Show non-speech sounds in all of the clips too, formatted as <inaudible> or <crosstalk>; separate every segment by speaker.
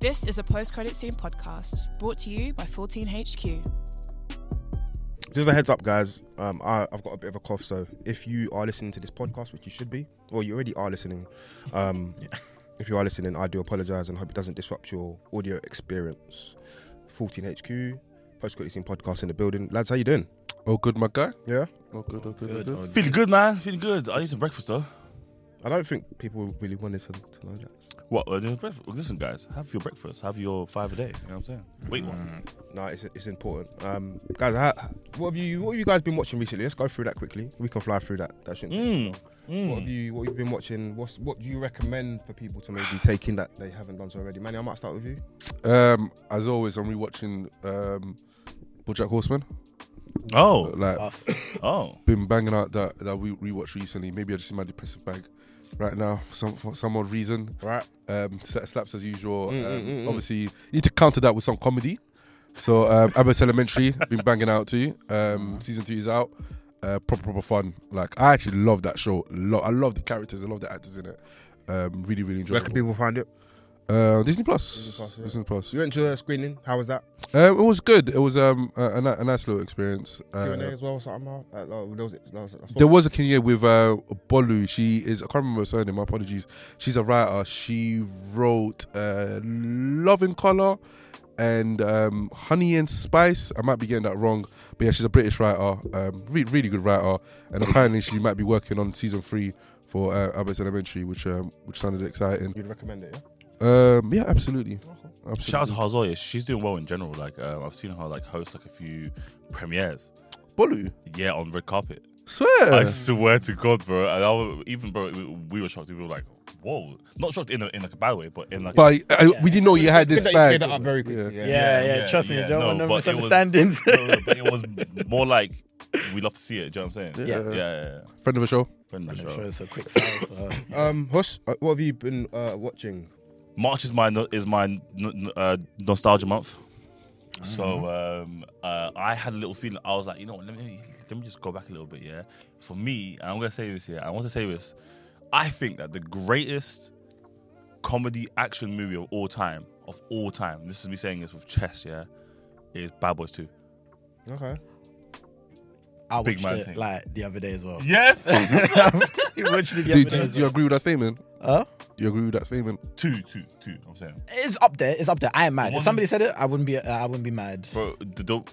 Speaker 1: This is a post credit scene podcast brought to you by 14HQ.
Speaker 2: Just a heads up, guys. Um, I, I've got a bit of a cough, so if you are listening to this podcast, which you should be, well, you already are listening.
Speaker 3: <laughs>
Speaker 2: Um, If you are listening, I do apologize and hope it doesn't disrupt your audio experience. 14HQ, post credit scene podcast in the building. Lads, how you doing?
Speaker 3: Oh, good, my guy.
Speaker 2: Yeah,
Speaker 3: Oh, good, oh, good,
Speaker 4: Good.
Speaker 3: oh, good.
Speaker 4: Feeling good, man. Feeling good. I need some breakfast though.
Speaker 2: I don't think people really wanted to, to know that.
Speaker 4: What? uh, there's breakfast. Listen, guys, have your breakfast. Have your five a day. You know what I'm saying? Wait one.
Speaker 2: No, it's, it's important. Um, guys, how, what have you what have you guys been watching recently? Let's go through that quickly. We can fly through that. That shouldn't.
Speaker 4: Mm.
Speaker 3: Hmm.
Speaker 2: What have you what have you been watching? What's what do you recommend for people to maybe take in that they haven't done so already? Manny, I might start with you.
Speaker 3: Um, as always, I'm rewatching um, BoJack Horseman.
Speaker 4: Oh,
Speaker 3: Like,
Speaker 4: oh.
Speaker 3: been banging out that that we rewatched recently. Maybe I just in my depressive bag right now for some for some odd reason.
Speaker 2: Right.
Speaker 3: Um, sla- slaps as usual.
Speaker 2: Mm,
Speaker 3: um,
Speaker 2: mm, mm, mm.
Speaker 3: Obviously, you need to counter that with some comedy. So, um,
Speaker 2: <laughs>
Speaker 3: Abbott Elementary been banging out too.
Speaker 2: Mm.
Speaker 3: Um, season two is out. Uh, proper proper fun. Like, I actually love that show. Lo- I love the characters. I love the actors in it. Um, really, really
Speaker 2: Where
Speaker 3: enjoyable.
Speaker 2: can people find it?
Speaker 3: Uh, Disney Plus.
Speaker 2: Disney
Speaker 3: Disney
Speaker 2: Plus,
Speaker 3: Plus.
Speaker 2: yeah. You went to a screening. How was that?
Speaker 3: Uh, it was good. It was um a, a, ni- a nice little experience.
Speaker 2: Q
Speaker 3: Uh,
Speaker 2: and A as well. Somehow. Uh, oh, there was, there was, I saw-
Speaker 3: there was a Kenya with uh, Bolu. She is I can't remember her surname. My apologies. She's a writer. She wrote uh, Love in Color and um, Honey and Spice. I might be getting that wrong, but yeah, she's a British writer. Um, re- really good writer, and apparently she might be working on season three for uh, Abbott's Elementary, which um, which sounded exciting.
Speaker 2: You'd recommend it, yeah?
Speaker 3: Um, yeah, absolutely. absolutely.
Speaker 4: Shout out to Hazoya. She's doing well in general. Like, um, I've seen her like host like a few premieres.
Speaker 3: Bolu.
Speaker 4: Yeah, on red carpet.
Speaker 3: Swear.
Speaker 4: I swear to God, bro. And I was, even bro, we, we were shocked. We were like, whoa. Not shocked in a, in like a bad way, but in like.
Speaker 3: But I, we didn't know you had
Speaker 2: Good
Speaker 3: this
Speaker 2: that you
Speaker 3: bag.
Speaker 2: cleared that up very quickly.
Speaker 3: Yeah.
Speaker 2: Yeah.
Speaker 5: Yeah, yeah,
Speaker 4: yeah,
Speaker 5: trust me,
Speaker 4: yeah,
Speaker 5: don't
Speaker 4: no,
Speaker 5: want no
Speaker 4: but it was- <laughs>
Speaker 5: misunderstandings. <laughs>
Speaker 4: No, no, <laughs> but it was more like we love to see it. Do you know what I'm saying?
Speaker 3: Yeah.
Speaker 4: yeah, yeah.
Speaker 3: Friend of the show.
Speaker 4: Friend of the show.
Speaker 5: Sure, so quick fire for her.
Speaker 2: Um, Hush, uh, what have you been uh, watching?
Speaker 4: March is my no- is my n- n- uh, nostalgia month. So um, uh, I had a little feeling. I was like, you know, what, let me let me just go back a little bit. Yeah, for me, and I'm gonna say this here. I want to say this. I think that the greatest comedy action movie of all time, of all time. This is me saying this with chest. Yeah, is Bad Boys Two.
Speaker 2: Okay.
Speaker 5: I
Speaker 4: Big
Speaker 5: watched
Speaker 4: man
Speaker 5: it
Speaker 4: thing.
Speaker 5: like the other day as well.
Speaker 4: Yes,
Speaker 5: You watched it the
Speaker 3: Do, do-
Speaker 5: other day.
Speaker 3: do
Speaker 5: as
Speaker 3: you
Speaker 5: well.
Speaker 3: agree with that statement?
Speaker 5: Huh?
Speaker 3: Do you agree with that statement?
Speaker 4: two, two, two. I'm saying,
Speaker 5: It's up there. It's up there. I am mad. If
Speaker 4: One-
Speaker 5: somebody said it, I wouldn't be. Uh, I wouldn't be mad.
Speaker 4: bro, the dope.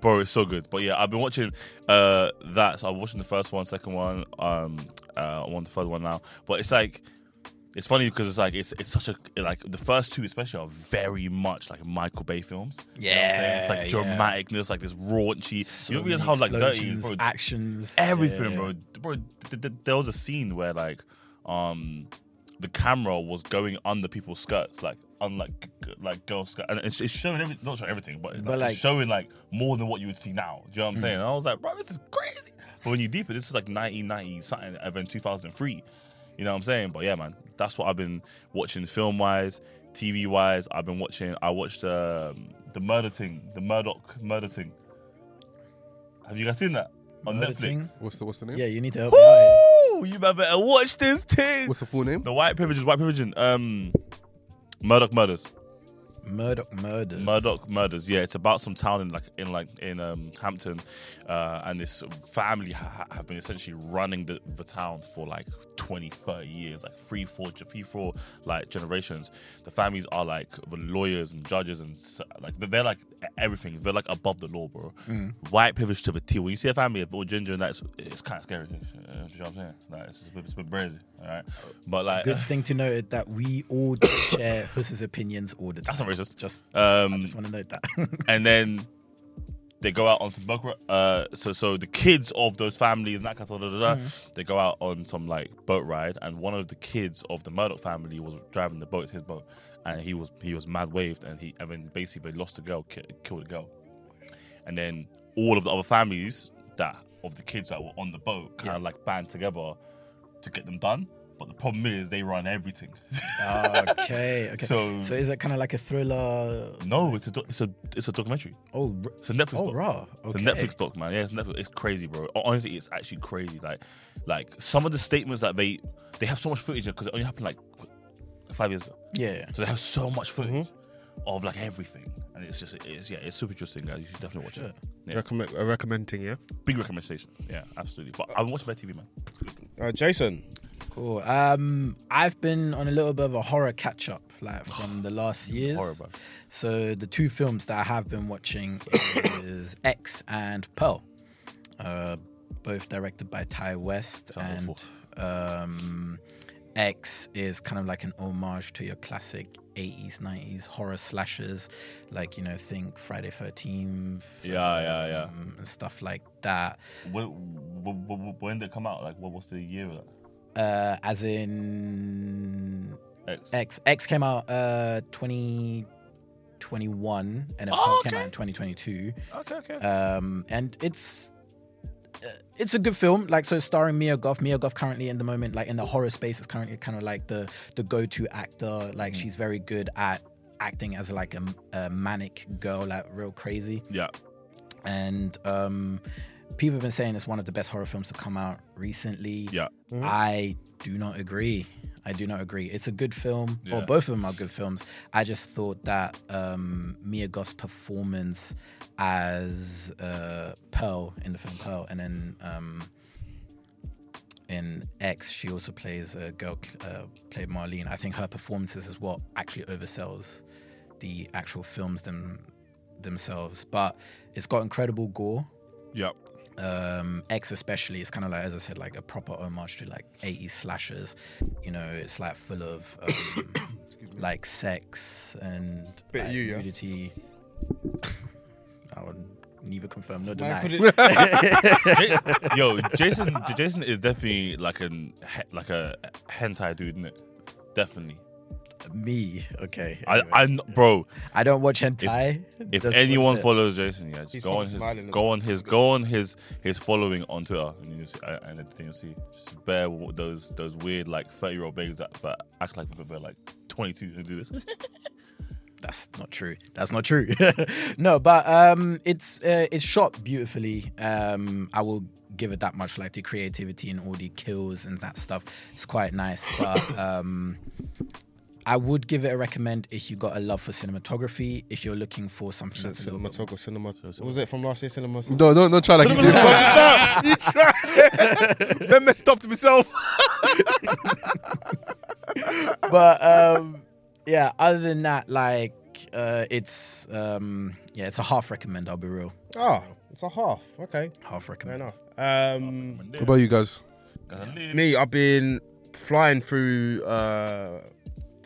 Speaker 4: Bro, it's so good. But yeah, I've been watching uh that. So I'm watching the first one, second one, um, uh, I'm on the third one now. But it's like, it's funny because it's like it's it's such a like the first two especially are very much like Michael Bay films. You know what I'm saying? it's like
Speaker 5: Yeah, yeah.
Speaker 4: dramaticness, like this raunchy.
Speaker 5: So
Speaker 4: you don't realize
Speaker 5: many
Speaker 4: how like dirty,
Speaker 5: explosions,
Speaker 4: bro,
Speaker 5: actions,
Speaker 4: everything,
Speaker 5: yeah.
Speaker 4: bro. Bro, th- th- there was a scene where like, um, the camera was going under people's skirts, like unlike like girls' skirt, and it's, it's showing every, not showing everything, but,
Speaker 5: But,
Speaker 4: like,
Speaker 5: like- Hmm.
Speaker 4: it's showing like more than what you would see now. Do you know what I'm saying? And I was like, bro, this is crazy. But when you deeper, this is like 1990 something, and then 2003. You know what I'm saying? But yeah, man, that's what I've been watching film wise, TV wise. I've been watching. I watched um, the murder thing, the Murdoch murder thing. Have you guys seen that on
Speaker 5: Murder
Speaker 4: Netflix?
Speaker 5: thing?
Speaker 3: What's the what's the name?
Speaker 5: Yeah, you need to help me out here.
Speaker 4: Ooh, you better watch this thing.
Speaker 3: What's the full name?
Speaker 4: The white privilege is white privilege. and, Um, Murdoch murders.
Speaker 5: Murdoch murders.
Speaker 4: Murdoch murders. Yeah, it's about some town in like in like in um, Hampton, uh, and this family ha- ha- have been essentially running the, the town for like 20, 30 years, like three, four, ge- three, four like generations. The families are like the lawyers and judges and s- like they're- they're like e, everything. They're like above the law, bro. White privilege to the T. When you see a family of all ginger and that's it's kind of scary. uh, do you know what I'm saying? Like it's, a bit- it's a bit brazy, all right. But like
Speaker 5: Good thing to know it that we
Speaker 4: <coughs>
Speaker 5: all do share Huss's opinions all the time.
Speaker 4: that's not racist.
Speaker 5: Just,
Speaker 4: Um,
Speaker 5: I just want to
Speaker 4: <laughs>
Speaker 5: note that.
Speaker 4: and then they go out on some boat. ri- Uh, so so the kids of those families and that kind of da, da, da,
Speaker 5: Mm-hmm.
Speaker 4: they go out on some like boat ride, and one of the kids of the Murdoch family was driving the boat, it's his boat, and he was he was mad waved, and he and then basically they lost the girl, ki- killed the girl, and then all of the other families that of the kids that were on the boat kind of like band together to get them done. But the problem is they run everything. <laughs>
Speaker 5: okay, okay.
Speaker 4: So-
Speaker 5: so is it kind of like a thriller?
Speaker 4: no, it's a doc- it's a it's a documentary.
Speaker 5: Oh, r-
Speaker 4: It's a Netflix.
Speaker 5: oh,
Speaker 4: doc.
Speaker 5: raw. Okay.
Speaker 4: It's a Netflix doc, man. Yeah, it's Netflix. It's crazy, bro. Honestly, it's actually crazy. Like, like some of the statements that they they have so much footage because it only happened like five years ago,
Speaker 5: Yeah. Mm-hmm.
Speaker 4: so they have so much footage. of like everything. And it's just, it's yeah, it's super interesting, guys. You should definitely watch it. Yeah.
Speaker 2: Recommend, uh, recommending, yeah.
Speaker 4: Big recommendation. Yeah, absolutely. But I'm watching my TV, man.
Speaker 2: Uh, Jason,
Speaker 5: Cool. Um, I've been on a little bit of a horror catch up,
Speaker 4: <sighs>
Speaker 5: like from the last years.
Speaker 4: Horror, bro.
Speaker 5: So the two films that I have been watching is <coughs> X and Pearl, uh, both directed by Ty West,
Speaker 4: Sound
Speaker 5: and um, X is kind of like an homage to your classic. 80s, 90s horror slashers, like you know, think Friday 13th,
Speaker 4: Yeah, yeah, yeah.
Speaker 5: um, and stuff like that.
Speaker 4: When, when, when did it come out? Like, what was the year of
Speaker 5: Uh, as in
Speaker 4: that? X.
Speaker 5: X X came out uh 2021 and it
Speaker 4: Oh,
Speaker 5: came
Speaker 4: okay.
Speaker 5: out in 2022.
Speaker 4: Okay, okay.
Speaker 5: Um and it's uh, it's a good film, like so. It's starring Mia Goth. Mia Goth currently in the moment, like in the horror space, is currently kind of like the the go to actor. Like
Speaker 4: Mm-hmm.
Speaker 5: she's very good at acting as like a, a manic girl, like real crazy
Speaker 4: yeah.
Speaker 5: and um, people have been saying it's one of the best horror films to come out recently.
Speaker 4: Yeah.
Speaker 5: I do not agree. I do not agree. It's a good film,
Speaker 4: Yeah.
Speaker 5: or both of them are good films. I just thought that um, Mia Goth's performance as uh, Pearl in the film Pearl, and then um, in X, she also plays a girl uh, played Marlene. I think her performances is what actually oversells the actual films them themselves. But it's got incredible gore.
Speaker 4: Yeah.
Speaker 5: Um, X especially is kind of like, as I said, like a proper homage to like 80s slashers. You know, it's like full of
Speaker 2: <coughs>
Speaker 5: um, like sex and
Speaker 2: Bit
Speaker 5: like,
Speaker 2: you, yeah?
Speaker 5: nudity. <laughs> I would neither confirm nor deny.
Speaker 2: <laughs>
Speaker 4: J- <laughs> Yo, Jason, J- Jason is definitely like an he- like a hentai dude, isn't it? Definitely.
Speaker 5: Me, okay.
Speaker 4: I,
Speaker 5: anyway.
Speaker 4: I, kn- bro.
Speaker 5: I don't watch hentai.
Speaker 4: If
Speaker 5: That's-
Speaker 4: anyone
Speaker 5: that's it.
Speaker 4: follows Jason, yeah, just
Speaker 2: He's
Speaker 4: go on
Speaker 2: probably
Speaker 4: his,
Speaker 2: smiling as
Speaker 4: go
Speaker 2: well.
Speaker 4: on his, go on his, his following on Twitter, and you see, and then you'll see just bear w- those those weird like thirty year old babes that, that act like they're like twenty two and
Speaker 2: <laughs>
Speaker 4: do this.
Speaker 5: that's not true. That's not true. <laughs> no, but um, it's uh, it's shot beautifully. Um, I will give it that much. Like the creativity and all the kills and that stuff, it's quite nice.
Speaker 2: <laughs>
Speaker 5: But um, I would give it a recommend if you got a love for cinematography. If you're looking for something that's a little bit
Speaker 2: cinematography, cinema. What was it from last year? Cinema.
Speaker 3: No, don't, don't try like you did. Stop! You try. That messed up to myself.
Speaker 5: but um yeah other than that like uh it's um yeah it's a half recommend i'll be real
Speaker 2: Ah, it's a half. Okay,
Speaker 5: half
Speaker 2: fair
Speaker 5: recommend
Speaker 2: enough. Um,
Speaker 3: What about you guys?
Speaker 2: me, I've been flying through uh,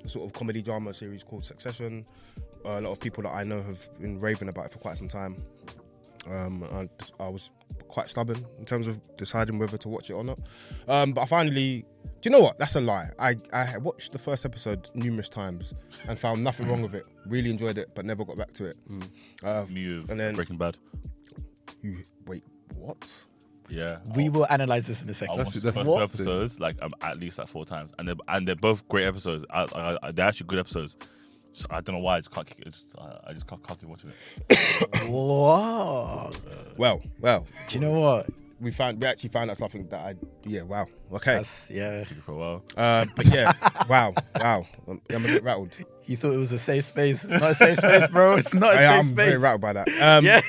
Speaker 2: a sort of comedy drama series called Succession. Uh, a lot of people that I know have been raving about it for quite some time. Um, I, just- I was quite stubborn in terms of deciding whether to watch it or not. Um, but I finally, do you know what? That's a lie. I, I watched the first episode numerous times and found nothing wrong with it. Really enjoyed it, but never got back to it. Uh,
Speaker 4: Me with
Speaker 2: And then-
Speaker 4: Breaking Bad.
Speaker 2: you wait, what?
Speaker 4: Yeah,
Speaker 5: we
Speaker 4: I-
Speaker 5: will analyze this in a
Speaker 4: I
Speaker 5: second
Speaker 4: watched
Speaker 3: it,
Speaker 4: the
Speaker 3: that's
Speaker 4: first
Speaker 3: what?
Speaker 4: two episodes like um, at least like four times, and they're and they're both great episodes. I, I, I, they're actually good episodes. Just, I don't know why I just can't. Keep, it's just, I, I just can't, can't keep watching it.
Speaker 5: Whoa.
Speaker 2: Well, well,
Speaker 5: do you know what
Speaker 2: we found we actually found out something that I yeah wow okay
Speaker 5: That's, yeah
Speaker 4: Took it for a while.
Speaker 2: uh,
Speaker 3: Um,
Speaker 4: <laughs>
Speaker 2: but yeah wow wow I'm, I'm a bit rattled
Speaker 5: he thought it was a safe space it's not a safe space bro it's not
Speaker 2: <laughs> I,
Speaker 5: a safe
Speaker 2: am
Speaker 5: space
Speaker 2: very rattled by that um,
Speaker 5: yeah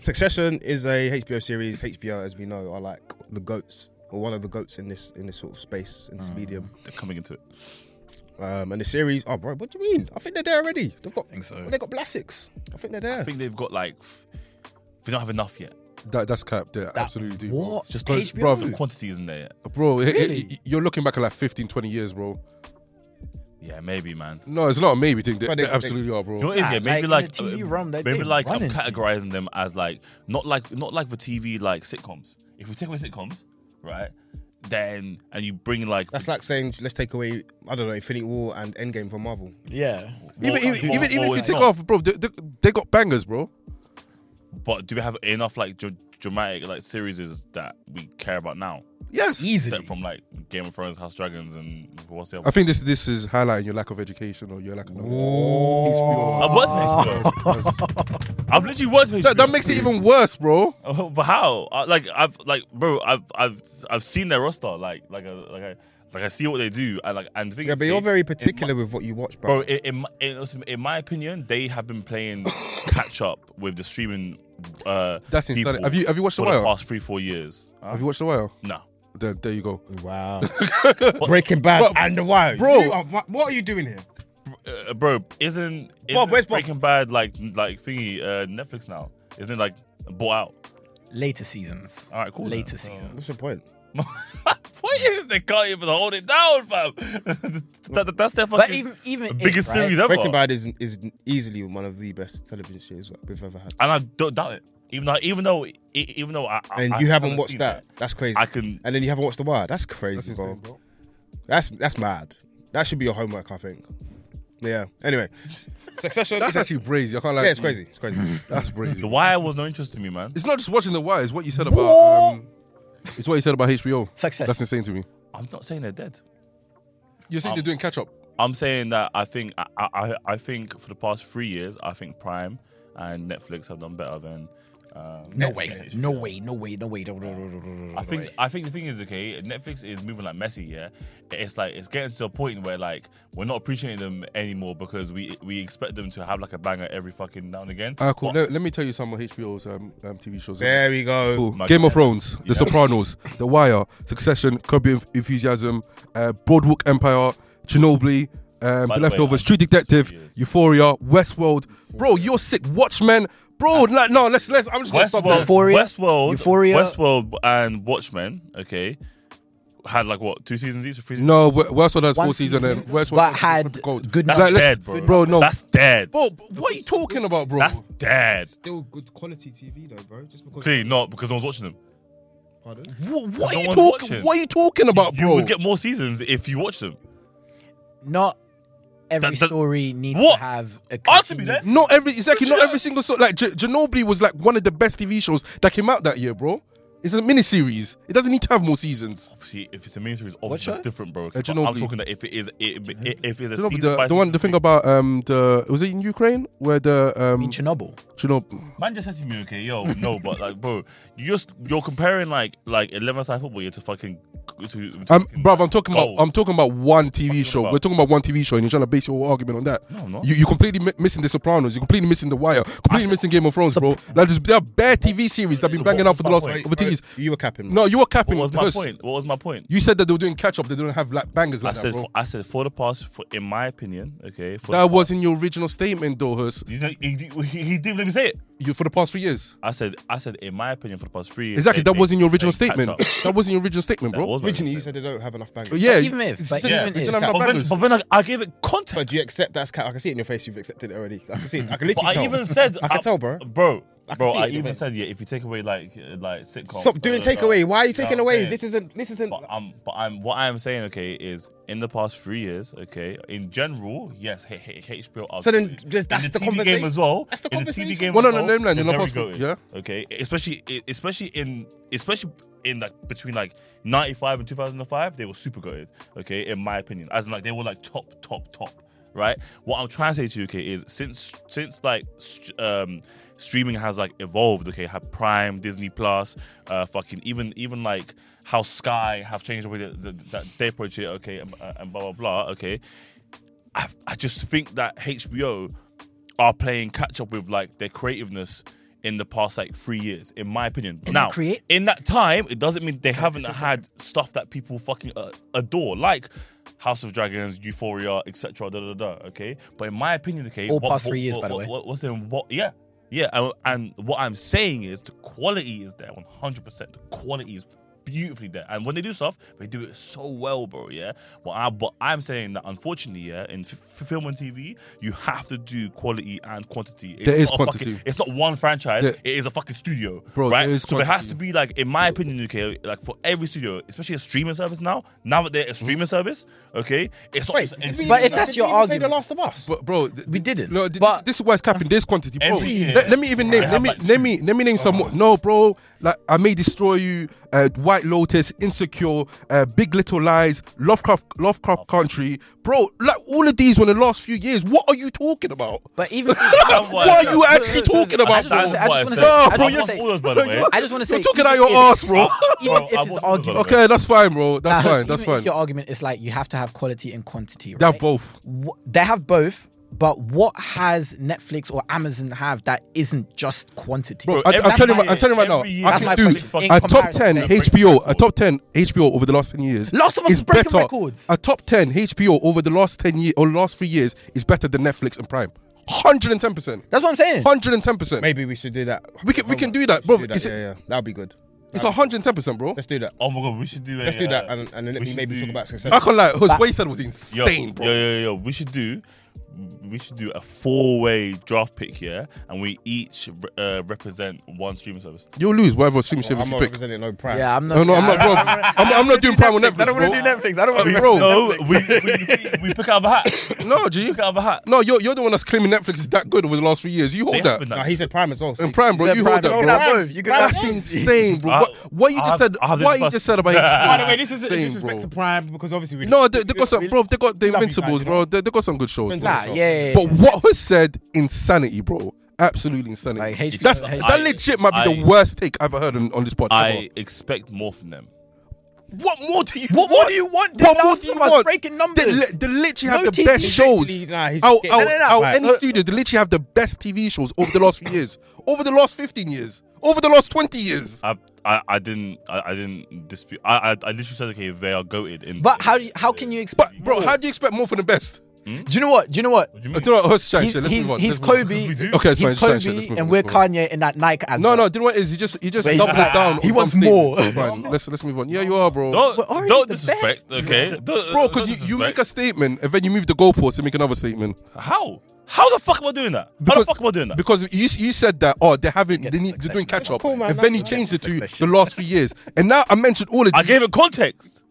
Speaker 2: Succession is a HBO series HBO as we know are like the goats or one of the goats in this in this sort of space in this medium
Speaker 4: They're coming into it.
Speaker 2: um, and the series oh bro what do you mean I think they're there already they've got
Speaker 5: think so.
Speaker 2: they got Blasics I think they're there
Speaker 4: I think they've got like f- they don't have enough yet.
Speaker 3: That, that's cap. They absolutely do. bro.
Speaker 5: what?
Speaker 3: Just
Speaker 5: HBO?
Speaker 3: go, bro,
Speaker 4: The quantity isn't there yet.
Speaker 3: bro. it- it-
Speaker 5: Really?
Speaker 3: you're looking back at like 15, 20 years, bro.
Speaker 4: Yeah, maybe, man.
Speaker 3: No, it's not a maybe thing. They,
Speaker 2: But
Speaker 3: they
Speaker 2: they-
Speaker 3: absolutely are, bro.
Speaker 4: You know what it is,
Speaker 5: Nah,
Speaker 4: yeah? Maybe
Speaker 5: like,
Speaker 4: like,
Speaker 5: in the TV
Speaker 4: uh,
Speaker 5: realm, they-
Speaker 4: maybe
Speaker 5: they
Speaker 4: like
Speaker 5: run
Speaker 4: I'm
Speaker 5: into it.
Speaker 4: categorizing them as like not like not like the TV like sitcoms. If we take away sitcoms, right, then and you bring like
Speaker 2: that's like saying let's take away I don't know Infinity War and Endgame from Marvel
Speaker 5: <laughs> yeah
Speaker 3: even
Speaker 4: more-
Speaker 3: even, even,
Speaker 4: more-
Speaker 3: even
Speaker 4: more
Speaker 3: if you
Speaker 4: is
Speaker 3: take
Speaker 4: not.
Speaker 3: off, bro, they, they, they got bangers, bro.
Speaker 4: But do we have enough like dr- dramatic like series that we care about now?
Speaker 3: Yes.
Speaker 5: easily
Speaker 4: Except from like Game of Thrones, House of Dragons, and what's the
Speaker 3: I
Speaker 4: other?
Speaker 3: think this this is highlighting your lack of education or your lack of knowledge.
Speaker 4: I've
Speaker 3: HBO.
Speaker 4: worked with HBO. I've literally worked with
Speaker 3: That, that
Speaker 4: HBO.
Speaker 3: makes it even worse, bro.
Speaker 4: <laughs> Oh, but how? I, like I've like bro, I've I've I've seen their roster. Like like a, like I Like I see what they do. I like and the thing
Speaker 2: Yeah,
Speaker 4: is,
Speaker 2: but you're
Speaker 4: they-
Speaker 2: very
Speaker 4: in my-
Speaker 2: particular with what you watch, bro.
Speaker 4: Bro, in, in, my- in, listen, in my opinion, they have been
Speaker 3: <coughs>
Speaker 4: playing catch up with the streaming. Uh,
Speaker 3: That's insane.
Speaker 4: people
Speaker 3: Have you- have you watched The
Speaker 4: for
Speaker 3: Wire?
Speaker 4: The past three four years. Huh?
Speaker 3: Have you watched The Wire?
Speaker 4: no.
Speaker 3: There, there you go.
Speaker 5: <laughs>
Speaker 2: Wow. Breaking Bad and The Wire.
Speaker 3: Bro.
Speaker 2: You are- what, what are you doing here?
Speaker 4: Uh, bro, isn't, isn't
Speaker 2: Bob, where's Bob?
Speaker 4: Breaking Bad like like thingy uh, Netflix now? Isn't it like bought out? <laughs>
Speaker 5: Later seasons.
Speaker 4: All right, cool.
Speaker 5: Later
Speaker 4: then. So-
Speaker 5: seasons.
Speaker 2: What's the point?
Speaker 4: what is they can't even hold it down, fam? <laughs> that, that- that's their fucking
Speaker 5: But even even it,
Speaker 4: biggest
Speaker 5: right?
Speaker 4: series ever.
Speaker 2: Breaking Bad is is easily one of the best television shows that we've ever had.
Speaker 4: and I don't doubt it. Even though, even though, e- even though, I, I-
Speaker 2: And
Speaker 4: I
Speaker 2: you haven't
Speaker 4: haven't
Speaker 2: watched
Speaker 4: seen
Speaker 2: that.
Speaker 4: it,
Speaker 2: That's crazy.
Speaker 4: I can.
Speaker 2: and then you haven't watched The Wire. That's crazy,
Speaker 3: That's
Speaker 2: bro.
Speaker 3: insane, bro.
Speaker 2: That's that's mad. That should be your homework, I think. Yeah. Anyway, Succession.
Speaker 3: That's
Speaker 2: is a-
Speaker 3: actually brazy. I can't lie.
Speaker 2: yeah, it's
Speaker 3: to
Speaker 2: crazy.
Speaker 3: you.
Speaker 2: It's crazy.
Speaker 3: <laughs> That's brazy.
Speaker 4: The Wire was no interest to me, man.
Speaker 3: It's not just watching The Wire. It's what you said about. Um, it's what you said about HBO.
Speaker 5: Success.
Speaker 3: That's insane to me.
Speaker 4: I'm not saying they're dead.
Speaker 3: You're saying
Speaker 4: Um,
Speaker 3: they're doing catch up.
Speaker 4: I'm saying that I think I, I, I- I think for the past three years, I think Prime and Netflix have done better than. Um,
Speaker 5: No
Speaker 4: Netflix.
Speaker 5: way. No way. No way. No way. No, no, no, no, no, no
Speaker 4: I think
Speaker 5: way.
Speaker 4: I think the thing is okay. Netflix is moving like Messi. Yeah, it's like it's getting to a point where like we're not appreciating them anymore because we we expect them to have like a banger every fucking now and again.
Speaker 3: Ah, cool.
Speaker 4: But-
Speaker 3: Let, let me tell you some of HBO's um, um, TV shows.
Speaker 2: there we go.
Speaker 3: Cool.
Speaker 4: My
Speaker 3: Game
Speaker 4: God.
Speaker 3: of Thrones, The
Speaker 4: Yeah.
Speaker 3: Sopranos, The Wire, Succession, Curb Your Enthusiasm, uh, Broadwalk Empire, Chernobyl,
Speaker 4: By
Speaker 3: um, The
Speaker 4: the way,
Speaker 3: Leftovers,
Speaker 4: I'm
Speaker 3: True Detective,
Speaker 4: serious.
Speaker 3: Euphoria, Westworld. Bro, you're sick. Watchmen. Bro, like, no, let's let's. I'm just gonna stop
Speaker 4: Westworld,
Speaker 3: there.
Speaker 5: Euphoria?
Speaker 4: Westworld,
Speaker 5: Euphoria?
Speaker 4: Westworld, and Watchmen. Okay, had like what two seasons each or three? Seasons?
Speaker 3: No, W- Westworld has
Speaker 5: One
Speaker 3: four seasons.
Speaker 5: season,
Speaker 3: and Westworld
Speaker 5: but
Speaker 3: has
Speaker 5: had
Speaker 3: gold.
Speaker 5: good-
Speaker 4: that's
Speaker 3: Like, let's-
Speaker 4: dead, bro.
Speaker 3: Bro, no.
Speaker 4: that's dead.
Speaker 3: Bro, what are you talking about, bro?
Speaker 4: That's dead.
Speaker 2: Still good quality TV though, bro. Just because.
Speaker 4: Clearly not because no one's watching them.
Speaker 2: Pardon?
Speaker 3: Wha- what, are
Speaker 4: no one's
Speaker 3: you talking?
Speaker 4: watching.
Speaker 3: What are you talking about,
Speaker 4: You
Speaker 3: bro?
Speaker 4: would get more seasons if you watched them.
Speaker 5: not every
Speaker 4: That- that-
Speaker 5: story needs
Speaker 4: What?
Speaker 5: to have a
Speaker 4: Answer me
Speaker 5: continuous-
Speaker 4: then.
Speaker 3: Not every exactly.
Speaker 4: But
Speaker 3: Not
Speaker 4: you know-
Speaker 3: every single so like J- Ginobili was like one of the best TV shows that came out that year, bro. It's a miniseries. It doesn't need to have more seasons.
Speaker 4: Obviously, if it's a miniseries, obviously
Speaker 5: show?
Speaker 4: that's different, bro.
Speaker 3: Uh,
Speaker 4: But I'm
Speaker 3: Ginobili.
Speaker 4: talking that if it is, it, it, if it's a
Speaker 3: Ginobili,
Speaker 4: season
Speaker 3: the,
Speaker 4: by
Speaker 3: the one,
Speaker 4: season
Speaker 3: the thing
Speaker 4: thing.
Speaker 3: about um the was it in Ukraine where the
Speaker 5: I
Speaker 3: um
Speaker 5: mean, Chernobyl.
Speaker 3: Chernobyl.
Speaker 4: Man just said to me, okay, yo, no, but like, bro, you just you're comparing like like eleven side football year to fucking to, to
Speaker 3: Um,
Speaker 4: fucking,
Speaker 3: bro,
Speaker 4: like,
Speaker 3: I'm talking
Speaker 4: gold.
Speaker 3: about I'm talking about one
Speaker 4: What are you
Speaker 3: TV show.
Speaker 4: about?
Speaker 3: We're talking about one TV show, and you're trying to base your whole argument on that.
Speaker 4: No, I'm not.
Speaker 3: You, you're completely mi- missing The Sopranos. You're completely missing The Wire. Completely
Speaker 4: said-
Speaker 3: missing Game of Thrones, bro. Like, there's, there are bare TV series that've been
Speaker 4: What
Speaker 3: banging out for the
Speaker 4: was
Speaker 3: last
Speaker 4: my point?
Speaker 3: over
Speaker 2: Bro,
Speaker 3: TVs.
Speaker 2: you were capping.
Speaker 3: No, you were capping.
Speaker 4: What was my
Speaker 3: because
Speaker 4: point? What was my point?
Speaker 3: You said that they were doing catch up. They don't have like bangers
Speaker 4: I
Speaker 3: like that,
Speaker 4: said,
Speaker 3: bro.
Speaker 4: for, I said for the past, for, in my opinion, okay, for
Speaker 3: That
Speaker 4: the,
Speaker 3: was in your original statement, though, Hurst.
Speaker 4: you know, he, he, he didn't let me say it.
Speaker 3: You for the past three years.
Speaker 4: I said, I said, in my opinion, for the past three years,
Speaker 3: Exactly.
Speaker 4: they-
Speaker 3: That was in your
Speaker 4: they-
Speaker 3: original
Speaker 4: they catch
Speaker 3: statement.
Speaker 4: up.
Speaker 3: <coughs> That was in your original statement,
Speaker 4: That
Speaker 3: bro.
Speaker 4: was my
Speaker 2: Originally, you
Speaker 4: statement.
Speaker 2: said they don't have enough bangers.
Speaker 3: Yeah.
Speaker 5: even if,
Speaker 3: it's-
Speaker 5: but
Speaker 3: it's-
Speaker 5: even
Speaker 3: yeah,
Speaker 5: if-
Speaker 3: it's enough
Speaker 4: But then,
Speaker 3: bangers.
Speaker 4: but then like, I gave it context.
Speaker 2: But do you accept that's? Ca- I can see it in your face. You've accepted it already. I can see. It. I can literally
Speaker 4: But I
Speaker 2: tell.
Speaker 4: even said
Speaker 2: I can tell, bro.
Speaker 4: Bro,
Speaker 2: I can
Speaker 4: bro,
Speaker 2: see
Speaker 4: I
Speaker 2: it in your
Speaker 4: even
Speaker 2: face.
Speaker 4: said yeah. If you take away like uh, like sitcoms,
Speaker 2: Stop doing
Speaker 4: uh,
Speaker 2: takeaway.
Speaker 4: uh,
Speaker 2: Why are you
Speaker 4: you know
Speaker 2: taking
Speaker 4: what I'm
Speaker 2: away?
Speaker 4: saying?
Speaker 2: This isn't. This isn't.
Speaker 4: But I'm, but I'm, what I'm saying, okay, is in the past three years, okay, in general, yes, H- H- HBO. Are
Speaker 2: So then
Speaker 4: good.
Speaker 2: just-
Speaker 4: In
Speaker 2: that's the
Speaker 4: TV
Speaker 2: conversation.
Speaker 4: game as well.
Speaker 2: That's the
Speaker 4: in The TV
Speaker 2: conversation.
Speaker 4: game
Speaker 3: Well, no,
Speaker 4: as
Speaker 3: no,
Speaker 4: well,
Speaker 3: name land,
Speaker 4: they're
Speaker 3: in the
Speaker 4: very
Speaker 3: past three-
Speaker 4: good.
Speaker 3: yeah.
Speaker 4: Okay, especially, e, especially in, especially in like between like 95 and 2005, they were super good. Okay, in my opinion, as in like they were like top, top, top. Right. What I'm trying to say to you, okay, is since since like st- um streaming has like evolved. Okay, have Prime, Disney Plus, uh, fucking even even like how Sky have changed the way that, that, that they approach it. Okay, and, uh, and blah blah blah. Okay, I, I just think that HBO are playing catch up with like their creativeness in the past like three years, in my opinion. now,
Speaker 5: create-
Speaker 4: in that time, it doesn't mean they haven't had stuff that people fucking uh, adore, like House of Dragons, Euphoria, etc. Da da da. da, Okay, but in my opinion, okay,
Speaker 5: All past three years, by the way.
Speaker 4: what- what's in what? Yeah. Yeah, and, and what I'm saying is the quality is there 100%. The quality is beautifully there. And when they do stuff, they do it so well, bro, yeah? But, I, but I'm saying that unfortunately, yeah, in f- f- film and TV, you have to do quality and quantity. It's
Speaker 3: There is
Speaker 4: not a fucking-
Speaker 3: quantity.
Speaker 4: it's not one franchise,
Speaker 3: There-
Speaker 4: it is a fucking studio,
Speaker 3: Bro,
Speaker 4: right?
Speaker 3: there is
Speaker 4: so there has
Speaker 3: quantity.
Speaker 4: to be, like, in my opinion, okay, like for every studio, especially a streaming service now, now that they're a streaming service, okay, it's not
Speaker 2: Wait, you
Speaker 4: just it's-
Speaker 2: mean-
Speaker 5: But if
Speaker 2: you
Speaker 5: that's
Speaker 2: didn't
Speaker 5: your
Speaker 2: even say The
Speaker 5: argument-
Speaker 2: Last of Us.
Speaker 3: But bro, th-
Speaker 5: We didn't,
Speaker 3: No, th-
Speaker 5: but-
Speaker 3: this is why it's capping. There's quantity, bro.
Speaker 4: Every year.
Speaker 3: Let, let me even name.
Speaker 4: I
Speaker 3: Let
Speaker 4: have
Speaker 3: me
Speaker 4: like
Speaker 3: let me let me name some more. No, bro. Like I may destroy you. uh, White Lotus, Insecure, uh, Big Little Lies, Lovecraft, Lovecraft Country, bro. Like all of these were in the last few years. What are you talking about?
Speaker 5: But even
Speaker 3: What are you actually talking
Speaker 4: I
Speaker 3: about,
Speaker 4: just,
Speaker 3: bro?
Speaker 5: wanna- I just
Speaker 4: want to
Speaker 5: wanna
Speaker 4: say,
Speaker 5: say-
Speaker 4: I
Speaker 5: I
Speaker 4: bought
Speaker 5: just wanna say-
Speaker 4: all those, by the way.
Speaker 5: I just want to say,
Speaker 3: You're talking
Speaker 5: even
Speaker 3: out your
Speaker 5: if-
Speaker 3: ass, bro.
Speaker 5: Even
Speaker 4: Bro,
Speaker 5: if
Speaker 4: I bought
Speaker 5: it's
Speaker 4: all of
Speaker 5: argument,
Speaker 4: them.
Speaker 3: okay, that's fine, bro. That's
Speaker 5: Nah,
Speaker 3: fine. That's
Speaker 5: even if
Speaker 3: fine.
Speaker 5: Your argument is like you have to have quality and quantity. Right?
Speaker 3: They have both.
Speaker 5: Wh- they have both, but what has Netflix or Amazon have that isn't just quantity?
Speaker 4: Bro,
Speaker 3: I,
Speaker 4: every
Speaker 3: I'm telling you,
Speaker 4: year-
Speaker 3: I'm telling you right now.
Speaker 4: every year-
Speaker 3: I
Speaker 5: That's
Speaker 3: can
Speaker 5: my
Speaker 3: do
Speaker 5: question. In
Speaker 3: a top ten
Speaker 5: comparison, they break
Speaker 3: HBO, a
Speaker 4: records.
Speaker 3: top ten HBO over the last ten years.
Speaker 5: Last of Us
Speaker 3: is
Speaker 5: breaking
Speaker 3: better.
Speaker 5: records.
Speaker 3: A top ten HBO over the last ten year or last three years is better than Netflix and Prime. Hundred and ten percent.
Speaker 5: That's what I'm saying.
Speaker 3: Hundred and ten percent.
Speaker 2: Maybe we should do that.
Speaker 3: We can- we can do that,
Speaker 2: should
Speaker 3: bro. Is
Speaker 2: Yeah,
Speaker 3: it-
Speaker 2: yeah, that'll be good.
Speaker 3: It's
Speaker 2: That'll be-
Speaker 3: hundred and ten percent, bro.
Speaker 2: Let's do that.
Speaker 4: Oh my god, we should do. A,
Speaker 2: Let's do that,
Speaker 4: uh,
Speaker 2: and, and then let
Speaker 4: we
Speaker 2: me
Speaker 4: should
Speaker 2: maybe
Speaker 4: do-
Speaker 2: talk about success.
Speaker 3: I can't lie. His
Speaker 5: Back-
Speaker 3: wayside was
Speaker 4: Yo,
Speaker 3: insane, bro.
Speaker 4: Yo, yo, yo, we should do. We should do a four-way draft pick here, and we each uh, represent one streaming service.
Speaker 3: You'll lose whatever streaming
Speaker 2: Well, I'm
Speaker 3: service you
Speaker 2: not
Speaker 3: pick.
Speaker 2: representing no prime.
Speaker 5: Yeah, I'm not.
Speaker 3: No, no, I'm not, bro.
Speaker 5: I-
Speaker 3: I'm, I'm not doing Prime on Netflix,
Speaker 5: I don't
Speaker 3: bro.
Speaker 5: want to do Netflix. I don't want to.
Speaker 3: Bro.
Speaker 4: No, we, we, we, we pick out of a hat.
Speaker 3: <coughs> No, G.
Speaker 4: Pick out of a hat.
Speaker 3: No, you're, you're the one that's claiming Netflix is that good over the last three years. You
Speaker 4: They
Speaker 3: hold that.
Speaker 4: haven't
Speaker 2: Nah,
Speaker 4: done
Speaker 2: he said prime as well. so-
Speaker 3: And Prime, bro,
Speaker 5: Yeah,
Speaker 3: you
Speaker 5: Prime,
Speaker 3: hold
Speaker 5: you
Speaker 3: that,
Speaker 5: hold
Speaker 3: bro.
Speaker 5: that move. You can-
Speaker 3: that's
Speaker 5: Prime.
Speaker 3: insane, bro.
Speaker 4: I-
Speaker 3: What, what you
Speaker 4: I
Speaker 3: just
Speaker 4: have-
Speaker 3: said?
Speaker 4: I have this
Speaker 3: What you
Speaker 4: bus.
Speaker 3: just said about?
Speaker 2: <laughs> By the way, this isn't
Speaker 3: Same,
Speaker 2: disrespect
Speaker 3: bro.
Speaker 2: to prime because obviously we
Speaker 3: No, they, they got some, bro. They got
Speaker 2: love
Speaker 3: the
Speaker 2: you guys,
Speaker 3: Invincibles,
Speaker 2: you
Speaker 3: bro. They, they got some good shows.
Speaker 2: Invincibles.
Speaker 5: Nah, yeah, yeah, yeah.
Speaker 3: But what was said? Insanity, bro. Absolutely insanity.
Speaker 5: Like, HBO
Speaker 3: That's,
Speaker 5: I-
Speaker 3: that legit might be the
Speaker 4: I-
Speaker 3: worst take I've ever heard on, on this podcast.
Speaker 4: I expect more from them.
Speaker 3: What more do you?
Speaker 5: What more
Speaker 3: want?
Speaker 5: do you want?
Speaker 3: What
Speaker 5: The
Speaker 3: more
Speaker 5: last
Speaker 3: do you
Speaker 5: of us
Speaker 3: want?
Speaker 5: breaking
Speaker 3: They,
Speaker 5: numbers.
Speaker 3: li- they literally have the
Speaker 5: No TV
Speaker 3: best shows.
Speaker 2: literally- nah, he's
Speaker 3: Out,
Speaker 2: just getting-
Speaker 3: out,
Speaker 5: No, no, no.
Speaker 3: out
Speaker 2: Right.
Speaker 3: any studio, they literally have the best TV shows over the last few years, over the last fifteen years, over the last twenty years.
Speaker 4: I, I, I didn't, I, I didn't dispute. I, I, I literally said, okay, they are goated. In,
Speaker 5: But how do you, how can you
Speaker 3: But
Speaker 5: expect?
Speaker 3: bro, how do you expect more from the best?
Speaker 5: do you know what? Do you know what?
Speaker 4: What do you
Speaker 3: I
Speaker 4: mean?
Speaker 3: do not let's change
Speaker 5: He's,
Speaker 3: shit. Let's
Speaker 5: he's,
Speaker 3: move on.
Speaker 5: he's
Speaker 3: Let's move on.
Speaker 5: Kobe.
Speaker 4: do.
Speaker 3: Okay, it's fine. it's
Speaker 5: He's
Speaker 3: fine, it's fine,
Speaker 5: Kobe,
Speaker 3: let's move on,
Speaker 5: and we're
Speaker 3: let's move on.
Speaker 5: Kanye in that Nike. ad.
Speaker 3: No, no. Do you know what it is? He just he just
Speaker 5: But he's
Speaker 3: doubles
Speaker 5: just like,
Speaker 3: down.
Speaker 5: he
Speaker 3: on
Speaker 5: wants
Speaker 3: some
Speaker 5: more.
Speaker 3: statements. It's Fine. Let's let's move on. Yeah, you are, bro.
Speaker 5: We're
Speaker 4: Don't,
Speaker 5: already
Speaker 4: don't
Speaker 5: the
Speaker 4: disrespect,
Speaker 5: best.
Speaker 4: okay? Don't-
Speaker 3: Bro,
Speaker 4: don't
Speaker 3: because you, you make a
Speaker 4: disrespect.
Speaker 3: statement and then you move the goalpost to make another statement.
Speaker 4: how? How the fuck am I doing that? how
Speaker 3: Because-
Speaker 4: the fuck am I doing that?
Speaker 3: Because you you said that oh they haven't
Speaker 5: Get
Speaker 3: they
Speaker 5: the
Speaker 3: need, they're doing
Speaker 5: succession.
Speaker 3: catch up,
Speaker 2: Cool, man.
Speaker 3: and then you
Speaker 2: Get
Speaker 3: changed it to the
Speaker 5: succession.
Speaker 3: last three years, and now I mentioned all of
Speaker 4: I
Speaker 3: these
Speaker 4: gave it context.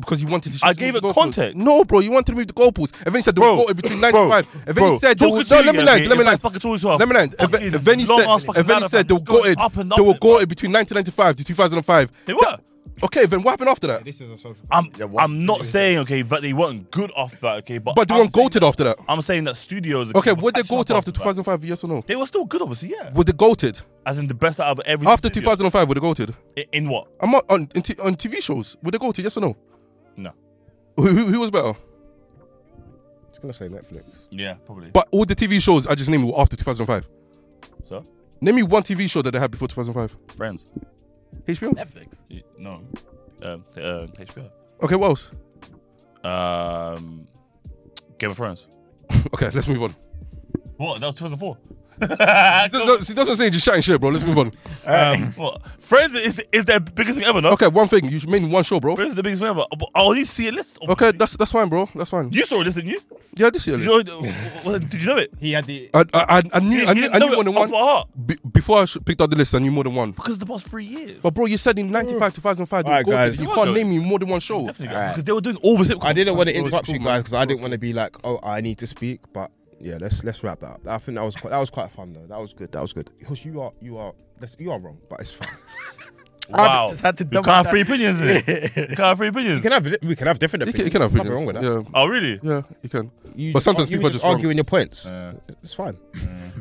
Speaker 3: because you wanted to.
Speaker 4: I
Speaker 3: move
Speaker 4: gave
Speaker 3: the
Speaker 4: it
Speaker 3: goalposts.
Speaker 4: context.
Speaker 3: No, bro, you wanted to move the goalposts, and then you said they
Speaker 4: Bro,
Speaker 3: were between
Speaker 4: bro,
Speaker 3: ninety five, and then you
Speaker 4: bro.
Speaker 3: said they were,
Speaker 4: Talking to
Speaker 3: no,
Speaker 4: you,
Speaker 3: let me
Speaker 4: yeah,
Speaker 3: land,
Speaker 4: yeah,
Speaker 3: let
Speaker 4: it's
Speaker 3: me
Speaker 4: like
Speaker 3: land,
Speaker 4: fucking talking to us.
Speaker 3: let me land, and then
Speaker 4: Fucking
Speaker 3: and then you
Speaker 4: long ass
Speaker 3: said,
Speaker 4: fucking
Speaker 3: and then you
Speaker 4: marathon.
Speaker 3: said they were
Speaker 4: It's going
Speaker 3: goated,
Speaker 4: up and
Speaker 3: they
Speaker 4: up
Speaker 3: were
Speaker 4: and up.
Speaker 3: goated between nineteen ninety five to two thousand and five.
Speaker 4: They were.
Speaker 3: Okay, then what happened after that?
Speaker 2: This is a social.
Speaker 4: I'm,
Speaker 5: Yeah, what-
Speaker 4: I'm not saying, okay, that they weren't good after that, okay? But,
Speaker 3: But they
Speaker 4: I'm
Speaker 3: weren't
Speaker 4: saying
Speaker 3: goated
Speaker 4: that-
Speaker 3: after that.
Speaker 4: I'm saying that studios.
Speaker 3: Okay,
Speaker 4: were
Speaker 3: were they
Speaker 4: catching up
Speaker 3: goated after
Speaker 4: that.
Speaker 3: 2005? Yes or no?
Speaker 4: They were still good, obviously, yeah.
Speaker 3: Were they goated
Speaker 4: As in the best out of every.
Speaker 3: after
Speaker 4: studio.
Speaker 3: 2005? Were they goated?
Speaker 4: I- In what?
Speaker 3: I'm not on in t- on TV shows. Were they goated? Yes or no?
Speaker 4: No.
Speaker 3: Who, who, who was better?
Speaker 2: just gonna say Netflix.
Speaker 4: Yeah, probably.
Speaker 3: But all the TV shows I just named were after 2005.
Speaker 4: so,
Speaker 3: Name me one TV show that they had before 2005.
Speaker 4: friends.
Speaker 3: HBO.
Speaker 5: Netflix.
Speaker 4: Y- No. Um, uh, HBO.
Speaker 3: Okay, what else? <laughs>
Speaker 4: Um, Game of Thrones.
Speaker 3: okay, let's move on.
Speaker 4: What? That was 2004.
Speaker 3: Th- th- See, that's what I'm saying. Just shouting shit, bro. Let's move on.
Speaker 4: Um, what? Friends is is their biggest thing ever, no?
Speaker 3: Okay, one thing. You should name one show, bro.
Speaker 4: Friends is the biggest thing ever. Oh, you see a list?
Speaker 3: Okay, that's that's fine, bro. That's fine.
Speaker 4: You saw this, didn't you?
Speaker 3: Yeah, this year.
Speaker 4: Did
Speaker 3: like-
Speaker 4: you, know- did you know it?
Speaker 2: He had the.
Speaker 3: I, I, I- I knew,
Speaker 4: You-
Speaker 3: I
Speaker 4: you
Speaker 3: knew,
Speaker 4: didn't
Speaker 3: I
Speaker 4: know
Speaker 3: knew
Speaker 4: it
Speaker 3: more than
Speaker 4: off
Speaker 3: one.
Speaker 4: by heart?
Speaker 3: Be, before I sh- picked out the list, I knew more than one.
Speaker 4: Because the past three years.
Speaker 3: But bro, you said in 95 2005, they
Speaker 2: Alright,
Speaker 3: were goated.
Speaker 2: guys.
Speaker 3: you
Speaker 4: They were
Speaker 3: can't
Speaker 4: goated.
Speaker 3: name me more than one show.
Speaker 4: Definitely,
Speaker 5: All right.
Speaker 4: because they were doing all the same.
Speaker 2: I didn't want to
Speaker 3: Bro, it's
Speaker 2: interrupt
Speaker 3: cool,
Speaker 2: you
Speaker 3: man.
Speaker 2: guys because I
Speaker 3: It's
Speaker 2: didn't
Speaker 3: cool.
Speaker 2: want to be like, oh, I need to speak. But yeah, let's let's wrap that up. I think that was quite, that was quite fun though. That was good. That was good. Because you are you are that's, you are wrong, but it's fine.
Speaker 4: Wow.
Speaker 5: just had to
Speaker 4: you
Speaker 5: double
Speaker 4: can't have
Speaker 5: that.
Speaker 4: free opinions. Is it? You can't have free
Speaker 2: we
Speaker 4: opinions.
Speaker 2: can have we can have different
Speaker 3: You can,
Speaker 2: opinions.
Speaker 3: you can have
Speaker 2: There's
Speaker 3: opinions.
Speaker 2: nothing wrong with that.
Speaker 3: Yeah.
Speaker 4: Oh, really?
Speaker 3: Yeah, you can.
Speaker 2: You-
Speaker 3: But sometimes
Speaker 2: you
Speaker 3: people
Speaker 2: were
Speaker 3: are just wrong.
Speaker 2: arguing your points.
Speaker 4: Yeah.
Speaker 2: It's fine.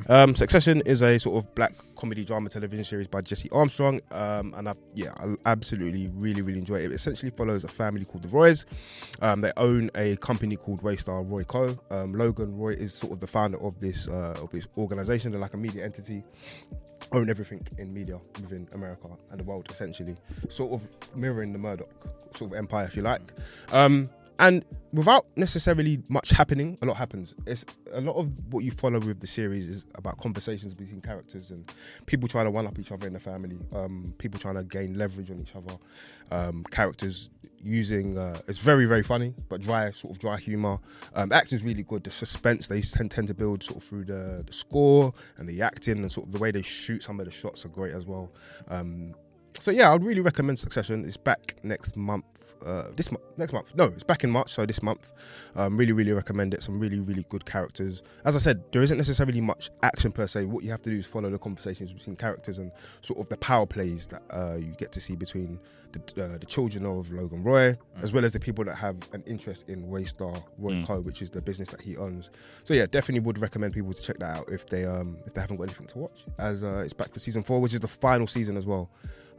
Speaker 2: Um, Succession is a sort of black comedy drama television series by Jesse Armstrong, um, and I yeah, I absolutely really really enjoy it. It essentially follows a family called the Roys. Um, they own a company called Waystar Roy Co. Um, Logan Roy is sort of the founder of this uh, of this organization. They're like a media entity. Own everything in media within America and the world, essentially, sort of mirroring the Murdoch sort of empire, if you like. Um, and without necessarily much happening, a lot happens. It's a lot of what you follow with the series is about conversations between characters and people trying to one up each other in the family, um, people trying to gain leverage on each other, um, characters using. Uh, it's very very funny, but dry sort of dry humor. Um, acting's really good. The suspense they tend, tend to build sort of through the, the score and the acting and sort of the way they shoot some of the shots are great as well. Um, so yeah, I'd really recommend Succession. It's back next month uh, this month, next month. No, it's back in March, so this month. Um, really, really recommend it. Some really, really good characters. As I said, there isn't necessarily much action per se. What you have to do is follow the conversations between characters and sort of the power plays that uh, you get to see between the, uh, the children of Logan Roy, as well as the people that have an interest in Waystar Roy Co, which is the business that he owns. So yeah, definitely would recommend people to check that out if they um, if they haven't got anything to watch, as uh, it's back for season four, which is the final season as well,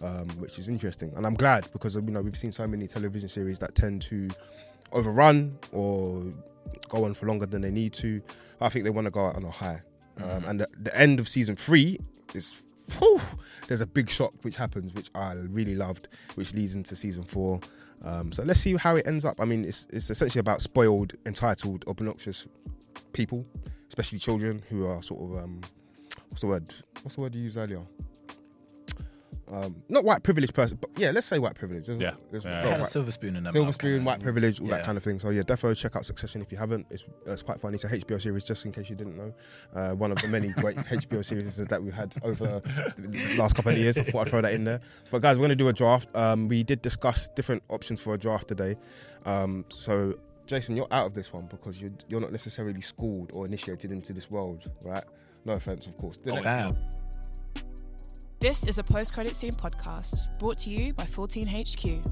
Speaker 2: um, which is interesting, and I'm glad because you know we've seen so many television series that tend to overrun or go on for longer than they need to. I think they want to go out on a high, um,
Speaker 4: Mm-hmm.
Speaker 2: and the, the end of season three is Whew, there's a big shock which happens, which I really loved, which leads into season four. Um, so let's see how it ends up. I mean, it's it's essentially about spoiled, entitled, obnoxious people, especially children who are sort of um, what's the word? What's the word you used earlier? Um, not white privileged person, but yeah, let's say white privilege. There's-
Speaker 4: Yeah.
Speaker 2: there's
Speaker 4: Yeah.
Speaker 2: not
Speaker 5: I had a
Speaker 2: white-
Speaker 5: silver spoon in them.
Speaker 2: Silver Spoon, White Privilege, all
Speaker 5: Yeah.
Speaker 2: that kind of thing. So yeah, defo check out Succession if you haven't. It's, it's quite funny. It's a HBO series, just in case you didn't know. Uh, one of the many
Speaker 5: <laughs>
Speaker 2: great HBO series that we've had over the last couple of years. I thought I'd throw that in there. But guys, we're going to do a draft. Um, we did discuss different options for a draft today. Um, so Jason, you're out of this one because you're, you're not necessarily schooled or initiated into this world, right? No offense, of course. The next-
Speaker 5: Bam.
Speaker 1: This is a post credit scene podcast brought to you by 14HQ.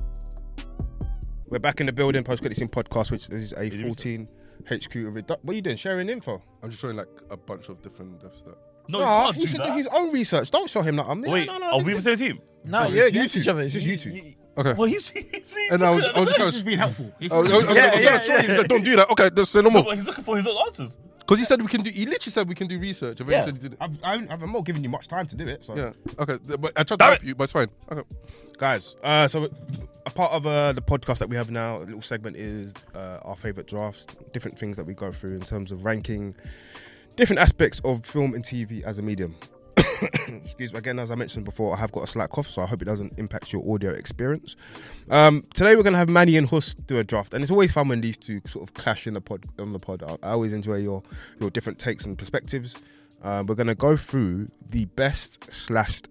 Speaker 2: We're back in the building, post credits in podcast, which is a 14 HQ. redu- What are you doing? Sharing info.
Speaker 3: I'm just showing like a bunch of different deaths that.
Speaker 4: No,
Speaker 2: Nah,
Speaker 4: Oh, you can't
Speaker 2: he
Speaker 4: do
Speaker 2: should
Speaker 4: that.
Speaker 2: do his own research. Don't show him that. I'm
Speaker 4: Wait,
Speaker 2: no, no, no,
Speaker 4: are
Speaker 2: this
Speaker 4: we the
Speaker 2: is-
Speaker 4: same team?
Speaker 5: No,
Speaker 2: No,
Speaker 5: you're
Speaker 2: it's
Speaker 5: against
Speaker 2: YouTube.
Speaker 5: each other.
Speaker 2: It's just
Speaker 5: you-
Speaker 2: YouTube.
Speaker 5: you-
Speaker 3: Okay.
Speaker 4: Well, he's, he's, he's
Speaker 3: and I was, I
Speaker 4: looking
Speaker 3: was
Speaker 4: at- Oh,
Speaker 3: just Oh, kind of.
Speaker 2: being helpful.
Speaker 3: I was, I was, I was,
Speaker 5: Yeah,
Speaker 3: I was
Speaker 5: yeah,
Speaker 3: trying to show him, he's like, don't do that. Okay, let's say no
Speaker 4: No,
Speaker 3: more.
Speaker 4: but he's looking for his own answers.
Speaker 3: Because he said we can do. He literally said we can do research. and then he
Speaker 5: Yeah.
Speaker 3: said he didn't.
Speaker 2: I've, I'm, I'm not giving you much time to do it. So,
Speaker 3: Yeah. Okay. th- But I tried to
Speaker 4: Damn
Speaker 3: help
Speaker 4: it.
Speaker 3: you, but it's fine. Okay.
Speaker 2: guys, uh, so a part of uh, the podcast that we have now, a little segment is uh, our favorite drafts, different things that we go through in terms of ranking different aspects of film and TV as a medium. <coughs> Excuse me. Again, as I mentioned before, I have got a slight cough, so I hope it doesn't impact your audio experience. Um, today, we're going to have Manny and Huss do a draft, and it's always fun when these two sort of clash in the pod. On the pod, I, I always enjoy your your different takes and perspectives. Um, we're going to go through the best slashed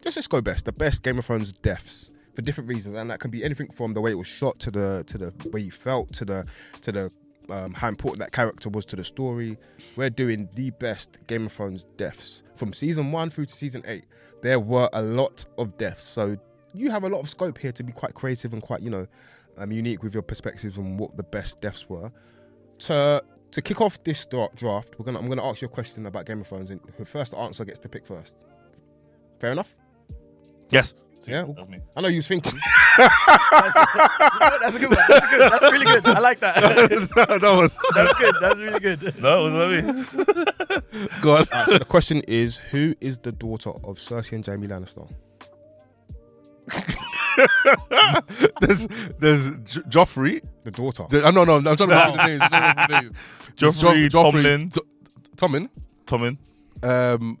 Speaker 2: just let's go best. The best Game of Thrones deaths for different reasons, and that can be anything from the way it was shot to the to the way you felt to the to the um, how important that character was to the story. We're doing the best Game of Thrones deaths from season one through to season eight. There were a lot of deaths, so you have a lot of scope here to be quite creative and quite you know um, unique with your perspectives on what the best deaths were. To to kick off this dra- draft, we're gonna I'm gonna ask you a question about Game of Thrones, and who first answer gets to pick first. Fair enough.
Speaker 4: Yes.
Speaker 2: Yeah.
Speaker 4: That was me.
Speaker 2: I know you was thinking.
Speaker 5: That's a good one. That's, a good. That's really good. I
Speaker 2: <laughs>
Speaker 5: like
Speaker 3: <laughs>
Speaker 5: that.
Speaker 3: that was
Speaker 5: That's good. That's really good.
Speaker 4: <laughs> No, it was not me. <laughs>
Speaker 3: God.
Speaker 2: Alright, so the question is, who is the daughter of Cersei and Jamie Lannister?
Speaker 3: there's there's jo- Joffrey.
Speaker 2: The daughter.
Speaker 3: There, oh, no, no, I'm trying to remember the names. I'm trying to remember the names.
Speaker 4: Joffrey,
Speaker 3: Jo-
Speaker 4: Tomlin.
Speaker 3: T- Tomlin.
Speaker 4: Tommen.
Speaker 3: Um,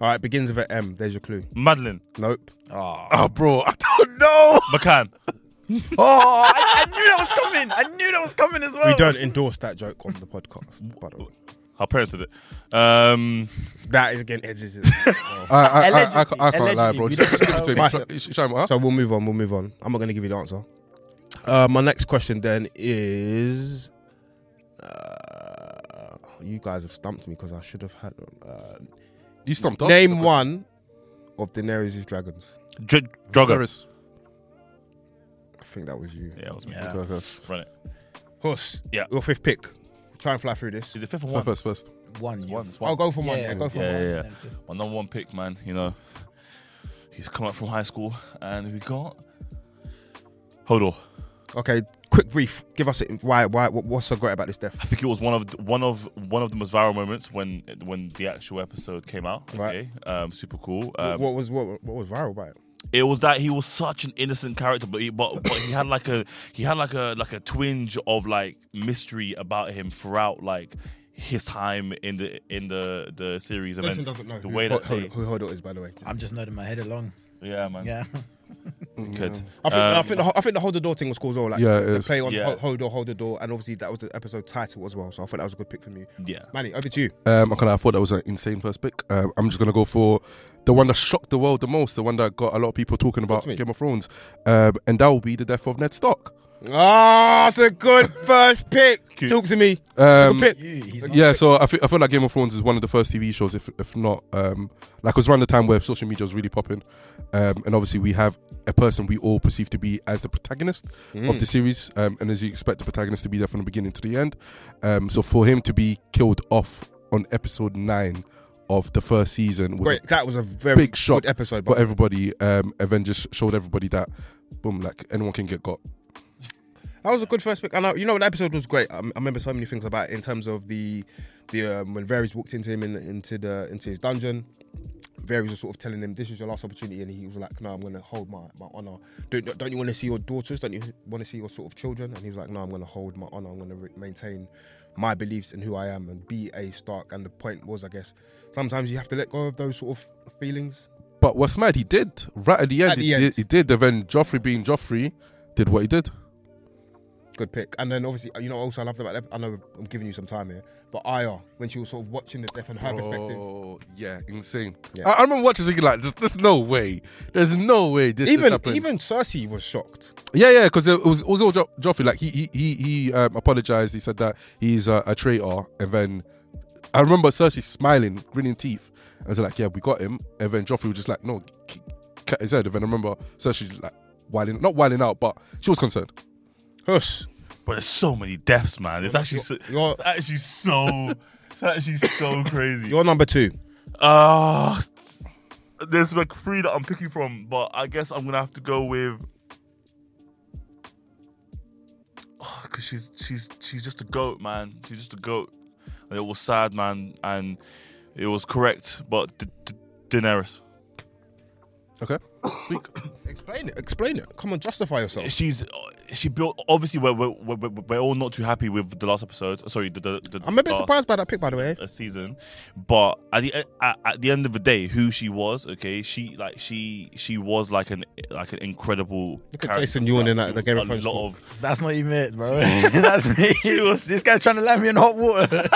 Speaker 2: All right, begins with an M. There's your clue.
Speaker 4: Madeline.
Speaker 2: Nope.
Speaker 5: Oh,
Speaker 3: oh, bro, I don't know.
Speaker 4: McCann.
Speaker 5: oh I, I knew that was coming. I knew that was coming as well.
Speaker 2: We don't endorse that joke on the podcast. By the way.
Speaker 4: Her parents did it. Um,
Speaker 2: That is again edges it.
Speaker 3: I, I, I, I, I,
Speaker 5: Allegedly,
Speaker 3: can't- I can't lie,
Speaker 5: allegedly,
Speaker 3: bro.
Speaker 5: we
Speaker 3: Just,
Speaker 5: don't
Speaker 3: just give it to
Speaker 2: know.
Speaker 3: me. Sh- sh- Shame, huh?
Speaker 2: so we'll move on. We'll move on. I'm not going to give you the answer. Uh, my next question then is. Uh, you guys have stumped me because I should have had. Uh,
Speaker 3: You stumped up.
Speaker 2: name one of Daenerys' dragons.
Speaker 4: Dr- Drogo.
Speaker 3: Ferris.
Speaker 2: I think that was you.
Speaker 4: Yeah, it was me.
Speaker 5: Yeah.
Speaker 3: Okay, okay.
Speaker 4: Run it.
Speaker 2: Huss.
Speaker 4: Yeah.
Speaker 2: Your fifth pick. Try and fly through this.
Speaker 4: Is it fifth or
Speaker 3: Go
Speaker 4: one?
Speaker 3: First, first.
Speaker 5: One.
Speaker 4: It's
Speaker 5: you-
Speaker 4: one. It's one.
Speaker 2: I'll go for one.
Speaker 5: Yeah,
Speaker 2: Yeah, go for
Speaker 4: yeah,
Speaker 2: one.
Speaker 4: yeah, yeah. My number one pick, man. You know, he's come up from high school, and we got Hodor.
Speaker 2: Okay, quick brief. Give us it. Why? Why? what- What's so great about this
Speaker 4: I
Speaker 2: death?
Speaker 4: think it was one of the, one of one of the most viral moments when when the actual episode came out.
Speaker 2: Right.
Speaker 4: Okay, um, super cool.
Speaker 2: What-
Speaker 4: Um,
Speaker 2: what was what, what was viral about it?
Speaker 4: it was that he was such an innocent character, but he, but, but he had like a he had like a like a twinge of like mystery about him throughout like his time in the in the the series. And then the way that
Speaker 2: who,
Speaker 4: they, Um,
Speaker 2: who Hodor is, by the way.
Speaker 5: I'm just nodding my head along.
Speaker 4: yeah, man,
Speaker 5: Yeah. <laughs>
Speaker 4: good.
Speaker 2: I think, I
Speaker 4: Um,
Speaker 2: think the, ho- I think the hold the door thing was cool as well. Like
Speaker 3: Yeah, it
Speaker 2: the
Speaker 3: is.
Speaker 2: play on
Speaker 4: Yeah.
Speaker 2: ho hold or hold the door, and obviously that was the episode title as well. So I thought that was a good pick from you,
Speaker 4: yeah.
Speaker 2: Manny. Over to you.
Speaker 3: Um, okay, I thought that was an insane first pick. Um, I'm just gonna go for the one that shocked the world the most, the one that got a lot of people talking about
Speaker 2: to me.
Speaker 3: Game of Thrones, um, and that will be the death of Ned Stark.
Speaker 2: Ah, it's a good first pick.
Speaker 4: Cute.
Speaker 2: Talk to me.
Speaker 3: Um,
Speaker 2: Pick.
Speaker 5: You, he's not-
Speaker 3: yeah, so I feel, I feel like Game of Thrones is one of the first TV shows, if if not, um, like it was around the time where social media was really popping, um, and obviously we have a person we all perceive to be as the protagonist
Speaker 2: Mm.
Speaker 3: of the series, um, and as you expect the protagonist to be there from the beginning to the end, um, so for him to be killed off on episode nine of the first season was a
Speaker 2: Great. That was a very
Speaker 3: big shock
Speaker 2: good episode.
Speaker 3: for
Speaker 2: But
Speaker 3: everybody. Um, Avengers showed everybody that, boom, like anyone can get got.
Speaker 2: that was a good first pick. And I, you know, that episode was great. I, I remember so many things about it in terms of the the um, when Varys walked into him in, into the into his dungeon. Varys was sort of telling him, "This is your last opportunity," and he was like, "No, I'm going to hold my, my honor. Don't don't you want to see your daughters? Don't you want to see your sort of children?" And he was like, "No, I'm going to hold my honor. I'm going to re- maintain my beliefs and who I am and be a Stark." And the point was, I guess, sometimes you have to let go of those sort of feelings.
Speaker 3: But what's mad, he did right at the end.
Speaker 2: At
Speaker 3: he,
Speaker 2: the
Speaker 3: Did,
Speaker 2: end.
Speaker 3: he did. And then Joffrey, being Joffrey, did what he did.
Speaker 2: Good pick. And then obviously, you know, also I loved about that. I know I'm giving you some time here, but Aya, when she was sort of watching the death and her perspective,
Speaker 3: Oh, yeah, insane.
Speaker 2: Yeah.
Speaker 3: I, I remember watching thinking like, there's, there's no way, there's no way this this
Speaker 2: even
Speaker 3: happened.
Speaker 2: even Cersei was shocked.
Speaker 3: yeah, yeah, because it was also jo- Joffrey. Like he he he, he um, apologized. He said that he's a, a traitor, and then I remember Cersei smiling, grinning teeth, and was like, "Yeah, we got him." And then Joffrey was just like, "No, c- cut his head." And then I remember Cersei like whiling, not whiling out, but she was concerned.
Speaker 2: Hush.
Speaker 4: But there's so many deaths, man. It's actually so,
Speaker 2: you're-
Speaker 4: it's actually so it's
Speaker 2: <coughs>
Speaker 4: actually so crazy.
Speaker 2: You're number two.
Speaker 4: Uh there's like three that I'm picking from, but I guess I'm gonna have to go with because oh, she's she's she's just a goat, man. She's just a goat, and it was sad, man, and it was correct. But D- D- Daenerys,
Speaker 3: Okay, Speak.
Speaker 2: <coughs> Explain it. Explain it. Come on, justify yourself.
Speaker 4: she's she built. Obviously, we're we're, we're we're all not too happy with the last episode. Sorry, the, the, the
Speaker 2: I'm a bit
Speaker 3: Oh.
Speaker 4: last-
Speaker 2: surprised by that pick, by the way.
Speaker 4: a season, but at the at, at the end of the day, who she was, okay, she like she she was like an like an incredible.
Speaker 2: at
Speaker 4: character.
Speaker 2: Jason Ewan in that-
Speaker 4: She
Speaker 2: the Game of
Speaker 4: was
Speaker 2: Thrones
Speaker 4: A lot
Speaker 2: talk.
Speaker 4: of
Speaker 5: That's not even it, bro. <laughs> That's
Speaker 2: <laughs>
Speaker 5: this guy's trying to land me in hot water.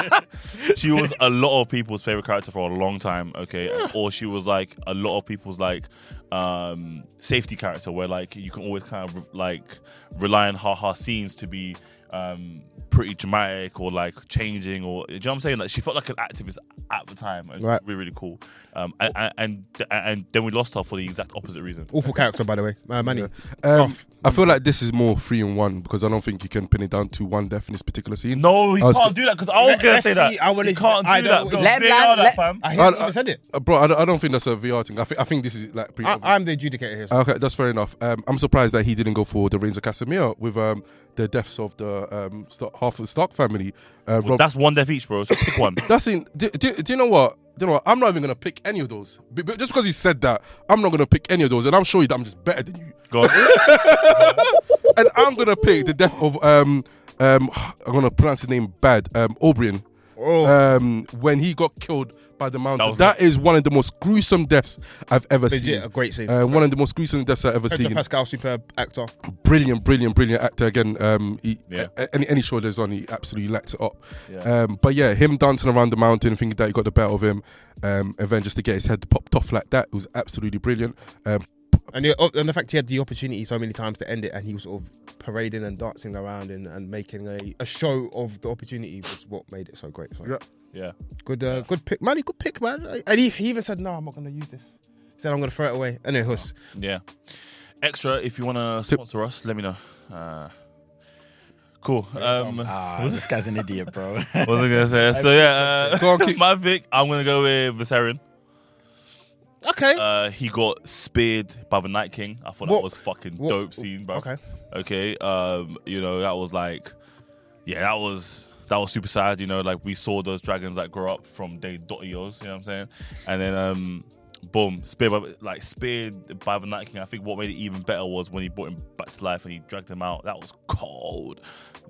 Speaker 4: she was a lot of people's favorite character for a long time, okay, or she was like a lot of people's like um safety character, where like you can always kind of like rely on her her scenes to be. Um, pretty dramatic or like changing or do you know what I'm saying? Like she felt like an activist at the time and
Speaker 2: Right.
Speaker 4: really really cool. Um, and, and- and and then we lost her for the exact opposite reason.
Speaker 2: Awful character, by the way. Uh, Manny.
Speaker 3: Um,
Speaker 2: Tough.
Speaker 3: I feel like this is more three and one because I don't think you can pin it down to one death in this particular scene.
Speaker 4: No, he
Speaker 3: I was
Speaker 4: can't do that because I was
Speaker 2: Let-
Speaker 4: gonna
Speaker 2: let's
Speaker 4: say that.
Speaker 2: see, I wanna
Speaker 4: He
Speaker 2: see-
Speaker 4: can't
Speaker 2: I
Speaker 4: do
Speaker 2: don't-
Speaker 4: that. because
Speaker 5: Let
Speaker 4: they
Speaker 5: man-
Speaker 4: are that,
Speaker 5: let-
Speaker 4: fam.
Speaker 2: I hear
Speaker 3: I-
Speaker 2: you even said it.
Speaker 3: Uh, bro, I don't, I don't think that's a VR thing. I think I think this is like. Pretty
Speaker 2: I,
Speaker 3: obvious.
Speaker 2: I'm the adjudicator here. so-
Speaker 3: Okay, that's fair enough. Um, I'm surprised that he didn't go for the reigns of Casimir with um, the deaths of the um, Stark, half of the Stark family. Uh,
Speaker 4: Well,
Speaker 3: Rob,
Speaker 4: that's one death each, bro. So
Speaker 2: <laughs>
Speaker 4: pick one.
Speaker 3: that's in. Do, do, do you know what? Do you know what? I'm not even gonna pick any of those. Be- be- just because he said that, I'm not gonna pick any of those, and I'm sure that I'm just better than you.
Speaker 4: Go on.
Speaker 3: and I'm gonna pick the death of um um. I'm gonna pronounce his name bad. Um, Oberyn.
Speaker 2: Oh.
Speaker 3: Um, when he got killed by the mountain,
Speaker 4: That was-
Speaker 3: that is one of the most gruesome deaths I've ever
Speaker 2: Legit,
Speaker 3: seen.
Speaker 2: a great scene.
Speaker 3: Uh, one of the most gruesome deaths I've ever
Speaker 2: Pedro
Speaker 3: seen.
Speaker 2: Pascal, superb actor.
Speaker 3: brilliant, brilliant, brilliant actor again. Um, he,
Speaker 4: Yeah.
Speaker 3: a- any any show that's on, he absolutely lights it up.
Speaker 4: Yeah.
Speaker 3: Um, but yeah, him dancing around the mountain, thinking that he got the better of him, um, and then just to get his head popped off like that was absolutely brilliant. Um,
Speaker 2: And the, oh, and the fact he had the opportunity so many times to end it, and he was sort of parading and dancing around and, and making a, a show of the opportunity was what made it so great. So.
Speaker 3: Yeah.
Speaker 4: Yeah.
Speaker 2: Good, uh, good pick, man. Good pick, man. And he, he even said, "No, I'm not going to use this." He said, "I'm going to throw it away." Anyway, Huss.
Speaker 4: Yeah. Extra, if you want to
Speaker 3: Tip.
Speaker 4: sponsor us, let me know. Uh, cool. Um, what
Speaker 5: Ah, this guy's an idiot, bro. <laughs>
Speaker 4: was I going to
Speaker 3: <laughs>
Speaker 4: say? So, yeah.
Speaker 3: Go
Speaker 4: Uh,
Speaker 3: on,
Speaker 4: <laughs>
Speaker 3: keep-
Speaker 4: my pick, I'm going to go with Viserion.
Speaker 2: Okay.
Speaker 4: Uh, he got speared by the Night King. I thought
Speaker 2: What-
Speaker 4: that was fucking
Speaker 2: what-
Speaker 4: dope scene, bro.
Speaker 2: okay.
Speaker 4: Okay. Um, you know, that was like, yeah, that was that was super sad. You know, like we saw those dragons like grow up from day dotios. You know what I'm saying? And then, um, boom, speared by, like speared by the Night King. I think what made it even better was when he brought him back to life and he dragged him out. That was cold,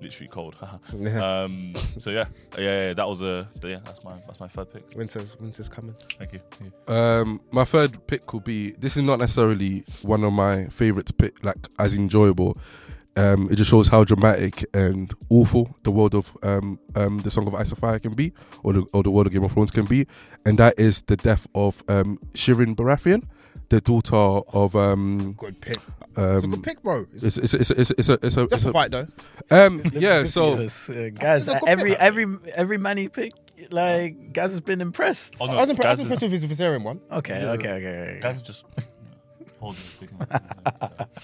Speaker 4: literally cold. <laughs> um, so yeah, yeah, yeah, that was a yeah. That's my that's my third pick.
Speaker 2: Winter's Winter's coming.
Speaker 4: Thank you.
Speaker 3: Um, my third pick could be this is not necessarily one of my favorites, pick like as enjoyable. Um, it just shows how dramatic and awful the world of um, um, the Song of Ice and Fire can be, or the, or the world of Game of Thrones can be, and that is the death of um, Shirin Baratheon, the daughter of um,
Speaker 2: Good pick. It's a
Speaker 3: um,
Speaker 2: good pick, bro. It's,
Speaker 3: it's it's it's it's it's a it's a,
Speaker 2: that's
Speaker 3: it's
Speaker 2: a
Speaker 3: a
Speaker 2: fight, though.
Speaker 3: um
Speaker 2: <laughs>
Speaker 3: yeah so
Speaker 5: Yes, uh, guys,
Speaker 2: That's a good
Speaker 5: every
Speaker 2: pick.
Speaker 5: every every man he pick, like guys has been impressed.
Speaker 4: Oh, no,
Speaker 2: I was impressed, I was
Speaker 4: Gaz is-
Speaker 2: impressed with his Viserion one.
Speaker 5: Okay, okay, okay, okay.
Speaker 4: Gaz is just <laughs> holding his big-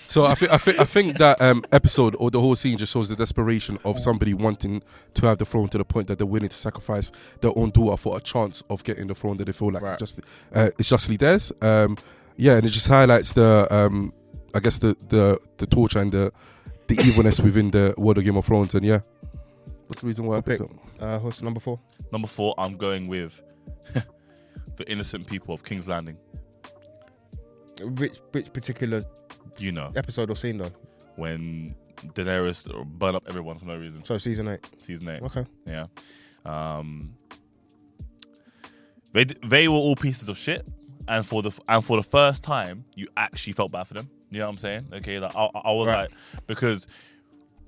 Speaker 3: so I think I think I think that um episode or the whole scene just shows the desperation of somebody wanting to have the throne to the point that they're willing to sacrifice their own daughter for a chance of getting the throne that they feel like
Speaker 2: Right.
Speaker 3: it's just uh, it's justly theirs um yeah and it just highlights the um I guess the the the torture and the the evilness within the world of Game of Thrones and yeah that's the reason why I
Speaker 2: Good
Speaker 3: picked it.
Speaker 2: Uh, who's number four?
Speaker 4: <laughs> Number four, I'm going with <laughs> the innocent people of King's Landing.
Speaker 2: Which which particular
Speaker 4: You know,
Speaker 2: episode or scene though?
Speaker 4: when Daenerys burn up everyone for no reason.
Speaker 2: So season eight.
Speaker 4: Season eight.
Speaker 2: Okay.
Speaker 4: Yeah. Um, they they were all pieces of shit, and for the and for the first time, you actually felt bad for them. You know what I'm saying? Okay, like I, I I was
Speaker 2: Right.
Speaker 4: like because.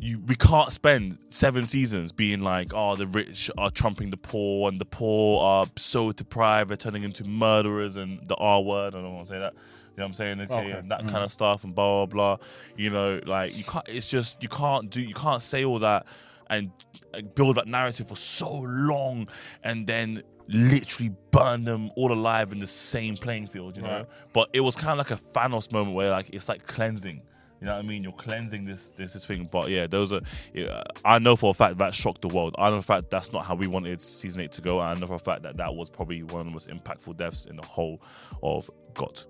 Speaker 4: You, we can't spend seven seasons being like, oh, the rich are trumping the poor, and the poor are so deprived, they're turning into murderers, and the R word. I don't want to say that. You know what I'm saying? Okay,
Speaker 2: Okay.
Speaker 4: and that
Speaker 5: Mm.
Speaker 4: kind of stuff, and blah blah blah. You know, like you can't. It's just you can't do. You can't say all that and uh, build that narrative for so long and then literally burn them all alive in the same playing field, you know?
Speaker 2: Right.
Speaker 4: But it was kind of like a Thanos moment where like it's like cleansing. You know what I mean? You're cleansing this this this thing, but yeah, those are. Yeah, I know for a fact that shocked the world. I know for a fact that's not how we wanted season eight to go. And I know for a fact that that was probably one of the most impactful deaths in the whole of GOT.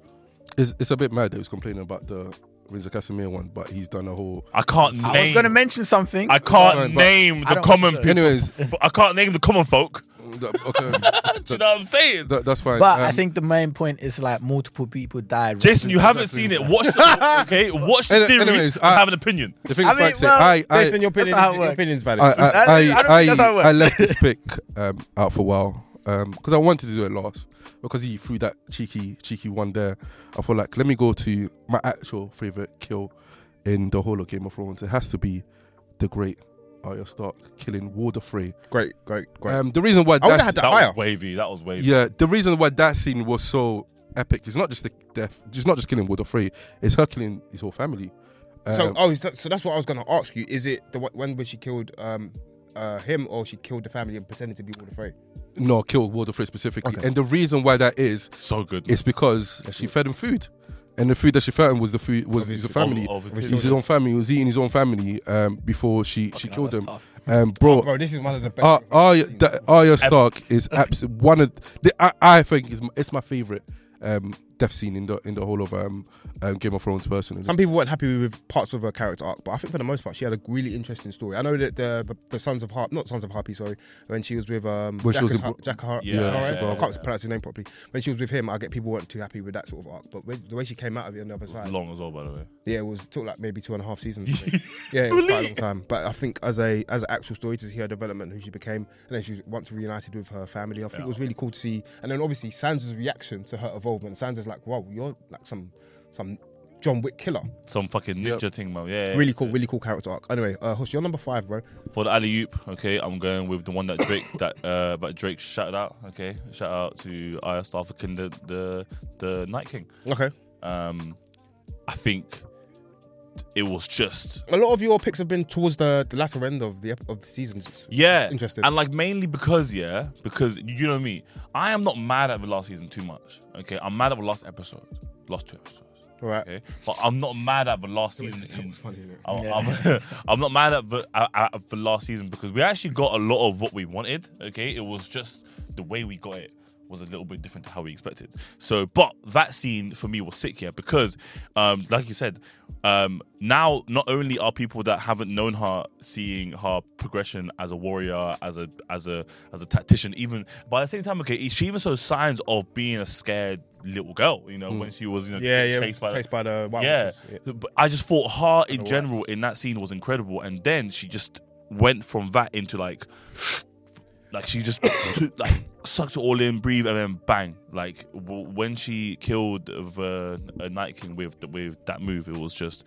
Speaker 3: it's it's a bit mad that he was complaining about the Windsor Casimir one but he's done a whole
Speaker 4: I can't name.
Speaker 5: I was gonna mention something.
Speaker 4: I can't
Speaker 3: Fine, but
Speaker 4: name
Speaker 5: I
Speaker 4: the
Speaker 5: don't want
Speaker 4: common
Speaker 5: to
Speaker 4: people.
Speaker 3: anyways
Speaker 4: I can't name the common folk.
Speaker 3: okay
Speaker 4: Do you know what I'm saying?
Speaker 3: That, that's fine.
Speaker 5: but I
Speaker 3: Um,
Speaker 5: think the main point is like multiple people died.
Speaker 4: Jason, you haven't
Speaker 3: Exactly.
Speaker 4: seen it. Watch
Speaker 3: <laughs>
Speaker 4: the okay. Watch the
Speaker 3: Any-
Speaker 4: series.
Speaker 3: anyways,
Speaker 4: and
Speaker 3: I-
Speaker 4: have an opinion.
Speaker 3: the thing
Speaker 5: I
Speaker 3: is,
Speaker 5: mean,
Speaker 3: like, say,
Speaker 5: well,
Speaker 3: I, I,
Speaker 2: Jason, your opinion,
Speaker 5: That's how it
Speaker 2: your
Speaker 5: works.
Speaker 2: opinion's
Speaker 3: I,
Speaker 2: valid.
Speaker 3: I,
Speaker 5: I don't
Speaker 3: I,
Speaker 5: think that's how it
Speaker 3: I,
Speaker 5: works.
Speaker 3: I left this pick um, out for a while because I wanted to do it last because he threw that cheeky, cheeky one there. I feel like let me go to my actual favorite kill in the whole of Game of Thrones. It has to be the great Arya Stark killing Warder Frey.
Speaker 2: great, great, great.
Speaker 3: Um, the reason
Speaker 2: I
Speaker 3: why
Speaker 2: would
Speaker 3: that's-
Speaker 2: have had that
Speaker 4: That
Speaker 2: higher.
Speaker 4: was wavy. That was wavy.
Speaker 3: Yeah, the reason why that scene was so epic is not just the death, it's not just killing Warder Frey, it's her killing his whole family.
Speaker 2: so,
Speaker 3: Um,
Speaker 2: oh, is that, so that's what I was gonna ask you. Is it the one- when was she killed um, uh, him, or she killed the family and pretended to be Walter Frey?
Speaker 3: No, killed Warder Frey specifically.
Speaker 2: Okay.
Speaker 3: And the reason why that is,
Speaker 4: So good.
Speaker 3: is because she fed him food. And the food that she fed him was the food was
Speaker 4: Of his-
Speaker 3: his family.
Speaker 4: of- of his
Speaker 3: his, own family. He was eating his own family um, before she, she killed him. Um,
Speaker 2: Oh,
Speaker 3: bro,
Speaker 2: bro, this is one of the best.
Speaker 3: Ar- Arya,
Speaker 2: scenes.
Speaker 3: that- Arya Stark is
Speaker 2: <laughs>
Speaker 3: absolutely one of the, I, I think is m- it's my favorite um, death scene in the in the whole of um, um, Game of Thrones. Personally,
Speaker 2: Some people weren't happy with parts of her character arc, but I think for the most part, she had a really interesting story. I know that the the, the sons of Harp, not sons of Harpy, sorry, when she was with um,
Speaker 3: When she was
Speaker 2: Jack-
Speaker 3: in-
Speaker 2: Jack Har-
Speaker 4: Yeah,
Speaker 2: Har-
Speaker 4: yeah,
Speaker 2: I can't
Speaker 4: yeah.
Speaker 2: pronounce his name properly. When she was with him, I get people weren't too happy with that sort of arc, but when, the way she came out of it on the other
Speaker 4: It was
Speaker 2: side,
Speaker 4: long as well, by the way.
Speaker 2: yeah, it was it took like maybe two and a half seasons. I
Speaker 4: <laughs>
Speaker 2: think. yeah, it was quite a long time. But I think as a as an actual story to see her development, who she became, and then she was once reunited with her family. I think it was really cool to see, and then obviously Sansa's reaction to her involvement. Sansa's like, "Wow, you're like some some." John Wick killer
Speaker 4: Some fucking ninja thing, man. Yeah. yeah.
Speaker 2: really cool, really cool character arc. Anyway, uh, Hush, you're number five, bro.
Speaker 4: For the alley oop, okay, I'm going with the one that Drake that uh that Drake shouted out. Okay, shout out to Arya Stark for killing the the, the Night King.
Speaker 2: Okay.
Speaker 4: Um, I think it was just
Speaker 2: A lot of your picks have been towards the, the latter end of the ep- of the seasons.
Speaker 4: Yeah.
Speaker 2: Interesting.
Speaker 4: And like mainly because, yeah, because you know me, I am not mad at the last season too much. Okay. I'm mad at the last episode, last two episodes.
Speaker 2: Right.
Speaker 4: Okay. But I'm not mad at the last season. in- I'm,
Speaker 5: Yeah.
Speaker 4: I'm, <laughs> I'm not mad at the, at, at the last season because we actually got a lot of what we wanted. Okay. It was just the way we got it was a little bit different to how we expected. So, but that scene for me was sick, yeah, because, um, like you said, um, now not only are people that haven't known her seeing her progression as a warrior, as a as a as a tactician, even by the same time, okay, she even saw signs of being a scared little girl, you know, when she was, you know,
Speaker 2: Hmm. Yeah, yeah.
Speaker 4: chased by the-
Speaker 2: the Wild
Speaker 4: yeah.
Speaker 2: Witches. Yeah.
Speaker 4: But I just thought her in general in that scene was incredible, and then she just went from that into like, <sighs> like she just <coughs> took- like sucked it all in, breathe, and then bang! Like w- when she uh, killed the a Night King with with that move, it was just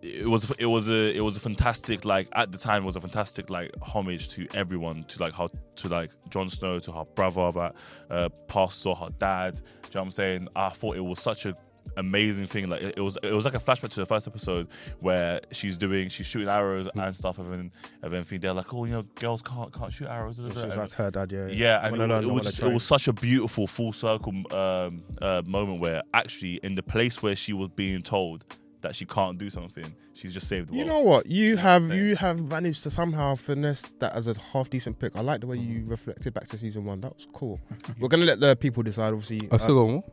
Speaker 4: it was it was a it was a fantastic like at the time it was a fantastic like homage to everyone to like how to like Jon Snow to her brother that uh, passed or her dad. Do you know what I'm saying? I thought it was such a amazing thing. Like it, it was it was like a flashback to the first episode where she's doing she's shooting arrows and stuff and then and then they're like oh you know girls can't can't shoot arrows.
Speaker 2: She was like, her dad, yeah.
Speaker 4: Yeah, and
Speaker 2: When I
Speaker 4: it,
Speaker 2: learned
Speaker 4: was- it
Speaker 2: that,
Speaker 4: was
Speaker 2: when I
Speaker 4: just, it
Speaker 2: tried.
Speaker 4: was such a beautiful full circle um, uh, moment where actually in the place where she was being told that she can't do something, she's just saved the
Speaker 2: You
Speaker 4: world.
Speaker 2: know what? You have
Speaker 4: same.
Speaker 2: you have managed to somehow finesse that as a half decent pick. I like the way you reflected back to season one. That was cool. We're gonna let the people decide. Obviously,
Speaker 3: I
Speaker 2: Uh,
Speaker 3: still got one. more.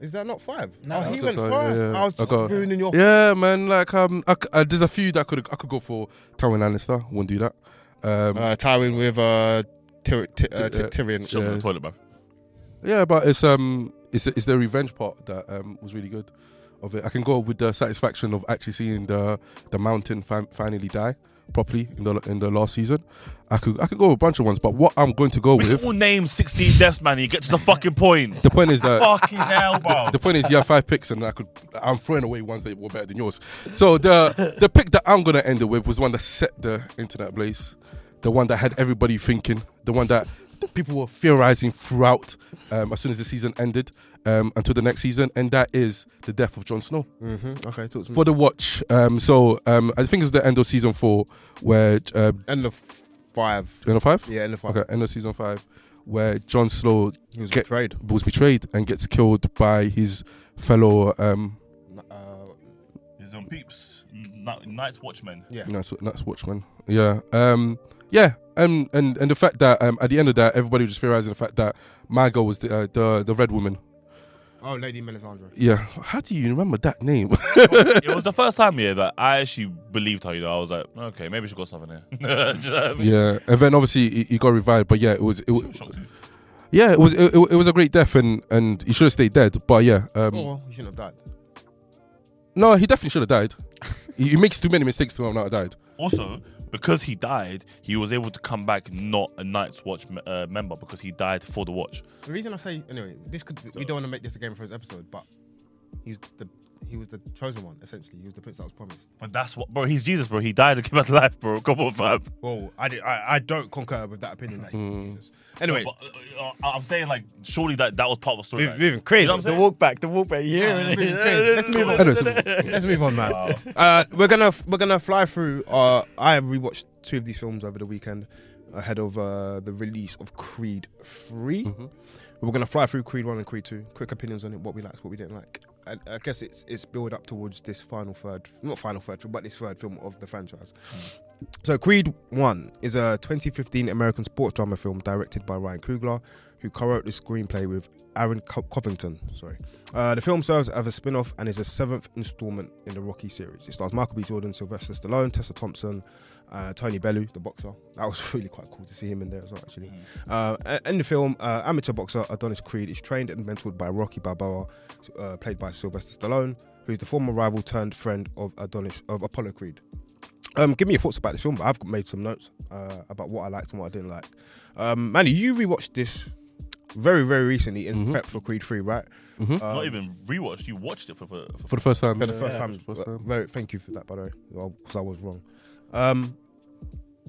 Speaker 2: is that not five?
Speaker 5: No,
Speaker 2: oh,
Speaker 5: I
Speaker 2: he
Speaker 3: also
Speaker 2: went
Speaker 3: thought-
Speaker 2: first.
Speaker 3: yeah, yeah.
Speaker 2: I was just
Speaker 3: Okay.
Speaker 2: ruining your.
Speaker 3: Yeah, man. Like, um, I c uh, there's a few that I could I could go for Tywin Lannister. Wouldn't do that. Um,
Speaker 2: Uh, Tywin with uh, Tyr- Ty- uh, Ty-
Speaker 3: Ty- uh,
Speaker 2: Tyrion.
Speaker 4: Shove it in
Speaker 3: Yeah.
Speaker 4: the toilet, man.
Speaker 3: yeah, but it's um, it's it's the revenge part that um was really good. Of it, I can go with the satisfaction of actually seeing the the mountain fin- finally die properly in the in the last season. I could I could go with a bunch of ones, but what I'm going to go
Speaker 4: We
Speaker 3: with
Speaker 4: <laughs> can all name 16 deaths, man. You get to the fucking point.
Speaker 3: the point is that
Speaker 4: fucking hell, bro.
Speaker 3: The point is, you have five picks, and I could. I'm throwing away ones that were better than yours. So the the pick that I'm gonna end it with was one that set the internet ablaze, the one that had everybody thinking, the one that people were theorizing throughout um, as soon as the season ended um, until the next season, and that is the death of Jon Snow
Speaker 2: Mm-hmm. Okay, talk to me.
Speaker 3: for the Watch. Um, so um, I think it's the end of season four where uh,
Speaker 2: end of five.
Speaker 3: end of five.
Speaker 2: Yeah, end of five.
Speaker 3: Okay, end of season five, where Jon Snow
Speaker 2: He was
Speaker 3: Get-
Speaker 2: betrayed.
Speaker 3: was betrayed and gets killed by his fellow. Um,
Speaker 2: Uh,
Speaker 4: His own peeps. N- Night's Watchmen.
Speaker 3: That's that's Watchmen. Yeah. Um. Yeah. And and and the fact that um at the end of that everybody was just theorizing the fact that Margot was the uh, the the red woman.
Speaker 2: oh, Lady Melisandre.
Speaker 3: Yeah. How do you remember that name? <laughs>
Speaker 4: It was the first time, yeah, that I actually believed her. You know, I was like, okay, maybe she got something here. <laughs> Do you know what I mean?
Speaker 3: yeah. And then obviously he, he got revived, but yeah, it was it
Speaker 4: It was
Speaker 3: was,
Speaker 4: shocked to me.
Speaker 3: yeah it was it, it was a great death and and he should have stayed dead. But yeah. Um.
Speaker 2: Oh, he shouldn't have died.
Speaker 3: No, he definitely should have died. <laughs> he, he makes too many mistakes to have not died.
Speaker 4: Also, because he died, he was able to come back not a Night's Watch me- uh, member because he died for the watch.
Speaker 2: The reason I say anyway, this could we don't want to make this a game for his episode, but he's the he was the chosen one essentially. He was the prince that was promised.
Speaker 4: But that's what, bro. He's Jesus, bro. He died and came back to <laughs> life, bro. Come on, fam.
Speaker 2: Well, I, did, I I don't concur with that opinion that he was Jesus. Anyway,
Speaker 4: But, uh, uh, I'm saying like, surely that that was part of the story.
Speaker 2: we've
Speaker 4: right?
Speaker 2: moving crazy.
Speaker 4: You know what I'm
Speaker 5: The walk back, the walk back. Yeah,
Speaker 2: Moving crazy. Let's move on.
Speaker 3: Anyway, so-
Speaker 2: Let's move on, man. Uh, we're gonna we're gonna fly through. Uh, I rewatched two of these films over the weekend ahead of uh, the release of Creed 3 we We're gonna fly through Creed one and Creed two. Quick opinions on it. What we liked, what we didn't like. And I guess it's it's build up towards this final third, not final third, film, but this third film of the franchise. So Creed One is a 2015 American sports drama film directed by Ryan Coogler, who co-wrote the screenplay with Aaron Co- Covington. Sorry, uh, the film serves as a spin-off and is the seventh installment in the Rocky series. It stars Michael B. Jordan, Sylvester Stallone, Tessa Thompson, uh, Tony Bellew, the boxer. That was <laughs> really quite cool to see him in there as well, actually. Uh, a- in the film, uh, amateur boxer Adonis Creed is trained and mentored by Rocky Balboa, uh, played by Sylvester Stallone, who is the former rival turned friend of Adonis of Apollo Creed. Um, give me your thoughts about this film. I've made some notes uh, about what I liked and what I didn't like. Um, Manny, you rewatched this very, very recently in prep for Creed 3, right? Um,
Speaker 4: Not even rewatched. You watched it for, for, for,
Speaker 3: for the first time.
Speaker 2: for the first time.
Speaker 3: First time.
Speaker 2: Very, thank you for that, by the way, because I was wrong. Um,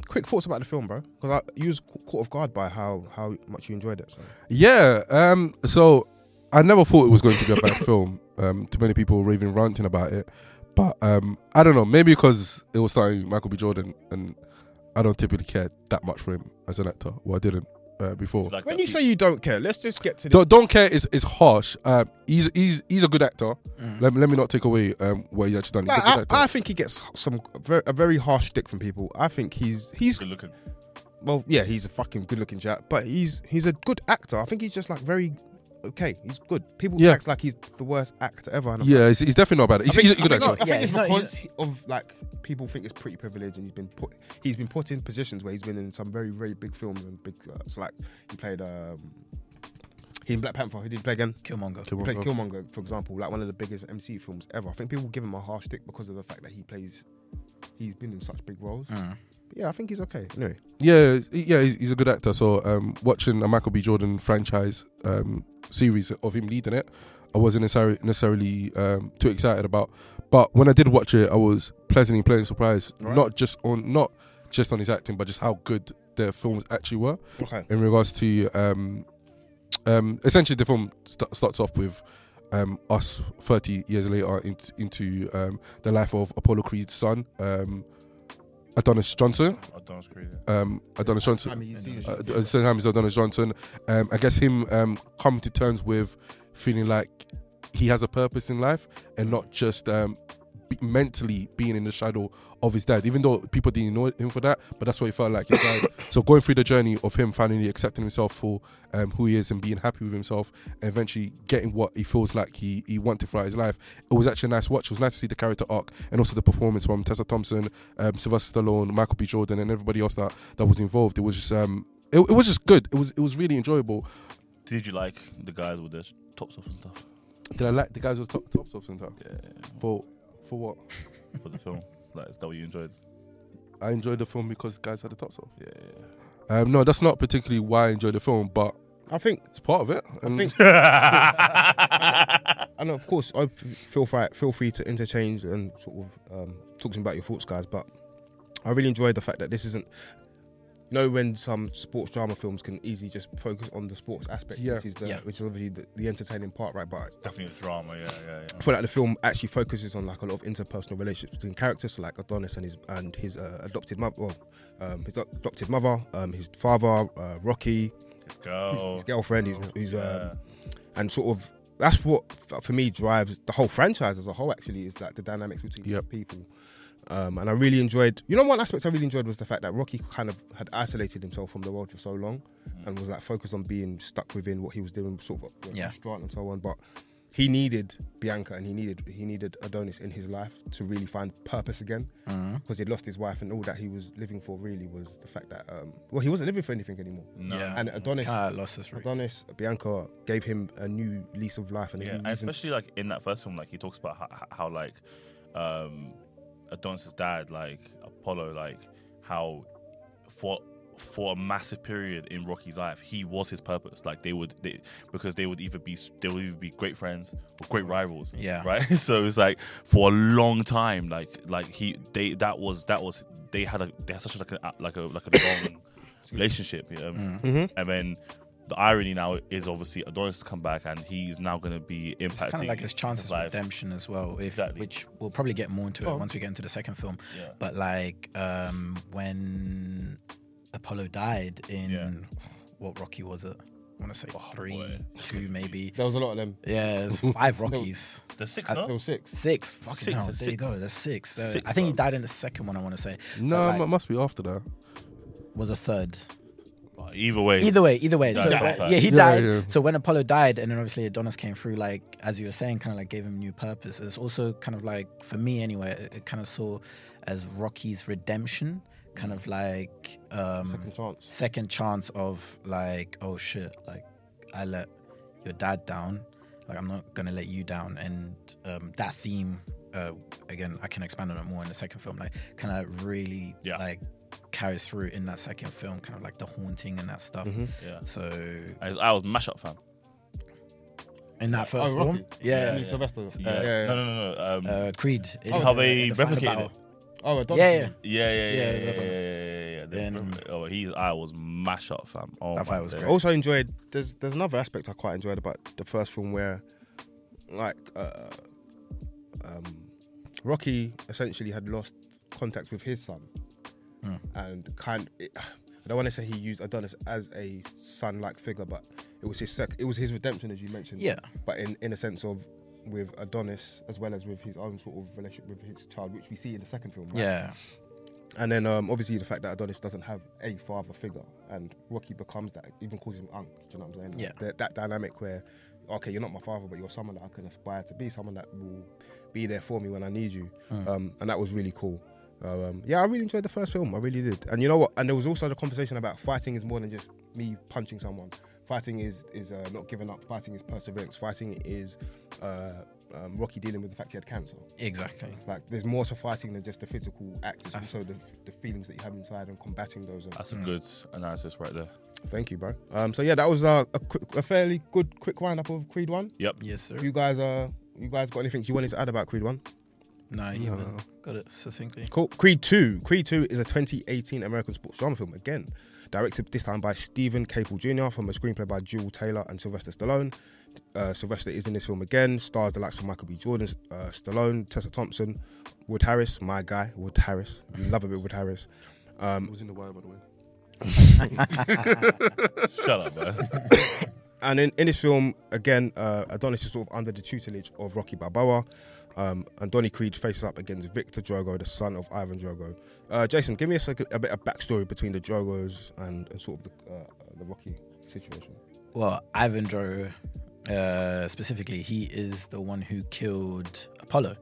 Speaker 2: quick thoughts about the film, bro, because you was ca- caught off guard by how, how much you enjoyed it. So.
Speaker 3: Yeah. Um. So I never thought it was going to be a bad film. Um. Too many people were raving ranting about it, but um. I don't know. Maybe because it was starring Michael B. Jordan, and I don't typically care that much for him as an actor. Well, I didn't uh, before.
Speaker 4: like
Speaker 2: When
Speaker 4: that
Speaker 2: you say you don't care, let's just get to the
Speaker 3: Don't, don't care is is harsh. Um. He's he's he's a good actor. Let, me- let me not take away um what he actually done. He's a
Speaker 2: I,
Speaker 3: good
Speaker 2: I
Speaker 3: actor.
Speaker 2: think he gets some ver- a very harsh stick from people. I think he's he's
Speaker 4: good looking.
Speaker 2: well, yeah, he's a fucking good-looking chap, but he's he's a good actor. I think he's just like very okay. He's good. People
Speaker 3: Yeah.
Speaker 2: act like he's the worst actor ever. And I'm-
Speaker 3: yeah, he's, he's definitely not bad.
Speaker 2: I
Speaker 3: He's,
Speaker 2: think,
Speaker 3: he's a good
Speaker 2: I
Speaker 3: actor.
Speaker 2: think, I think
Speaker 5: Yeah,
Speaker 2: it's
Speaker 5: he's not-
Speaker 2: because of like people think it's pretty privileged, and he's been put he's been put in positions where he's been in some very very big films and big. Uh, so like he played um he in Black Panther. Who did he play again?
Speaker 5: Killmonger.
Speaker 2: He plays Killmonger, for example, like one of the biggest MCU films ever. I think people give him a harsh stick because of the fact that he plays. He's been in such big roles.
Speaker 5: Mm.
Speaker 2: But yeah, I think he's okay. Anyway,
Speaker 3: Yeah, yeah, he's, he's a good actor. So um, watching a Michael B. Jordan franchise um, series of him leading it, I wasn't necessarily, necessarily um, too excited about. But when I did watch it, I was pleasantly pleasantly surprised.
Speaker 2: Right.
Speaker 3: Not just on not just on his acting, but just how good the films actually were
Speaker 2: Okay.
Speaker 3: in regards to um, um, essentially the film st- starts off with um, us 30 years later in- into um, the life of Apollo Creed's son, um, Adonis Johnson.
Speaker 4: I don't screw it.
Speaker 3: Um, Adonis Johnson.
Speaker 2: I mean, you see the
Speaker 3: Uh, at
Speaker 2: shit.
Speaker 3: the same time as Adonis Johnson, um, I guess him um, come to terms with feeling like he has a purpose in life and not just um, be- mentally being in the shadow of his dad. Even though people didn't know him for that, but that's what he felt like. His dad. so going through the journey of him finally accepting himself for um, who he is and being happy with himself, and eventually getting what he feels like he he wanted throughout his life. It was actually a nice watch. It was nice to see the character arc and also the performance from Tessa Thompson, um, Sylvester Stallone, Michael B. Jordan, and everybody else that that was involved. It was just um, it, it was just good. It was it was really enjoyable.
Speaker 4: Did you like the guys with their sh- tops off and stuff?
Speaker 3: Did I like the guys with top tops off and stuff
Speaker 4: Yeah,
Speaker 3: for for what?
Speaker 4: <laughs> for the film. Like, is that what you enjoyed?
Speaker 3: I enjoyed the film because the guys had the tops off.
Speaker 4: Yeah, yeah.
Speaker 3: Um, no, that's not particularly why I enjoyed the film, but
Speaker 2: I think
Speaker 3: it's part of it.
Speaker 2: I
Speaker 3: And
Speaker 2: think and of course I feel free feel free to interchange and sort of um, talking about your thoughts, guys. But I really enjoyed the fact that this isn't. You know when some sports drama films can easily just focus on the sports aspect,
Speaker 3: Yeah.
Speaker 2: which is the
Speaker 5: Yeah.
Speaker 2: which is obviously the, the entertaining part, right? But
Speaker 4: Definitely a drama. Yeah, yeah, yeah.
Speaker 2: I feel like the film actually focuses on like a lot of interpersonal relationships between characters, so like Adonis and his and his uh, adopted mother, well, um, his adopted mother, um, his father, uh, Rocky,
Speaker 4: Let's go.
Speaker 2: his girlfriend, who's, who's
Speaker 4: Yeah.
Speaker 2: um, and sort of that's what f- for me drives the whole franchise as a whole. Actually, is like the dynamics between
Speaker 3: Yep.
Speaker 2: people. Um, and I really enjoyed. You know, one aspect I really enjoyed was the fact that Rocky kind of had isolated himself from the world for so long, and was like focused on being stuck within what he was doing, sort of uh,
Speaker 5: Yeah.
Speaker 2: restaurant and so on. But he needed Bianca, and he needed he needed Adonis in his life to really find purpose again, because he'd lost his wife, and all that he was living for really was the fact that um, well, he wasn't living for anything anymore.
Speaker 4: No.
Speaker 5: Yeah.
Speaker 2: And Adonis
Speaker 5: Ah, lost his route.
Speaker 2: Adonis Bianca gave him a new lease of life and a
Speaker 4: Yeah,
Speaker 2: new
Speaker 4: and
Speaker 2: reason.
Speaker 4: especially like in that first film, like he talks about how, how like um, Adonis's dad, like Apollo, like how for for a massive period in Rocky's life, he was his purpose. Like they would, they, because they would either be they would either be great friends or great rivals.
Speaker 5: Yeah.
Speaker 4: right. <laughs> So it's like for a long time, like like he they that was that was they had a they had such like a like a like a long relationship. You know? And then the irony now is obviously Adonis has come back and he's now going to be impacting.
Speaker 5: It's kind of like his chances of
Speaker 4: life.
Speaker 5: redemption as well, if
Speaker 4: Exactly. Oh.
Speaker 5: which we'll probably get more into it once we get into the second film.
Speaker 4: Yeah.
Speaker 5: But like um, when Apollo died in
Speaker 4: Yeah. Oh,
Speaker 5: what Rocky was it? I want to say three,
Speaker 4: boy.
Speaker 5: two maybe.
Speaker 4: <laughs>
Speaker 2: There was a lot of them.
Speaker 5: Yeah, it's five Rockies.
Speaker 4: The six,
Speaker 2: There
Speaker 4: no?
Speaker 2: was six.
Speaker 5: Six, fucking
Speaker 4: Six,
Speaker 5: hell. There
Speaker 4: that's
Speaker 5: you
Speaker 4: six.
Speaker 5: go. That's six. So
Speaker 4: Six,
Speaker 5: I think he
Speaker 4: bro.
Speaker 5: died in the second one. I want to say
Speaker 3: no,
Speaker 5: like-
Speaker 3: it must be after that.
Speaker 5: was a third.
Speaker 4: Either way.
Speaker 5: Either way, either way.
Speaker 4: He
Speaker 5: so
Speaker 4: died.
Speaker 5: when-
Speaker 4: Yeah.
Speaker 5: yeah, he
Speaker 3: Yeah,
Speaker 5: died.
Speaker 3: yeah.
Speaker 5: So when Apollo died, and then obviously Adonis came through, like as you were saying, kind of like gave him new purpose. It's also kind of like for me anyway, it, it kind of saw as Rocky's redemption, kind of like um,
Speaker 2: Second chance.
Speaker 5: second chance of like, oh shit, like I let your dad down, like I'm not gonna let you down, and um, that theme, uh, again, I can expand on it more in the second film. Like, kind of really
Speaker 4: Yeah.
Speaker 5: like carries through in that second film, kind of like the haunting and that stuff.
Speaker 2: Mm-hmm.
Speaker 4: Yeah.
Speaker 5: So
Speaker 4: And his- I was mashup fan.
Speaker 5: in that first
Speaker 2: oh,
Speaker 5: film,
Speaker 2: Rocky.
Speaker 5: yeah,
Speaker 2: Me, Sylvester.
Speaker 4: Yeah.
Speaker 2: yeah, yeah.
Speaker 4: No, no, no, no. Um,
Speaker 5: uh, Creed. in
Speaker 4: how
Speaker 5: the-
Speaker 4: they
Speaker 5: in the final
Speaker 4: replicated
Speaker 5: battle.
Speaker 4: it.
Speaker 2: Oh, Adonis.
Speaker 5: Yeah, yeah.
Speaker 4: yeah, yeah, yeah,
Speaker 5: yeah,
Speaker 4: yeah, yeah,
Speaker 5: that
Speaker 4: yeah,
Speaker 5: was-
Speaker 4: yeah, yeah. The-
Speaker 5: Then-
Speaker 4: oh, he's I was mashup fan. Oh,
Speaker 5: That
Speaker 4: my
Speaker 5: fight was
Speaker 4: days.
Speaker 2: I also enjoyed. There's there's another aspect I quite enjoyed about the first film where, like, uh, um, Rocky essentially had lost contact with his son,
Speaker 5: Mm.
Speaker 2: and kind. It, I don't want to say he used Adonis as a son-like figure, but it was his sec- it was his redemption, as you mentioned.
Speaker 5: Yeah.
Speaker 2: But in in a sense of with Adonis as well as with his own sort of relationship with his child, which we see in the second film. right?
Speaker 5: Yeah,
Speaker 2: And then um, obviously the fact that Adonis doesn't have a father figure, and Rocky becomes that, even calls him Unc. Do you know what I'm saying? Like,
Speaker 5: Yeah.
Speaker 2: That, that dynamic where, okay, you're not my father, but you're someone that I can aspire to be, someone that will be there for me when I need you. Um, and that was really cool. Uh, um, yeah, I really enjoyed the first film. I really did. And you know what? And there was also the conversation about fighting is more than just me punching someone. Fighting is is uh, not giving up. Fighting is perseverance. Fighting is uh, um, Rocky dealing with the fact he had cancer.
Speaker 5: exactly.
Speaker 2: Like there's more to fighting than just the physical act. It's also the, the feelings that you have inside and combating those. And
Speaker 4: That's a good analysis right there.
Speaker 2: Thank you, bro. Um, so yeah, that was uh, a, quick, a fairly good quick wind up of Creed One.
Speaker 4: Yep.
Speaker 5: Yes, sir.
Speaker 2: You guys uh, you guys got anything you wanted to add about Creed One?
Speaker 5: no, you
Speaker 3: No,
Speaker 5: haven't.
Speaker 3: no.
Speaker 5: got it succinctly.
Speaker 2: Cool. Creed Two. Creed Two is a 2018 American sports drama film again, directed this time by Stephen Caple Jr. from a screenplay by Jewel Taylor and Sylvester Stallone. Uh, Sylvester is in this film again. Stars the likes of Michael B. Jordan, uh, Stallone, Tessa Thompson, Wood Harris, my guy, Wood Harris. We love a bit of Wood Harris. Um,
Speaker 3: was in the wire, by the way.
Speaker 4: Shut up, man.
Speaker 2: and in, in this film, again, uh, Adonis is sort of under the tutelage of Rocky Balboa. Um, and Donnie Creed faces up against Victor Drogo, the son of Ivan Drogo. Uh, Jason, give me a, sec- a bit of backstory between the Drogos and, and sort of the, uh, the Rocky situation.
Speaker 5: Well, Ivan Drogo, uh, specifically, he is the one who killed Apollo.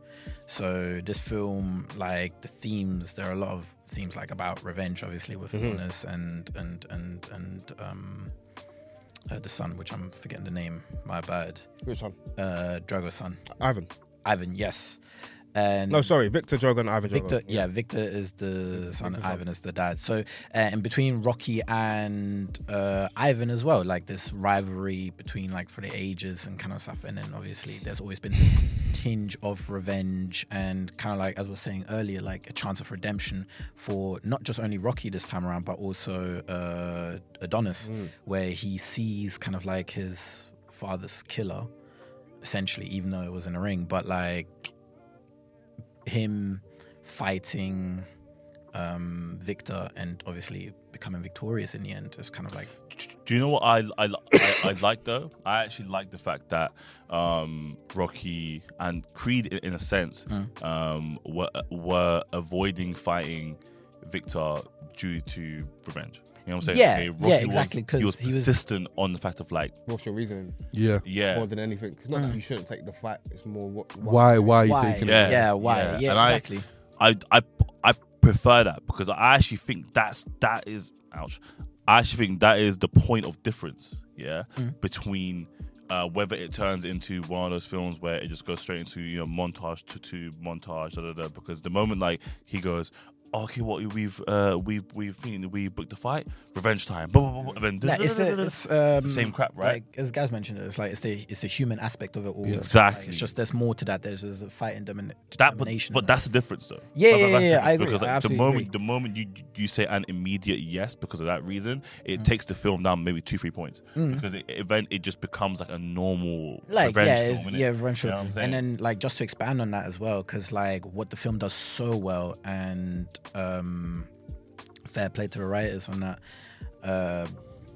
Speaker 5: So this film, like the themes, there are a lot of themes like about revenge, obviously, with
Speaker 2: Mhm.
Speaker 5: illness and and and and um, uh, the son, which I'm forgetting the name. My bad.
Speaker 2: Which one?
Speaker 5: Uh, Drogo's son,
Speaker 2: Ivan.
Speaker 5: Ivan. Yes. And
Speaker 2: No, sorry, Victor Drogo and Ivan
Speaker 5: Victor,
Speaker 2: Drogo.
Speaker 5: yeah. Victor is the son,
Speaker 2: Victor's
Speaker 5: Ivan is the dad. So, uh, and between Rocky and uh, Ivan as well, like this rivalry between like for the ages and kind of stuff. And then obviously, there's always been this tinge of revenge and kind of like as we were saying earlier, like a chance of redemption for not just only Rocky this time around, but also uh, Adonis, where he sees kind of like his father's killer, essentially, even though it was in a ring, but like him fighting um, Victor and obviously becoming victorious in the end is kind of like
Speaker 4: Do you know what I I, I, I like though? I actually like the fact that um, Rocky and Creed, in, in a sense,
Speaker 5: Hmm.
Speaker 4: um, were were avoiding fighting Victor due to revenge. You know what I'm saying?
Speaker 5: Yeah,
Speaker 4: Okay,
Speaker 5: yeah,
Speaker 4: Rocky was-
Speaker 5: exactly, 'cause
Speaker 4: he was
Speaker 5: he was-
Speaker 4: persistent on the fact of like,
Speaker 2: What's your reasoning
Speaker 3: <laughs> Yeah.
Speaker 4: yeah,
Speaker 2: more than anything? It's not that you shouldn't take the fight, it's more what.
Speaker 3: Why? Why are you
Speaker 5: Mm. why,
Speaker 3: taking
Speaker 5: yeah,
Speaker 4: Yeah.
Speaker 3: it?
Speaker 5: why, yeah,
Speaker 4: Yeah. And I-
Speaker 5: exactly.
Speaker 4: I, I I prefer that because I actually think that's that is ouch. I actually think that is the point of difference, yeah,
Speaker 5: Mm.
Speaker 4: between uh, whether it turns into one of those films where it just goes straight into you know montage to, to montage, da, da, da, because the moment like he goes. Okay, what we've uh, we've we've seen, we booked the fight, revenge time. Blah, blah, blah, blah, and
Speaker 5: No,
Speaker 4: da- da-
Speaker 5: it's
Speaker 4: da- da-
Speaker 5: the
Speaker 4: da-
Speaker 5: it's, um,
Speaker 4: the same crap, right?
Speaker 5: Like, as Gaz mentioned, it's like it's the it's the human aspect of it all.
Speaker 4: Exactly.
Speaker 5: Like, it's just there's more to that. There's, there's a fight and determin-
Speaker 4: that but,
Speaker 5: determination.
Speaker 4: but that's the difference though
Speaker 5: Yeah,
Speaker 4: That-
Speaker 5: yeah,
Speaker 4: that's the
Speaker 5: yeah, yeah,
Speaker 4: difference,
Speaker 5: I agree.
Speaker 4: because
Speaker 5: I
Speaker 4: like, the
Speaker 5: absolutely
Speaker 4: moment
Speaker 5: agree.
Speaker 4: the moment you you say an immediate yes because of that reason it
Speaker 5: Mm.
Speaker 4: takes the film down maybe two three points because it, it then it just becomes like a normal
Speaker 5: like
Speaker 4: revenge
Speaker 5: yeah,
Speaker 4: film,
Speaker 5: it's-
Speaker 4: innit?
Speaker 5: yeah, revenge
Speaker 4: You know what
Speaker 5: film.
Speaker 4: I'm saying?
Speaker 5: and then like just to expand on that as well, because like what the film does so well, and um, fair play to the writers on that. Uh,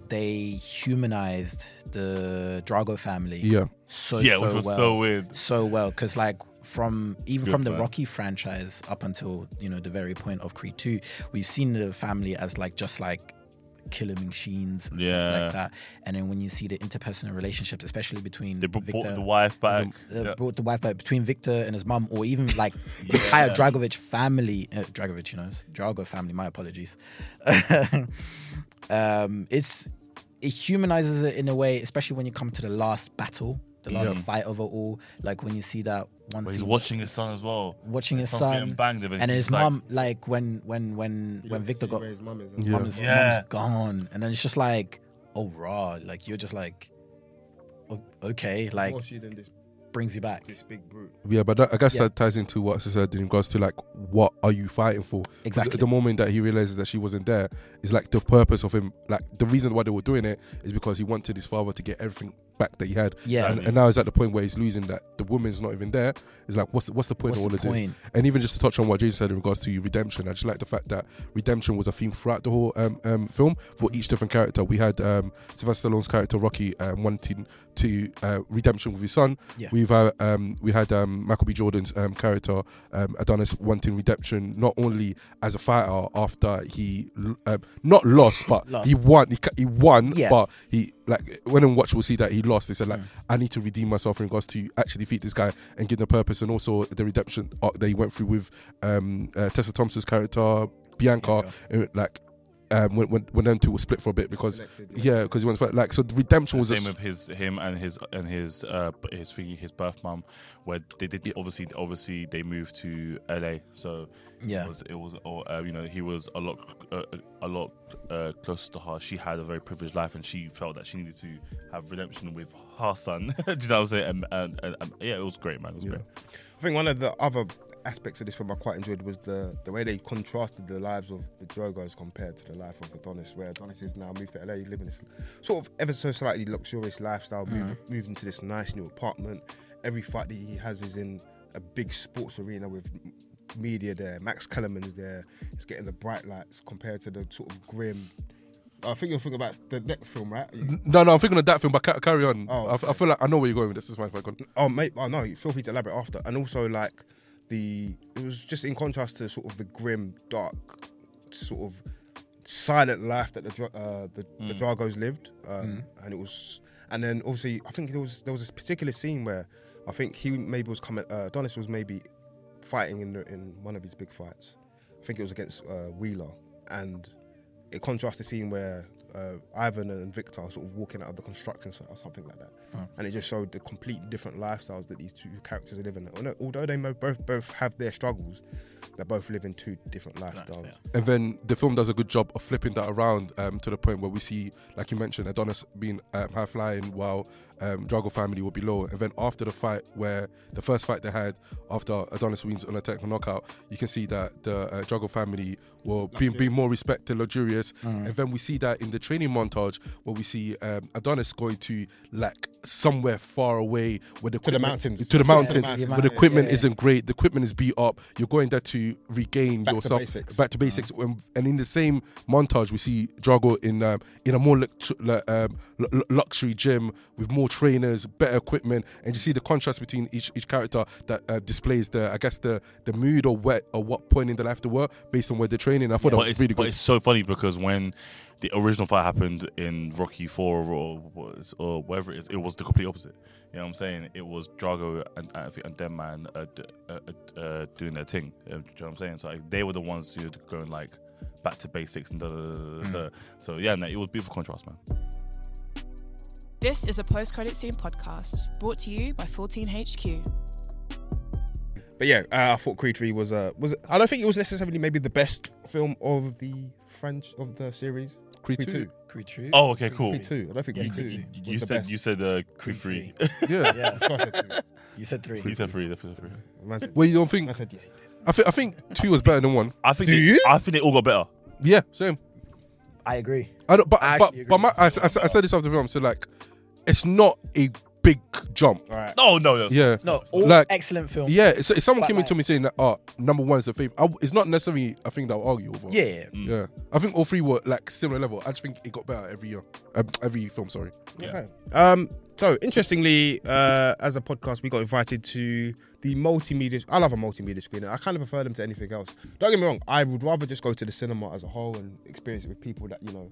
Speaker 5: they humanized the Drago family.
Speaker 3: Yeah.
Speaker 5: so
Speaker 4: yeah
Speaker 5: so
Speaker 4: which was
Speaker 5: well.
Speaker 4: so weird
Speaker 5: so well because like from even
Speaker 4: Good
Speaker 5: from the
Speaker 4: man.
Speaker 5: Rocky franchise up until you know the very point of Creed 2 we've seen the family as like just like killer machines and stuff
Speaker 4: Yeah.
Speaker 5: like that and then when you see the interpersonal relationships especially between
Speaker 4: they brought
Speaker 5: Victor
Speaker 4: the wife back
Speaker 5: uh,
Speaker 4: Yeah.
Speaker 5: brought the wife back between Victor and his mum, or even
Speaker 4: <laughs>
Speaker 5: like the entire Dragovich family. Uh, Dragovich, you know, Drago family. My apologies. <laughs> um, it's it humanizes it in a way, especially when you come to the last battle, the last fight of it all. Like when you see that one
Speaker 4: But he's
Speaker 5: scene,
Speaker 4: watching his son as well
Speaker 5: watching his
Speaker 4: son's getting
Speaker 5: son,
Speaker 4: banged and then
Speaker 5: and
Speaker 4: he's
Speaker 5: his
Speaker 4: like-
Speaker 5: mum. Like when when when when Victor got
Speaker 2: His mum is,
Speaker 3: Yeah.
Speaker 5: mum is
Speaker 4: Yeah.
Speaker 5: mum's gone, and then it's just like, oh raw, like you're just like, o- okay, like
Speaker 2: More she than this,
Speaker 5: brings you back.
Speaker 2: this big brute.
Speaker 3: Yeah, but that, I guess
Speaker 5: Yeah.
Speaker 3: that ties into what Sister did in regards to like, what are you fighting for? 'Cause
Speaker 5: Exactly.
Speaker 3: The moment that he realizes that she wasn't there is like the purpose of him, like the reason why they were doing it is because he wanted his father to get everything back that he had.
Speaker 5: Yeah.
Speaker 3: And, and now he's at the point where he's losing that the woman's not even there. It's like, what's the, what's the point
Speaker 5: What's
Speaker 3: of all
Speaker 5: the
Speaker 3: of this?
Speaker 5: point?
Speaker 3: And even just to touch on what Jason said in regards to redemption, I just like the fact that redemption was a theme throughout the whole um, um, film for each different character. We had um, Sylvester Stallone's character Rocky um, wanting to uh, redemption with his son.
Speaker 5: Yeah.
Speaker 3: We've had um, we had um, Michael B. Jordan's um, character um, Adonis wanting redemption not only as a fighter after he l- um, not lost, but
Speaker 5: Lost.
Speaker 3: he won. He, ca- he won,
Speaker 5: Yeah.
Speaker 3: but he like when in watch we'll see that he lost. He said like I need to redeem myself in regards to actually defeat this guy and give the purpose, and also the redemption uh, arc that he went through with um, uh, Tessa Thompson's character Bianca, and, like um, when, when when them two were split for a bit because
Speaker 2: Connected,
Speaker 3: yeah, because he went for, like so. The redemption was a
Speaker 4: Same
Speaker 3: s-
Speaker 4: with his him and his and his uh b- his thingy, his birth mom, where they did obviously obviously they moved to LA, so
Speaker 5: Yeah.
Speaker 4: it was it was or uh, you know he was a lot c- uh, a lot uh, closer to her. She had a very privileged life, and she felt that she needed to have redemption with her son. <laughs> Do you know what I'm saying? And, and, and, and- yeah, it was great, man. It was great.
Speaker 2: I think one of the other aspects of this film I quite enjoyed was the the way they contrasted the lives of the Drogos compared to the life of Adonis, where Adonis is now moved to LA, living this sort of ever so slightly luxurious lifestyle, moving, moving to this nice new apartment. Every fight that he has is in a big sports arena with m- media there. Max Kellerman's there. He's getting the bright lights compared to the sort of grim. I think you're thinking about the next film, right?
Speaker 3: No, no, I'm thinking of that film, but ca- carry on.
Speaker 2: Oh,
Speaker 3: I f- I, feel like I know where you're going with this. This is fine, fine, go on.
Speaker 2: Oh mate, oh no, feel free to elaborate after. And also like the it was just in contrast to sort of the grim, dark, sort of silent life that the Dra- uh, the, the Dragos lived, um, and it was. And then obviously, I think there was there was this particular scene where I think he maybe was coming. Uh, Adonis was maybe fighting in the, in one of his big fights. I think it was against uh, Wheeler, and it contrasts the scene where uh, Ivan and Victor are sort of walking out of the construction site or something like that, and it just showed the complete different lifestyles that these two characters are living. Although- Although they mo- both both have their struggles, they're both living two different lifestyles.
Speaker 3: And then the film does a good job of flipping that around um, to the point where we see, like you mentioned, Adonis being um, high flying while um, Drago family were below. And then after the fight, where the first fight they had after Adonis wins on a technical knockout, you can see that the uh, Drago family were being, being more respected, luxurious. And then we see that in the training montage where we see um, Adonis going to like somewhere far away where the
Speaker 2: To the
Speaker 3: equipment-
Speaker 2: mountains.
Speaker 3: to the
Speaker 2: Yeah,
Speaker 3: mountains,
Speaker 2: to the
Speaker 3: where the
Speaker 2: mountains,
Speaker 3: equipment
Speaker 2: yeah.
Speaker 3: isn't great. The equipment is beat up. You're going there to regain
Speaker 2: Back to
Speaker 3: yourself
Speaker 2: basics. Mm.
Speaker 3: back to basics. Um, And in the same montage, we see Drago in um, in a more lux- lu- um, lu- lu- luxury gym with more trainers, better equipment, and you see the contrast between each each character that uh, displays the I guess the the mood or what or what point in their life they were based on where they're training. I
Speaker 4: but
Speaker 3: thought that was
Speaker 4: it's,
Speaker 3: really
Speaker 4: but
Speaker 3: good.
Speaker 4: it's so funny because when the original fight happened in Rocky Four or was- or whatever it is, it was the complete opposite. You know what I'm saying? It was Drago and I think, and them man uh, d- uh, uh, uh, doing their thing. Uh, do you know what I'm saying? So like, they were the ones who were going like back to basics and da da da. da, da. So yeah, no, it was beautiful contrast, man.
Speaker 1: This is a post credit scene podcast brought to you by 14HQ.
Speaker 2: But yeah, uh, I thought Creed Three was uh, was I don't think it was necessarily maybe the best film of the French of the series.
Speaker 3: Creed
Speaker 2: Creed
Speaker 3: two.
Speaker 2: Two.
Speaker 5: Creed
Speaker 4: Oh, okay, cool.
Speaker 2: Creed Two. I don't think
Speaker 5: Yeah,
Speaker 2: Creed
Speaker 5: Creed
Speaker 2: Two.
Speaker 5: Two.
Speaker 2: was
Speaker 4: You
Speaker 2: the
Speaker 4: said
Speaker 2: best.
Speaker 4: you said uh, Creed three.
Speaker 3: yeah.
Speaker 5: Yeah,
Speaker 2: Of course I did.
Speaker 5: you said three.
Speaker 4: <laughs> You said three. definitely three.
Speaker 2: Man said-
Speaker 3: Well, you don't
Speaker 2: I
Speaker 3: think?
Speaker 2: said yeah. he did.
Speaker 3: I think I think two was better than one.
Speaker 4: I think.
Speaker 2: Do
Speaker 4: they,
Speaker 2: you?
Speaker 4: I think they all got better.
Speaker 3: Yeah, same.
Speaker 5: I agree.
Speaker 3: I don't, but
Speaker 5: I
Speaker 3: but
Speaker 5: actually
Speaker 3: but
Speaker 5: agree
Speaker 3: my,
Speaker 5: with
Speaker 3: I, I, I said this after the film. So like, it's not a big jump.
Speaker 2: All right.
Speaker 4: Oh, No, no, no.
Speaker 3: Yeah.
Speaker 5: No, all
Speaker 3: Like-
Speaker 5: excellent film.
Speaker 3: Yeah, so if someone
Speaker 5: But
Speaker 3: came into me saying that, oh, number one is the favorite, I w it's not necessarily a thing that I'll argue over.
Speaker 5: Yeah, yeah.
Speaker 2: Mm.
Speaker 3: Yeah. I think all three were like similar level. I just think it got better every year, um, every film, sorry.
Speaker 2: Okay. Um, so interestingly, uh, as a podcast, we got invited to the multimedia. I love a multimedia screening. I kind of prefer them to anything else. Don't get me wrong. I would rather just go to the cinema as a whole and experience it with people that you know,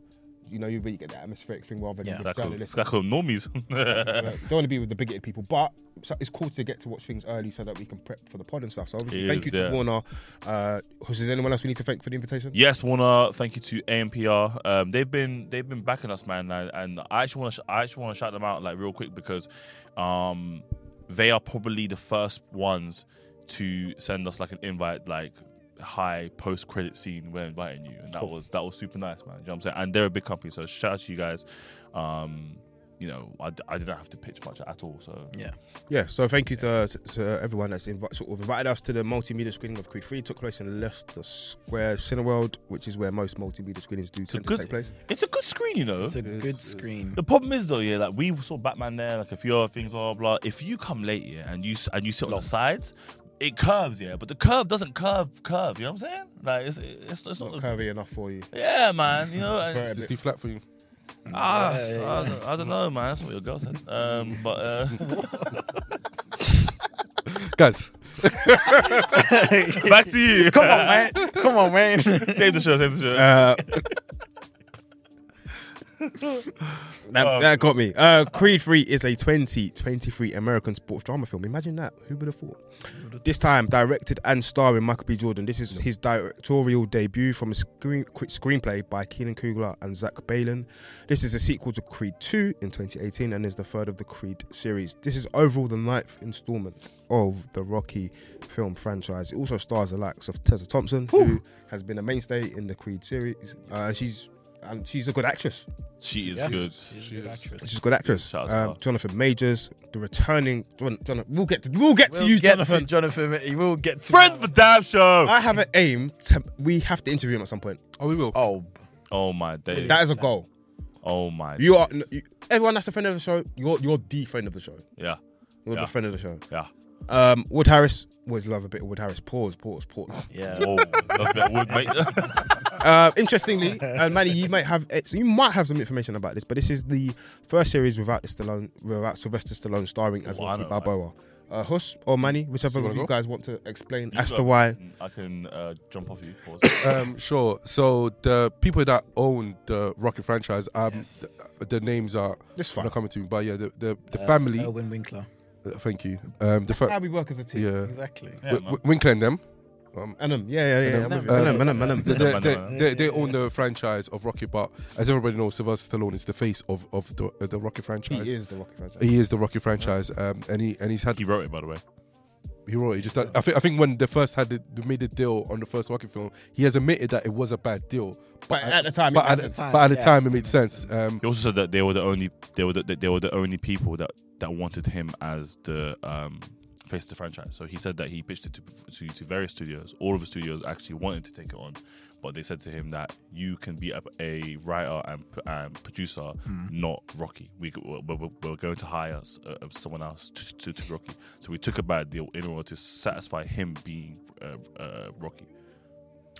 Speaker 2: you know, you really get the atmospheric thing rather than
Speaker 5: Yeah.
Speaker 2: the
Speaker 4: Exactly.
Speaker 2: journalists.
Speaker 4: Exactly. Normies. <laughs>
Speaker 2: Like, don't want to be with the bigoted people, but so- it's cool to get to watch things early so that we can prep for the pod and stuff. So obviously,
Speaker 4: It
Speaker 2: thank
Speaker 4: is,
Speaker 2: you to
Speaker 4: yeah.
Speaker 2: Warner. Uh, is there anyone else we need to thank for the invitation?
Speaker 4: Yes, Warner. Thank you to AMPR. Um, they've been they've been backing us, man, and, and I actually want to I actually want to shout them out like real quick because um, they are probably the first ones to send us like an invite, like high post credit scene. We're inviting you, and that was that was super nice, man. You know what I'm saying? And they're a big company, so shout out to you guys. Um, you know, I, d- I didn't have to pitch much at all, so
Speaker 5: Yeah.
Speaker 2: Yeah, so thank you to, to, to everyone that's invi- sort of invited us to the multimedia screening of Creed 3. It took place in Leicester Square Cineworld, which is where most multimedia screenings do
Speaker 4: a
Speaker 2: tend to
Speaker 4: good-
Speaker 2: take place.
Speaker 4: it's a good screen, you know.
Speaker 5: It's a good screen.
Speaker 4: The problem is though, yeah, like we saw Batman there, like a few other things, blah blah. blah. If you come late, yeah, and you s- and you sit on the sides, it curves, yeah, but the curve doesn't curve, curve. You know what I'm saying? Like it's it's, it's not.
Speaker 2: Not curvy enough for you.
Speaker 4: yeah, man. You
Speaker 5: <laughs>
Speaker 4: know, and
Speaker 2: Very
Speaker 4: it's-
Speaker 3: Is this too flat for you?
Speaker 4: ah,
Speaker 5: Yeah, yeah,
Speaker 4: I, don't, I don't know, man. That's what your girl said.
Speaker 5: <laughs>
Speaker 4: Um, but uh,
Speaker 3: Guys,
Speaker 4: back to you.
Speaker 5: Come on,
Speaker 4: <laughs>
Speaker 5: man. Uh, Come on, man.
Speaker 4: save the show. Save the show.
Speaker 2: Uh, That, that got me. Uh, Creed 3 is a 2023 American sports drama film. Imagine that. Who would have thought? This time, directed and starring Michael B. Jordan. This is his directorial debut from a screen, qu- screenplay by Keenan Kugler and Zach Balin. This is a sequel to Creed 2 in 2018 and is the third of the Creed series. This is overall the ninth installment of the Rocky film franchise. It also stars the likes of Tessa Thompson, who has been a mainstay in the Creed series. Uh, she's and she's a good actress.
Speaker 4: She is
Speaker 5: Yeah.
Speaker 4: good.
Speaker 5: She's a good actress.
Speaker 2: She's a good actress.
Speaker 4: Shout out to
Speaker 2: Um,
Speaker 4: her.
Speaker 2: Jonathan Majors, the returning Jon- Jonathan. We'll get to we'll get to you,
Speaker 5: get
Speaker 2: Jonathan.
Speaker 5: To Jonathan, you will get to
Speaker 4: Friends for Damn Show.
Speaker 2: I have an aim. To, we have to interview him at some point.
Speaker 3: Oh, we will.
Speaker 5: Oh,
Speaker 4: Oh my day.
Speaker 2: That is a goal.
Speaker 4: Oh my.
Speaker 2: You are
Speaker 4: days.
Speaker 2: n- you, everyone that's a friend of the show. You're you're the friend of the show.
Speaker 4: Yeah.
Speaker 2: You're
Speaker 4: Yeah.
Speaker 2: the friend of the show.
Speaker 4: Yeah.
Speaker 2: Um, Wood Harris. Always love a bit of Wood Harris. Pause. Pause. Pause.
Speaker 5: yeah.
Speaker 4: Whoa. Oh, That's a bit wood, mate. <laughs>
Speaker 2: Uh, interestingly, and Manny, you might have it's- you might have some information about this, but this is the first series without the Stallone, without Sylvester Stallone starring as
Speaker 4: Well, I
Speaker 2: Rocky
Speaker 4: know,
Speaker 2: Balboa. Uh, Huss or Manny, whichever
Speaker 3: wanna
Speaker 2: of you
Speaker 3: go?
Speaker 2: guys want to explain
Speaker 4: You
Speaker 2: as to
Speaker 4: go.
Speaker 2: why. Uh,
Speaker 4: I can uh, jump off you. Pause.
Speaker 3: Um, sure. So the people that own the Rocky franchise, um, th- the names are
Speaker 2: It's fine.
Speaker 3: not coming to me, but yeah, the the, the family.
Speaker 5: Erwin Oh, Winkler.
Speaker 3: uh, thank you. Um, the
Speaker 2: How
Speaker 3: fa-
Speaker 2: we work as a team.
Speaker 3: yeah,
Speaker 5: Exactly.
Speaker 4: Yeah,
Speaker 3: W-
Speaker 4: man.
Speaker 3: w- Winkler and them.
Speaker 2: And um, yeah, yeah, yeah. I'm
Speaker 3: Anum,
Speaker 2: with you.
Speaker 3: um,
Speaker 2: Anum, anum, anum.
Speaker 3: They, they,
Speaker 4: no,
Speaker 3: they,
Speaker 4: no.
Speaker 3: they- they own the franchise of Rocky, but as everybody knows, Sylvester Stallone is the face of of the, uh, the Rocky
Speaker 2: He
Speaker 3: franchise.
Speaker 2: is the Rocky franchise.
Speaker 3: He is the Rocky franchise, um, and he and he's had
Speaker 4: He wrote it, by the way.
Speaker 3: He wrote it. Just that, I think I think when they first had the, they made the deal on the first Rocky film, he has admitted that it was a bad deal.
Speaker 2: But at the time, it
Speaker 3: but
Speaker 2: made
Speaker 3: at,
Speaker 2: sense.
Speaker 3: but at the
Speaker 5: Yeah.
Speaker 3: time, it made sense. Um,
Speaker 4: He also said that they were the only they were the, that they were the only people that that wanted him as the um, face of the franchise. So he said that he pitched it to, to to various studios. All of the studios actually wanted to take it on, but they said to him that you can be a, a writer and, p- and producer,
Speaker 5: Hmm.
Speaker 4: not Rocky. We g- we're, we're, we're going to hire s- uh, someone else to, to, to Rocky. So we took a bad deal in order to satisfy him being uh, uh, Rocky.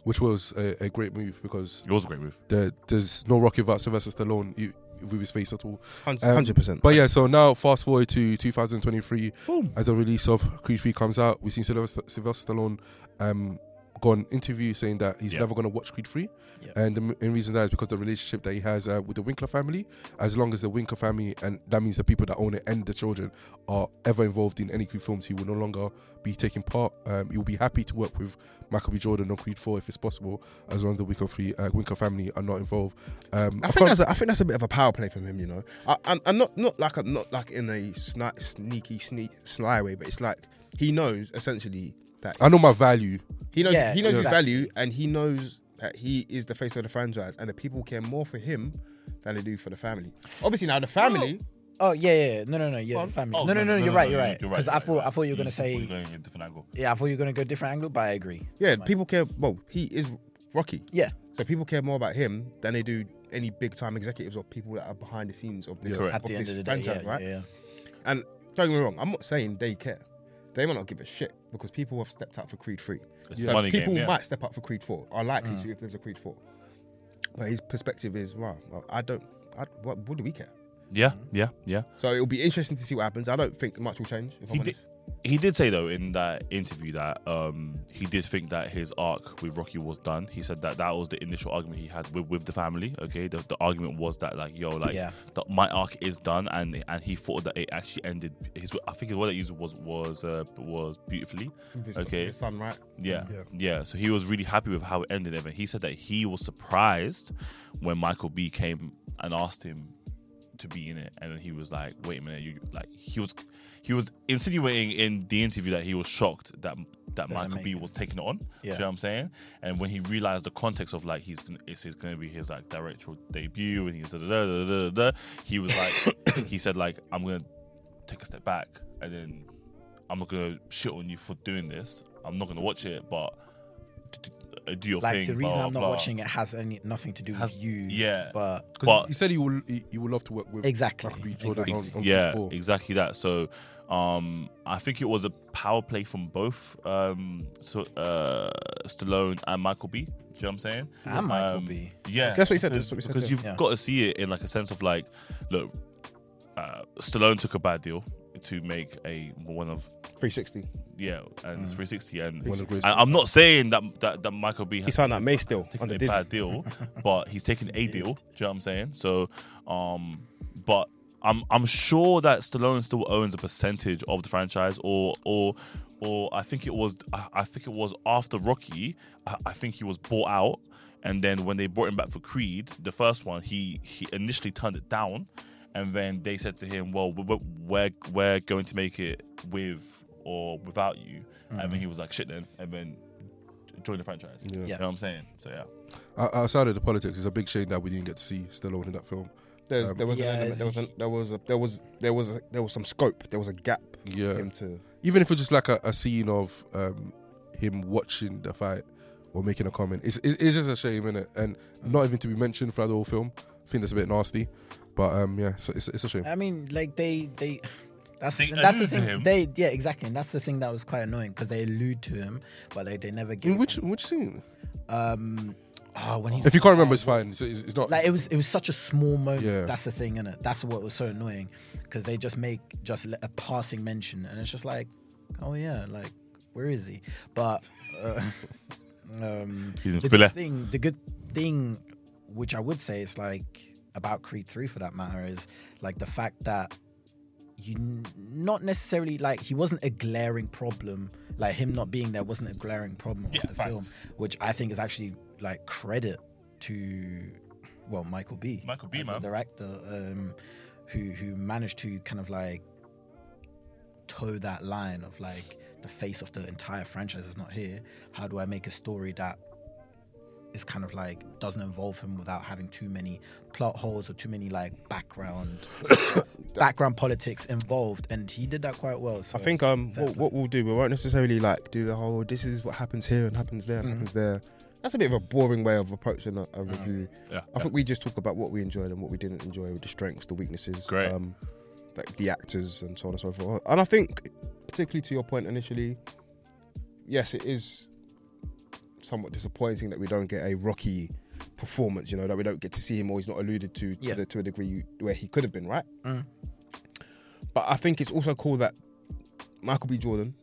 Speaker 3: which was a, a great move because
Speaker 4: It was a great move.
Speaker 3: there, there's no Rocky without Sylvester Stallone you, with his face at all. Um,
Speaker 2: Hundred percent.
Speaker 3: But yeah, so now fast forward to 2023, as the release of Creed 3 comes out, we've seen Sylvester, Sylvester Stallone um, go on interview saying that he's
Speaker 4: Yeah.
Speaker 3: never going to watch Creed 3.
Speaker 5: Yeah.
Speaker 3: And the m- and reason that is because the relationship that he has uh, with the Winkler family, as long as the Winkler family, and that means the people that own it and the children, are ever involved in any Creed films, he will no longer be taking part. Um, he'll be happy to work with Michael B. Jordan on Creed 4 if it's possible, as long as the Winkler, free, uh, Winkler family are not involved. Um,
Speaker 2: I
Speaker 3: I
Speaker 2: think
Speaker 3: can't-
Speaker 2: that's a, I think that's a bit of a power play from him, you know. I, I'm, I'm not not like I'm not like in a sni- sneaky, sneak, sly way, but it's like he knows essentially that
Speaker 3: I know my value.
Speaker 2: he knows
Speaker 5: Yeah,
Speaker 2: he knows his
Speaker 5: exactly.
Speaker 2: value and he knows that he is the face of the franchise and the people care more for him than they do for the family. Obviously, now the family.
Speaker 5: Oh yeah, yeah, yeah. no, no, no, yeah,
Speaker 2: Well,
Speaker 5: the family. Oh,
Speaker 4: Oh,
Speaker 5: no, no, no, you're right, you're right. Because I thought, I thought you were gonna
Speaker 4: you're
Speaker 5: say,
Speaker 4: going in a different angle.
Speaker 5: yeah, I thought you were gonna go a different angle, but I agree.
Speaker 2: yeah, people care. Well, he is Rocky,
Speaker 5: Yeah,
Speaker 2: so people care more about him than they do any big time executives or people that are behind the scenes of this,
Speaker 4: Yeah. Correct.
Speaker 2: of
Speaker 5: at the end
Speaker 2: this
Speaker 5: of the day,
Speaker 2: franchise,
Speaker 5: yeah,
Speaker 2: right?
Speaker 5: yeah, yeah.
Speaker 2: And don't get me wrong, I'm not saying they care. They might not give a shit because people have stepped up for Creed 3.
Speaker 4: It's a money
Speaker 2: people
Speaker 4: game, yeah.
Speaker 2: might step up for Creed 4, are likely
Speaker 5: Mm.
Speaker 2: to if there's a Creed 4. But his perspective is, wow, well, I don't, I, what, what do we care?
Speaker 4: Yeah, yeah, yeah.
Speaker 2: So it'll be interesting to see what happens. I don't think much will change, if I'm
Speaker 4: He did,
Speaker 2: honest.
Speaker 4: he did say though in that interview that um, he did think that his arc with Rocky was done. He said that that was the initial argument he had with, with the family. Okay, the, the argument was that like yo, like
Speaker 5: Yeah.
Speaker 4: the, my arc is done, and and he thought that it actually ended. His I think the word that he used was was uh, was beautifully.
Speaker 2: His-
Speaker 4: Okay,
Speaker 2: His son, right?
Speaker 4: yeah,
Speaker 3: Yeah.
Speaker 4: yeah, So he was really happy with how it ended. Evan. He said that he was surprised when Michael B came and asked him to be in it, and then he was like, "Wait a minute!" You like he was he was insinuating in the interview that he was shocked that that Michael
Speaker 5: make
Speaker 4: B
Speaker 5: it.
Speaker 4: was taking it on. Do
Speaker 5: Yeah.
Speaker 4: you know what I'm saying? And when he realized the context of like he's gonna, it's, it's going to be his like directorial debut, and he's da da da da da, da he was like <coughs> he said like I'm going to take a step back, and then I'm not gonna shit on you for doing this. I'm not gonna watch it, but d- d- do your
Speaker 5: Like
Speaker 4: thing.
Speaker 5: the reason
Speaker 4: blah,
Speaker 5: I'm not
Speaker 4: blah.
Speaker 5: watching it has any nothing to do
Speaker 4: Has-
Speaker 5: with you.
Speaker 4: yeah.
Speaker 5: but
Speaker 3: 'Cause
Speaker 4: But-
Speaker 3: he said he will, he, he would love to work with
Speaker 5: exactly.
Speaker 3: Michael B. Jordan
Speaker 5: exactly.
Speaker 3: on, on Creed
Speaker 4: yeah,
Speaker 3: 4.
Speaker 4: exactly that. So, um, I think it was a power play from both um, so, uh, Stallone and Michael B. Do you know what I'm saying?
Speaker 5: And Michael
Speaker 4: Um,
Speaker 5: B.
Speaker 4: Yeah,
Speaker 2: That's what he said,
Speaker 4: Because,
Speaker 2: that's what he said,
Speaker 4: because
Speaker 2: yeah.
Speaker 4: you've
Speaker 5: Yeah.
Speaker 4: got to see it in like a sense of like, look, uh, Stallone took a bad deal. to make a one of
Speaker 2: 360.
Speaker 4: yeah, and
Speaker 2: Mm.
Speaker 4: it's 360. And,
Speaker 3: One of the
Speaker 4: and I'm not saying that that, that Michael B.
Speaker 2: He
Speaker 4: has
Speaker 2: signed that May still
Speaker 4: taken
Speaker 2: under
Speaker 4: a
Speaker 2: Diddy.
Speaker 4: bad deal, but he's taken a deal. Do you know what I'm saying? So, um, but I'm I'm sure that Stallone still owns a percentage of the franchise, or or or I think it was I, I think it was after Rocky, I, I think he was bought out, and then when they brought him back for Creed, the first one, he he initially turned it down, and then they said to him, "Well, we're we're, we're going to make it with or without you," and then he was like, "Shit," then, and then joined the franchise. You know
Speaker 5: Yeah.
Speaker 4: what I'm saying? So yeah.
Speaker 3: O- Outside of the politics, it's a big shame that we didn't get to see Stallone in that film.
Speaker 2: There's,
Speaker 3: Um,
Speaker 2: there was
Speaker 5: Yeah,
Speaker 2: an element,
Speaker 5: it's-
Speaker 2: there was an, there was a, there was there was a, there was some scope there was a gap
Speaker 3: Yeah.
Speaker 2: for him to
Speaker 3: even if it's just like a, a scene of um, him watching the fight or making a comment, it's, it- it's just a shame, innit? And not even to be mentioned throughout the whole film. I think that's a bit nasty, but um, yeah, so it's, it's a shame.
Speaker 5: I mean, like they they. That's,
Speaker 4: They
Speaker 5: that's the
Speaker 4: allude to
Speaker 5: thing.
Speaker 4: him.
Speaker 5: They yeah, exactly. And that's the thing that was quite annoying because they allude to him, but like they never
Speaker 4: Mm-hmm.
Speaker 5: give.
Speaker 3: In which which scene?
Speaker 5: um, oh, when he
Speaker 3: If you can't remember, it's fine. It's, it's, it's not.
Speaker 5: like it was it was such a small moment.
Speaker 3: Yeah.
Speaker 5: That's the thing, innit? That's what was so annoying because they just make just a passing mention, and it's just like, oh yeah, like where is he? But uh, <laughs> um,
Speaker 4: He's in
Speaker 5: the
Speaker 4: filler.
Speaker 5: good thing, the good thing, which I would say is like about Creed Three for that matter, is like the fact that you n- not necessarily like he wasn't a glaring problem like him not being there wasn't a glaring problem with
Speaker 4: Yeah,
Speaker 5: the film which i think is actually like credit to well michael b
Speaker 4: Michael B,
Speaker 5: as
Speaker 4: man.
Speaker 5: a director um who who managed to kind of like toe that line of like the face of the entire franchise is not here how do i make a story that is kind of like doesn't involve him without having too many plot holes or too many like background
Speaker 2: <coughs>
Speaker 5: background politics involved and he did that quite well so
Speaker 2: I think um
Speaker 5: fair
Speaker 2: what,
Speaker 5: play.
Speaker 2: what we'll do we won't necessarily like do the whole this is what happens here and happens there and happens
Speaker 3: Mm-hmm.
Speaker 2: there. That's a bit of a boring way of approaching a, a review.
Speaker 4: Yeah.
Speaker 2: I
Speaker 3: Oh,
Speaker 2: think we just talk about what we enjoyed and what we didn't enjoy, the strengths, the weaknesses,
Speaker 4: Great.
Speaker 2: um, like the actors and so on and so forth. And I think, particularly to your point initially, yes, it is somewhat disappointing that we don't get a Rocky performance. You know that we don't get to see him or he's not alluded to to,
Speaker 5: Yeah.
Speaker 2: the, to a degree where he could have been, right?
Speaker 5: Mm.
Speaker 2: But I think it's also cool that Michael B. Jordan,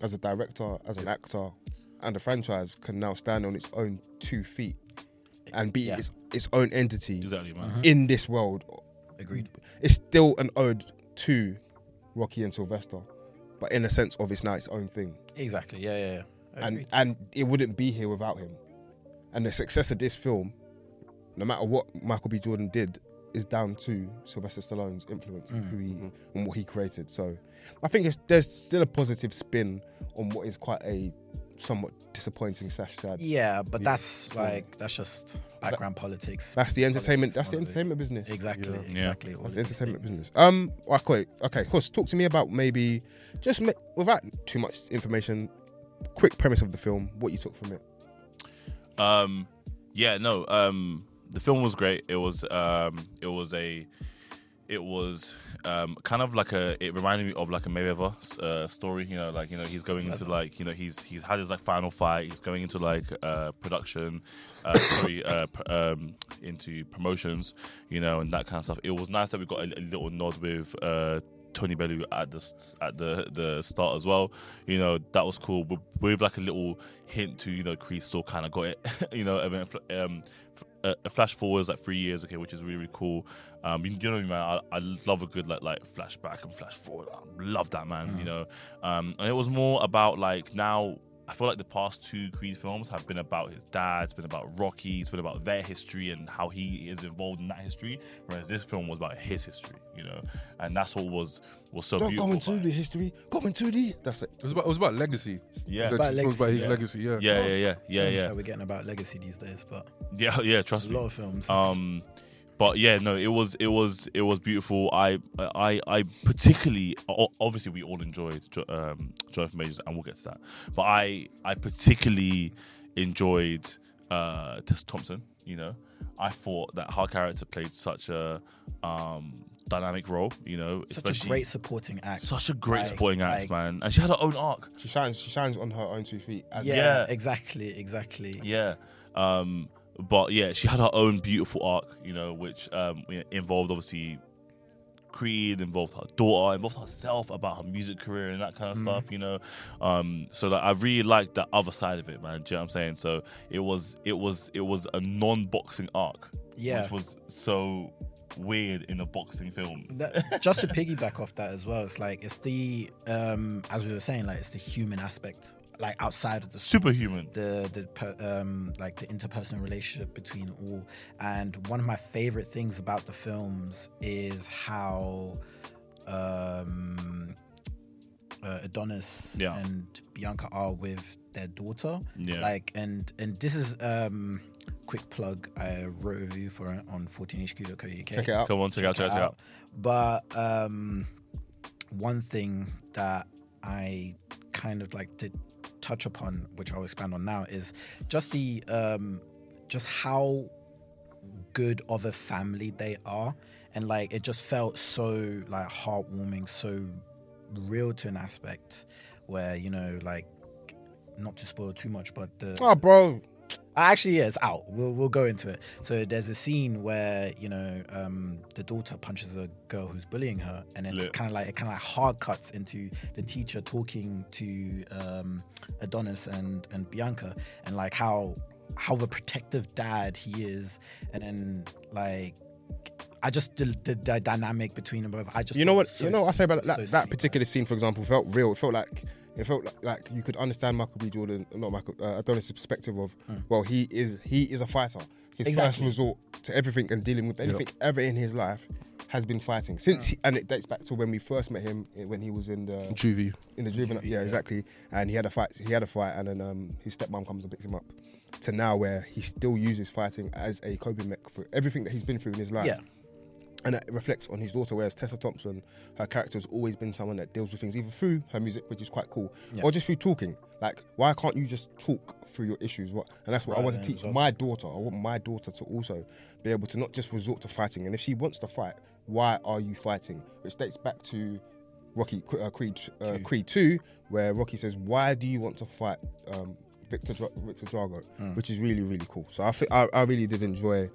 Speaker 2: as a director, as an actor, and a franchise, can now stand on its own two feet and be
Speaker 5: Yeah.
Speaker 2: its its own entity
Speaker 4: Exactly, man.
Speaker 2: in this world.
Speaker 5: agreed
Speaker 2: It's still an ode to Rocky and Sylvester, but in a sense of it's now its own thing.
Speaker 5: exactly yeah yeah, yeah.
Speaker 2: And
Speaker 5: Agreed.
Speaker 2: and it wouldn't be here without him. And the success of this film, no matter what Michael B. Jordan did, is down to Sylvester Stallone's influence
Speaker 5: Mm.
Speaker 2: and who
Speaker 5: Mm-hmm.
Speaker 2: he and what he created. So I think it's, there's still a positive spin on what is quite a somewhat disappointing slash sad.
Speaker 5: yeah but
Speaker 2: Yeah.
Speaker 5: that's like that's just background politics
Speaker 2: That's the entertainment.
Speaker 5: Politics,
Speaker 2: That's the
Speaker 5: one
Speaker 2: entertainment
Speaker 5: of the-
Speaker 2: business.
Speaker 5: exactly
Speaker 4: Yeah.
Speaker 5: exactly all
Speaker 2: That's
Speaker 5: of
Speaker 2: the
Speaker 5: these
Speaker 2: entertainment
Speaker 5: things.
Speaker 2: business. Um, okay, okay, Huss, talk to me about maybe just ma- without too much information, quick premise of the film, what you took from it.
Speaker 4: Um, yeah, no. Um, the film was great. It was um, it was a it was um, kind of like a it reminded me of like a Mayweather uh, story. You know, like you know he's going into like you know he's he's had his like final fight. He's going into like uh, production, uh, sorry, uh, pr- um, into promotions. You know, and that kind of stuff. It was nice that we got a, a little nod with. Uh, Tony Bellew at the at the the start as well. You know that was cool with, with like a little hint to you know Creed still kind of got it. <laughs> you know, and then fl- um, f- a, a flash forward is like three years, okay, which is really really cool. Um, you, you know, man, I, I love a good like like flashback and flash forward. I love that man. You know, um, and it was more about like now I feel like the past two Creed films have been about his dad, it's been about Rocky, it's been about their history and how he is involved in that history. Whereas this film was about his history, you know, and that's what was was so
Speaker 2: Not
Speaker 4: beautiful.
Speaker 2: going to
Speaker 4: about
Speaker 2: the
Speaker 4: it.
Speaker 2: history, going to the. That's it.
Speaker 3: It was about it was about legacy.
Speaker 4: Yeah.
Speaker 3: Essentially, it was about his
Speaker 5: yeah.
Speaker 3: legacy.
Speaker 4: yeah,
Speaker 3: Yeah.
Speaker 4: yeah, yeah, yeah,
Speaker 5: Films
Speaker 4: yeah,
Speaker 5: that we're getting about legacy these days but
Speaker 4: yeah, yeah. Trust
Speaker 5: a
Speaker 4: me.
Speaker 5: lot of films
Speaker 4: Um, but yeah, no, it was it was it was beautiful. I I I particularly o- obviously we all enjoyed Jo- um, Jonathan Majors, and we'll get to that. But I I particularly enjoyed uh, Tess Thompson. You know, I thought that her character played such a um, dynamic role. You know,
Speaker 5: such a
Speaker 4: especially
Speaker 5: great supporting act
Speaker 4: such a great
Speaker 5: Like-
Speaker 4: supporting act,
Speaker 5: like-
Speaker 4: man, and she had her own arc.
Speaker 2: She shines. She shines on her own two feet. As
Speaker 5: yeah,
Speaker 4: Yeah.
Speaker 5: exactly exactly
Speaker 4: Yeah. Um, but yeah, she had her own beautiful arc, you know, which um, yeah, involved obviously Creed, involved her daughter, involved herself about her music career and that kind
Speaker 5: Mm.
Speaker 4: of stuff, you know. Um, so that I really liked the other side of it, man. Do you know what I'm saying? So it was it was it was a non-boxing arc.
Speaker 5: Yeah.
Speaker 4: Which was so weird in a boxing film.
Speaker 5: That- just to piggyback off that as well, it's like it's the um as we were saying, like it's the human aspect, like outside of the
Speaker 4: Superhuman.
Speaker 5: the the per- um like the interpersonal relationship between all. And one of my favorite things about the films is how um uh, Adonis
Speaker 4: Yeah.
Speaker 5: and Bianca are with their daughter.
Speaker 4: Yeah.
Speaker 5: Like and and this is um quick plug. I wrote a review for it on 14hq.co.uk.
Speaker 2: Check it out.
Speaker 4: Come on, check, out, check, out, check out.
Speaker 5: But um, one thing that I kind of like to touch upon, which I'll expand on now, is just the um, just how good of a family they are, and like it just felt so like heartwarming, so real to an aspect where you know like not to spoil too much, but the
Speaker 2: Oh, bro.
Speaker 5: Actually, yeah, it's out. We'll we'll go into it. So there's a scene where you know um, the daughter punches a girl who's bullying her, and then
Speaker 4: Lit.
Speaker 5: kind of like it kind of like hard cuts into the teacher talking to um, Adonis and and Bianca, and like how how the protective dad he is, and then like I just the, the, the dynamic between them both. I just
Speaker 2: You know
Speaker 5: thought
Speaker 2: what?
Speaker 5: was so
Speaker 2: you know what I say about
Speaker 5: sweet.
Speaker 2: that,
Speaker 5: So
Speaker 2: that
Speaker 5: sweet,
Speaker 2: particular scene, for example, felt real. It felt like it felt like, like you could understand Michael B. Jordan, not Michael uh, Adonis' perspective of well, he is he is a fighter. His first
Speaker 5: Exactly.
Speaker 2: resort to everything and dealing with anything ever in his life has been fighting since, he, and it dates back to when we first met him eh, when he was in the
Speaker 3: Juvie.
Speaker 2: in the juvenile. Yeah, exactly. And he had a fight. He had a fight, and then um, his stepmom comes and picks him up. To now, where he still uses fighting as a coping mech for everything that he's been through in his life.
Speaker 5: Yeah.
Speaker 2: And that reflects on his daughter, whereas Tessa Thompson, her character has always been someone that deals with things either through her music, which is quite cool,
Speaker 5: Yeah.
Speaker 2: or just through talking. Like, why can't you just talk through your issues? What? And that's what I
Speaker 5: Right,
Speaker 2: want to
Speaker 5: yeah,
Speaker 2: teach
Speaker 5: exactly.
Speaker 2: my daughter. I want my daughter to also be able to not just resort to fighting. And if she wants to fight, why are you fighting? Which dates back to Rocky uh, Creed uh, Creed Two, where Rocky says, "Why do you want to fight um, Victor Dra- Victor Drago?" Which is really really cool. So I think I, I really did enjoy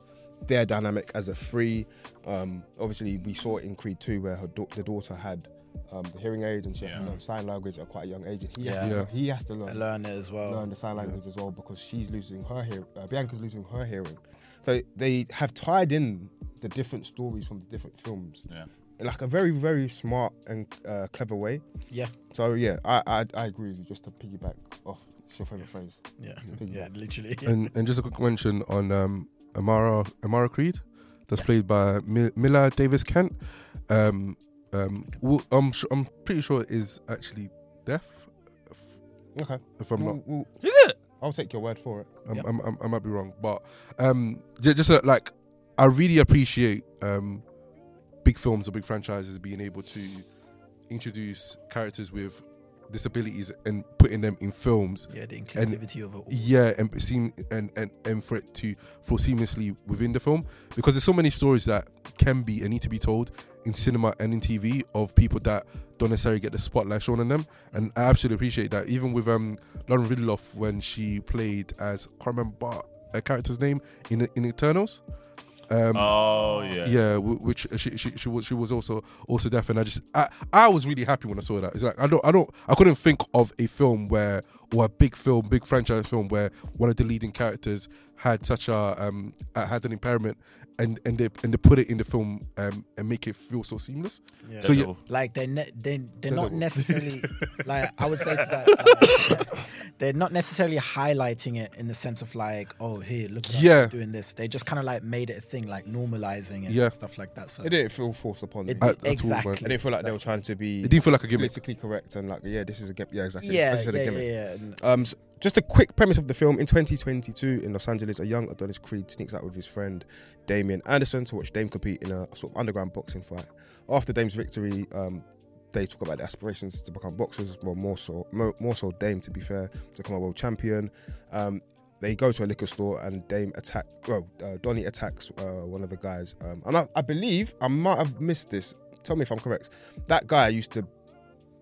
Speaker 2: their dynamic as a free. Um, obviously, we saw it in Creed Two where her da- the daughter had um, the hearing aid and she has to
Speaker 4: Yeah.
Speaker 2: learn sign language at quite a young age, and he
Speaker 5: Yeah.
Speaker 2: has to,
Speaker 3: Yeah.
Speaker 2: he has to
Speaker 5: I
Speaker 2: learn
Speaker 5: learned it as well.
Speaker 2: learn the sign language as well because she's losing her hearing. Uh, Bianca's losing her hearing. So they have tied in the different stories from the different films
Speaker 4: Yeah.
Speaker 2: in like a very very smart and uh, clever way.
Speaker 5: Yeah,
Speaker 2: So yeah, I, I I agree with you. Just to piggyback off it's your favorite phrase.
Speaker 5: yeah,
Speaker 2: Piggyback.
Speaker 5: yeah. Literally.
Speaker 3: And and just a quick mention on um, Amara Amara Creed, that's played by Mi- Mila Davis Kent. Um, um, w- I'm su- I'm pretty sure is actually deaf.
Speaker 2: Okay,
Speaker 3: If I'm not,
Speaker 2: We'll- we'll-
Speaker 4: Is it?
Speaker 2: I'll take your word for it.
Speaker 3: I'm,
Speaker 5: Yep.
Speaker 3: I'm, I'm, I might be wrong, but um, ju- just uh, like I really appreciate um, big films or big franchises being able to introduce characters with disabilities and putting them in films
Speaker 5: <laughs> Yeah, the inclusivity of it all.
Speaker 3: yeah and it seem and, and and for it to flow seamlessly within the film because there's so many stories that can be and need to be told in cinema and in tv of people that don't necessarily get the spotlight shown on them and i absolutely appreciate that even with um lauren ridloff when she played as i can't remember a character's name in in eternals um
Speaker 4: Oh yeah.
Speaker 3: yeah, wh- which she, she she was she was also also deaf, and I just I, I was really happy when I saw that. It's like I don't I don't I couldn't think of a film where or a big film, big franchise film where one of the leading characters had such a um uh, had an impairment, and and they and they put it in the film um and make it feel so seamless.
Speaker 5: Yeah.
Speaker 3: So yeah,
Speaker 4: Daredevil.
Speaker 5: like they're ne- they they're not
Speaker 3: Daredevil.
Speaker 5: necessarily like I would say to that like, <laughs> they're not necessarily highlighting it in the sense of like oh here look at us
Speaker 3: Yeah.
Speaker 5: doing this they just kind of like made it a thing like normalizing it
Speaker 3: Yeah.
Speaker 5: and stuff like that so
Speaker 2: It didn't feel forced upon me.
Speaker 5: it-
Speaker 3: I- I
Speaker 2: I
Speaker 3: told my-
Speaker 5: exactly
Speaker 2: didn't feel like they were trying to be
Speaker 3: it didn't feel like a gimmick.
Speaker 2: politically correct and like yeah, this is a gimmick. Yeah, exactly.
Speaker 5: yeah
Speaker 2: This is a
Speaker 5: yeah, yeah,
Speaker 2: gimmick.
Speaker 5: yeah, and-
Speaker 2: Um, s- just a quick premise of the film. In 2022, in Los Angeles, a young Adonis Creed sneaks out with his friend Damian Anderson to watch Dame compete in a sort of underground boxing fight. After Dame's victory, um, they talk about their aspirations to become boxers, well, more so, more, more so Dame, to be fair, to become a world champion. Um, they go to a liquor store and Dame attack. Well, uh, Donnie attacks uh, one of the guys, um, and I, I believe I might have missed this. Tell me if I'm correct. That guy used to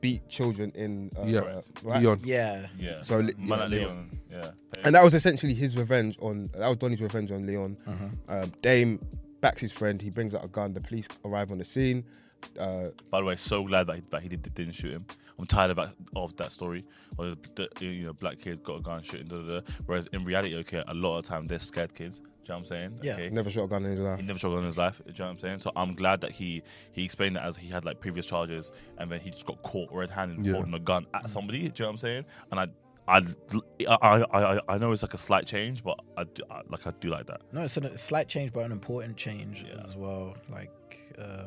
Speaker 2: beat children in uh,
Speaker 3: Yeah.
Speaker 2: uh, right?
Speaker 3: Leon.
Speaker 5: yeah
Speaker 4: Yeah.
Speaker 2: So, li-
Speaker 4: Man
Speaker 2: yeah,
Speaker 4: like Leon. Yeah.
Speaker 2: and that was essentially his revenge on that was Donny's revenge on Leon. Um, Dame backs his friend. He brings out a gun. The police arrive on the scene. Uh,
Speaker 4: By the way, so glad that he, that he did, didn't shoot him. I'm tired of that, of that story. Or the, the, you know, black kids got a gun shooting. Da, da, da. Whereas in reality, okay, a lot of time they're scared kids. Do you know what I'm saying?
Speaker 5: Yeah.
Speaker 4: Okay.
Speaker 2: never shot a gun in his life.
Speaker 4: He never struggled in his life. Do you know what I'm saying? So I'm glad that he he explained that as he had like previous charges, and then he just got caught red-handed
Speaker 3: Yeah.
Speaker 4: holding a gun at somebody. Do you know what I'm saying? And I. I, I, I, I- I know it's like a slight change, but I, do- I like I do like that.
Speaker 5: No, it's a slight change, but an important change
Speaker 4: Yeah.
Speaker 5: as well. Like, uh,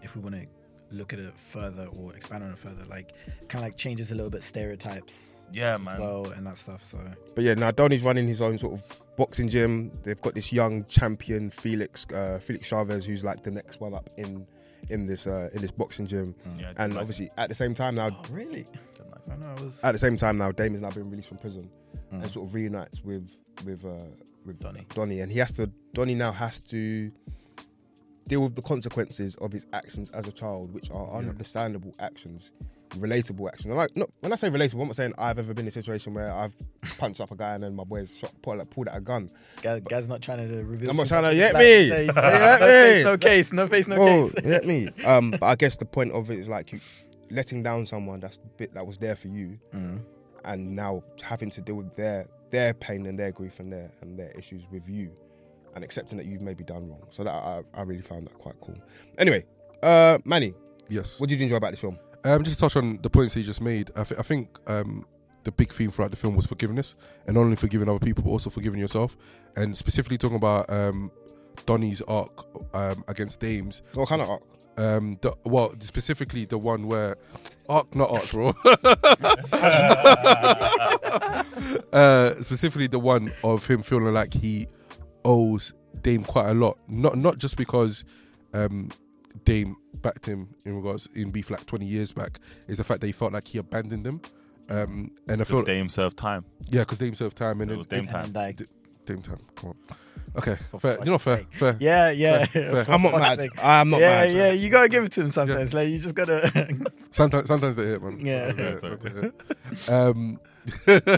Speaker 5: if we want to look at it further or expand on it further, like, kind of like changes a little bit stereotypes
Speaker 4: Yeah,
Speaker 5: as
Speaker 4: man.
Speaker 5: well and that stuff. So
Speaker 2: But yeah, now Donny's running his own sort of boxing gym. They've got this young champion Felix uh, Felix Chavez, who's like the next one up in in this uh, in this boxing gym.
Speaker 4: Yeah, I do
Speaker 2: And
Speaker 4: like
Speaker 2: obviously, at the same time now,
Speaker 5: oh, really?
Speaker 4: that, man.
Speaker 5: I know I was
Speaker 2: at the same time now, Damon's now been released from prison
Speaker 5: Mm.
Speaker 2: and sort of reunites with with uh, with
Speaker 5: Donny.
Speaker 2: Donny, and he has to. Donny now has to deal with the consequences of his actions as a child, which are understandable actions, relatable actions. And like, no, when I say relatable, I'm not saying I've ever been in a situation where I've punched up a guy and then my boys shot, pulled, out- pulled out a gun.
Speaker 5: Guy, guy's not trying to reveal.
Speaker 2: I'm not
Speaker 5: too
Speaker 2: trying
Speaker 5: much.
Speaker 2: to
Speaker 5: He's
Speaker 2: yet
Speaker 5: like,
Speaker 2: me.
Speaker 5: no, he's-
Speaker 2: Yet
Speaker 5: no face,
Speaker 2: me.
Speaker 5: no case. No face, no
Speaker 2: Whoa,
Speaker 5: case.
Speaker 2: you get
Speaker 5: <laughs>
Speaker 2: me. Um, but I guess the point of it is like you letting down someone that's bit that was there for you,
Speaker 5: Mm.
Speaker 2: and now having to deal with their their pain and their grief and their and their issues with you, and accepting that you've maybe done wrong. So that I, I really found that quite cool. Anyway, uh, Manny,
Speaker 3: Yes.
Speaker 2: what did you enjoy about this film?
Speaker 3: Um, just to touch on the points he just made. I, th- I think um, the big theme throughout the film was forgiveness, and not only forgiving other people, but also forgiving yourself. And specifically talking about um, Donnie's arc um, against Dames.
Speaker 2: What kind of arc?
Speaker 3: Um, the, well, specifically the one where arc, not arc, bro. <laughs> uh, specifically the one of him feeling like he owes Dame quite a lot. Not not just because um, Dame backed him in regards in beef like twenty years back. Is the fact that he felt like he abandoned him. Um, and I feel
Speaker 4: Dame served time.
Speaker 3: yeah, because Dame served time
Speaker 4: It
Speaker 3: and then
Speaker 4: was Dame time.
Speaker 5: And like,
Speaker 3: Dame time. Come on. Okay, fair. You know, fair, fair.
Speaker 5: yeah, yeah.
Speaker 3: Fair.
Speaker 5: For
Speaker 2: I'm
Speaker 5: <laughs>
Speaker 2: not
Speaker 5: fuck's
Speaker 2: mad.
Speaker 5: sake.
Speaker 2: I'm not
Speaker 5: yeah,
Speaker 2: mad.
Speaker 5: yeah. You gotta give it to him sometimes. Like, you just gotta.
Speaker 3: Sometimes, sometimes they hit, man.
Speaker 5: Yeah.
Speaker 4: Yeah,
Speaker 3: sometimes they hit. um, <laughs> I try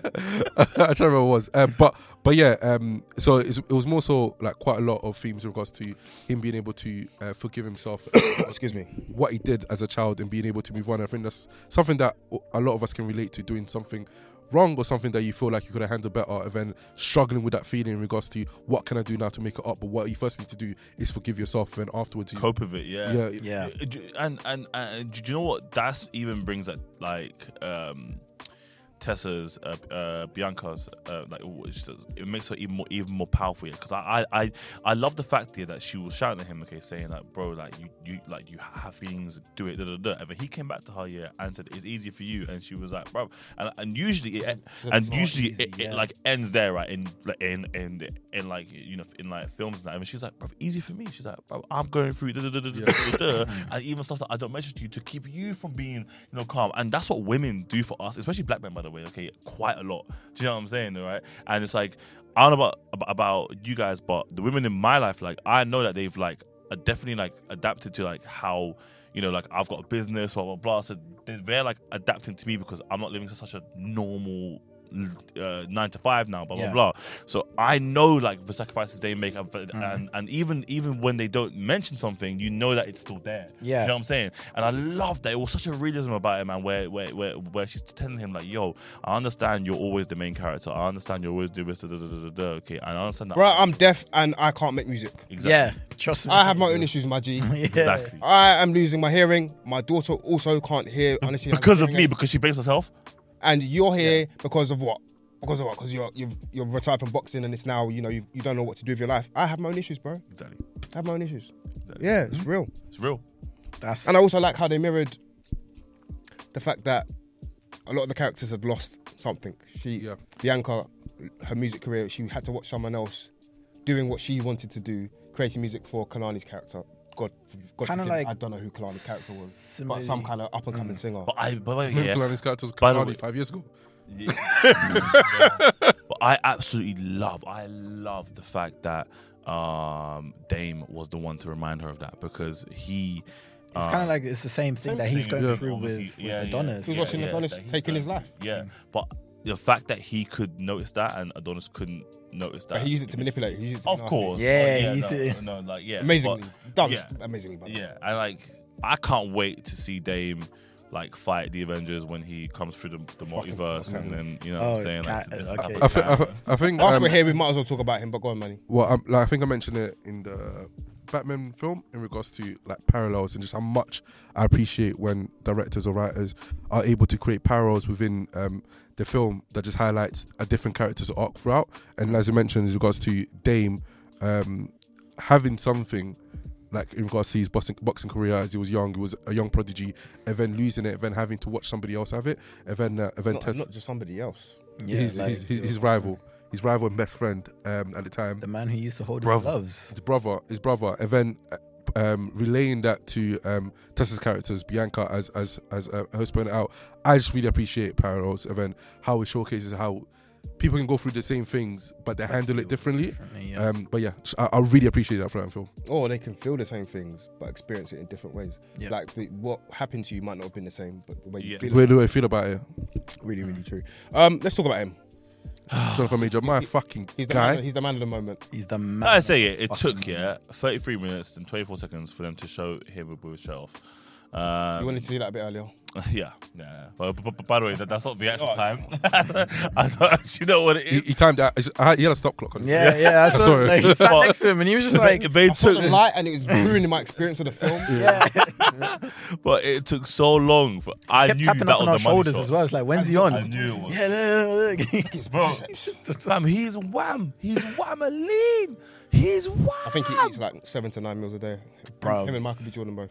Speaker 3: to remember what it was, um, but but yeah. Um, so it's, it was more so like quite a lot of themes in regards to him being able to uh, forgive himself, <coughs>
Speaker 2: Excuse me.
Speaker 3: what he did as a child, and being able to move on. I think that's something that a lot of us can relate to doing something wrong or something that you feel like you could have handled better, and then struggling with that feeling in regards to what can I do now to make it up. But what you first need to do is forgive yourself, and afterwards, you,
Speaker 4: Cope with it.
Speaker 3: yeah,
Speaker 5: yeah.
Speaker 4: Uh, d- and and, and do you know what that's even brings that like um Tessa's uh, uh, Bianca's uh, like w- she does- it makes her even more even more powerful because I, I I I love the fact here that she was shouting at him okay saying like bro like you you like you have feelings do it da, da, da. and then he came back to her yeah and said it's easy for you and she was like bro and and usually it, and
Speaker 5: not
Speaker 4: usually
Speaker 5: easy,
Speaker 4: it, it
Speaker 5: yeah.
Speaker 4: like ends there right in like in in in like you know in like films now and she's like bro easy for me she's like bro I'm going through da, da, da, da, da, da, da, and even stuff that I don't mention to you to keep you from being you know calm and that's what women do for us especially black men by the way okay quite a lot do you know what I'm saying right and it's like I don't know about ab- about you guys but the women in my life like I know that they've like are definitely like adapted to like how you know, like I've got a business, blah blah blah. So they- they're like adapting to me because I'm not living such a normal uh, nine to five now, blah
Speaker 5: Yeah.
Speaker 4: blah blah. So I know like the sacrifices they make, and,
Speaker 5: Mhm.
Speaker 4: and and even even when they don't mention something, you know that it's still there.
Speaker 5: Yeah.
Speaker 4: you know what I'm saying. And I love that it was such a realism about it, man. Where where where, where she's telling him like, "Yo, I understand you're always the main character. I understand you're always the da, da, da, da, da, okay, and I understand that."
Speaker 2: Bro, I'm deaf and I can't make music.
Speaker 4: exactly.
Speaker 5: Yeah. Trust me.
Speaker 2: I have my
Speaker 5: <laughs>
Speaker 2: own issues, my G.
Speaker 5: Yeah.
Speaker 4: Exactly.
Speaker 2: I am losing my hearing. My daughter also can't hear unless she has a
Speaker 4: Because of
Speaker 2: hearing
Speaker 4: me,
Speaker 2: aid.
Speaker 4: because she blames herself.
Speaker 2: and you're here because of what? Because of what? Because you're you've you're retired from boxing and it's now you know you've, you don't know what to do with your life. I have my own issues, bro.
Speaker 4: Exactly.
Speaker 2: I have my own issues. Yeah, it's real.
Speaker 4: It's real.
Speaker 5: That's
Speaker 2: And I also like how they mirrored the fact that a lot of the characters had lost something. She,
Speaker 3: Yeah.
Speaker 2: Bianca, her music career, she had to watch someone else doing what she wanted to do, creating music for Kalani's character. God, God
Speaker 5: Kinda
Speaker 2: forgive,
Speaker 5: like
Speaker 2: I don't know who Kalani's character was, but
Speaker 5: similarly-
Speaker 2: some kind of up and coming singer.
Speaker 4: Mm. But I, but, but
Speaker 3: <laughs> Remember
Speaker 4: yeah,
Speaker 3: Kalani's character was
Speaker 4: By the
Speaker 3: Kalani
Speaker 4: way-
Speaker 3: five years ago.
Speaker 4: But I absolutely love, I love the fact that um, Dame was the one to remind her of that because he.
Speaker 5: It's kind of like it's the same thing that he's going
Speaker 3: yeah.
Speaker 5: through with, with Adonis.
Speaker 2: He was watching Adonis
Speaker 4: that he's
Speaker 2: taking
Speaker 4: going
Speaker 2: his life.
Speaker 4: through. Yeah, but the fact that he could notice that and Adonis couldn't noticed that.
Speaker 2: But he used it to manipulate. He used it to be
Speaker 4: uh, Of
Speaker 2: nasty.
Speaker 4: course.
Speaker 5: Yeah,
Speaker 4: but
Speaker 5: he used
Speaker 4: no,
Speaker 5: it-
Speaker 4: No, like yeah.
Speaker 2: Amazingly.
Speaker 4: but-
Speaker 2: that was
Speaker 4: yeah.
Speaker 2: amazingly. by the way.
Speaker 4: Yeah, I like. I can't wait to see Dame like fight the Avengers when he comes through the, the multiverse, and then you know what
Speaker 5: Oh,
Speaker 4: I'm saying. Like,
Speaker 5: ca-
Speaker 4: it's a different
Speaker 5: okay.
Speaker 4: type
Speaker 3: I,
Speaker 4: of
Speaker 3: thi- I,
Speaker 4: character.
Speaker 3: thi- I think
Speaker 2: Whilst
Speaker 3: um,
Speaker 2: we're here, we might as well talk about him. But go on, Manny.
Speaker 3: well, um, like I think I mentioned it in the Batman film in regards to like parallels and just how much I appreciate when directors or writers are able to create parallels within um, the film that just highlights a different character's arc throughout. And as you mentioned, in regards to Dame, um, having something like in regards to his boxing, boxing career as he was young, he was a young prodigy, and then losing it, and then having to watch somebody else have it, and then uh, and then
Speaker 2: Not,
Speaker 3: test
Speaker 2: not just somebody else.
Speaker 5: Yeah,
Speaker 3: his,
Speaker 5: like,
Speaker 3: his, his, his rival, his rival and best friend um, at the time
Speaker 5: the man who used to hold
Speaker 4: Brother.
Speaker 5: his gloves.
Speaker 3: his brother, his brother, and then uh, um, relaying that to um, Tessa's characters, Bianca, as as as uh, host pointed out, I just really appreciate parallels, and then how it showcases how people can go through the same things, but they handle it differently.
Speaker 5: Yeah.
Speaker 3: Um, but yeah, I, I really appreciate that for that film.
Speaker 2: Or they can feel the same things but experience it in different ways.
Speaker 5: Yeah.
Speaker 2: Like the, what happened to you might not have been the same, but the way you
Speaker 4: Yeah. Mm.
Speaker 2: feel
Speaker 3: Where do I feel about it, <sighs>
Speaker 2: it, really, really true. Um, let's talk about him.
Speaker 3: Jonathan Major? My fucking
Speaker 2: He's the man,
Speaker 3: guy.
Speaker 2: he's the man of the moment.
Speaker 5: He's the man.
Speaker 4: I say it. It
Speaker 5: Fucking
Speaker 4: took yeah, 33 minutes and 24 seconds for them to show him with his shirt off. Um,
Speaker 2: you wanted to see that a bit earlier.
Speaker 4: <laughs> yeah, yeah. But, but, but by the way, that, that's not the actual
Speaker 2: Oh.
Speaker 4: time. <laughs> I don't actually know what it
Speaker 3: He,
Speaker 4: is.
Speaker 3: he timed out. It's- I- He had a stop clock on. it.
Speaker 5: Yeah, yeah. I saw
Speaker 3: Sorry.
Speaker 5: like, he <laughs> sat
Speaker 4: But-
Speaker 5: next to him and he was just
Speaker 4: <laughs> they,
Speaker 5: like,
Speaker 4: they
Speaker 2: I saw
Speaker 4: took,
Speaker 2: the light and it was ruining my experience of the
Speaker 3: <laughs>
Speaker 2: film.
Speaker 5: yeah.
Speaker 4: but it took so long. For, I
Speaker 5: kept
Speaker 4: knew
Speaker 5: tapping
Speaker 4: that was
Speaker 5: us on
Speaker 4: the
Speaker 5: our shoulders
Speaker 4: money
Speaker 5: as
Speaker 4: shot.
Speaker 5: well. It's like, when's he on?
Speaker 4: I knew it was.
Speaker 5: Yeah, look, look, look.
Speaker 4: Bro,
Speaker 5: <laughs>
Speaker 4: fam, he's wham. He's wham a lean. He's wham.
Speaker 2: I think he eats like seven to nine meals a day.
Speaker 5: Bro.
Speaker 2: Him and Michael B. Jordan both.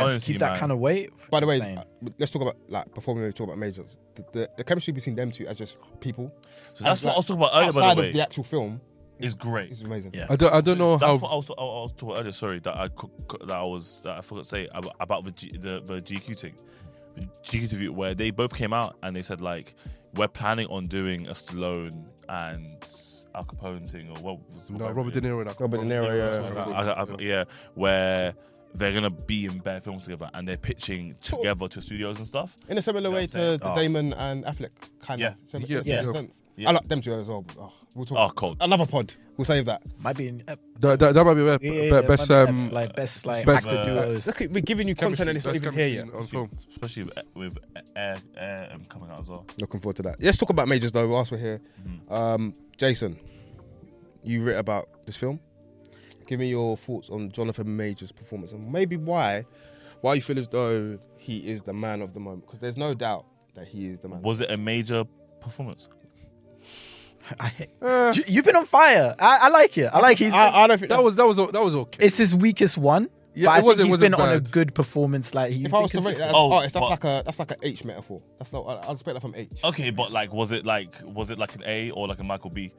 Speaker 4: honestly,
Speaker 5: Keep that
Speaker 4: man.
Speaker 5: kind of weight.
Speaker 2: By the way,
Speaker 5: Insane.
Speaker 2: uh, let's talk about like before we really talk about majors. The, the, the chemistry between them two as just people.
Speaker 4: So that's
Speaker 2: as,
Speaker 4: what
Speaker 2: like,
Speaker 4: I was talking about earlier,
Speaker 2: Outside
Speaker 4: by the
Speaker 2: of
Speaker 4: way.
Speaker 2: the actual film,
Speaker 4: is great.
Speaker 2: is amazing.
Speaker 5: Yeah.
Speaker 3: I don't. I don't know
Speaker 4: That's
Speaker 3: how.
Speaker 4: what I was, I was talking about earlier. Sorry, that I cou- cou- that I was that I forgot to say ab- about the G, the, the GQ thing, the GQ interview where they both came out and they said like we're planning on doing a Stallone and Al Capone thing or what was
Speaker 3: no,
Speaker 4: whatever
Speaker 3: Robert
Speaker 4: it
Speaker 3: De
Speaker 4: is.
Speaker 3: Niro. and-
Speaker 2: Robert Oh, De Niro, yeah.
Speaker 4: I- I- I- yeah, where they're gonna be in bare films together and they're pitching together to studios and stuff.
Speaker 2: In a similar
Speaker 4: Yeah,
Speaker 2: way
Speaker 4: I'm
Speaker 2: to
Speaker 4: saying-
Speaker 2: the
Speaker 5: Oh.
Speaker 2: Damon and Affleck kind
Speaker 4: Yeah.
Speaker 2: of. Same,
Speaker 3: Yeah,
Speaker 2: same
Speaker 5: yeah.
Speaker 2: sense.
Speaker 4: Yeah.
Speaker 2: I like them two as well. but, oh, we'll talk.
Speaker 4: Oh, cold.
Speaker 2: Another pod. We'll save that.
Speaker 5: might be in ep-
Speaker 3: That, that, that might be where
Speaker 5: yeah,
Speaker 3: be-
Speaker 5: yeah,
Speaker 3: best.
Speaker 5: might be
Speaker 3: Um,
Speaker 5: ep- like best like
Speaker 3: best,
Speaker 5: actor
Speaker 2: <laughs>
Speaker 4: uh,
Speaker 5: duos. <laughs>
Speaker 2: Look, we're giving you content and it's not
Speaker 3: best
Speaker 2: even here yet.
Speaker 3: chemistry on film.
Speaker 4: Especially with, with air, air um, coming out as well.
Speaker 2: Looking forward to that. Let's talk about majors though. Whilst we're here, um, Jason, you wrote about this film. Give me your thoughts on Jonathan Majors' performance and maybe why, why you feel as though he is the man of the moment. Because there's no doubt that he is the man.
Speaker 4: Was it a major performance?
Speaker 5: I hate- You- You've been on fire. I, I like it. I like he's.
Speaker 2: I, I don't think
Speaker 3: That was that was that was okay.
Speaker 5: it's his weakest one.
Speaker 3: Yeah,
Speaker 5: but I
Speaker 3: it
Speaker 5: think
Speaker 3: wasn't-
Speaker 5: he's
Speaker 3: wasn't
Speaker 5: been on a
Speaker 3: bad.
Speaker 5: good performance. Like he.
Speaker 2: If I was to
Speaker 5: <laughs>
Speaker 2: rate that as an
Speaker 4: Oh,
Speaker 2: artist, that's
Speaker 4: but-
Speaker 2: like a that's like an H metaphor. That's not. I- I'll split that from H.
Speaker 4: Okay, but like, was it like, was it like an A or like a Michael B?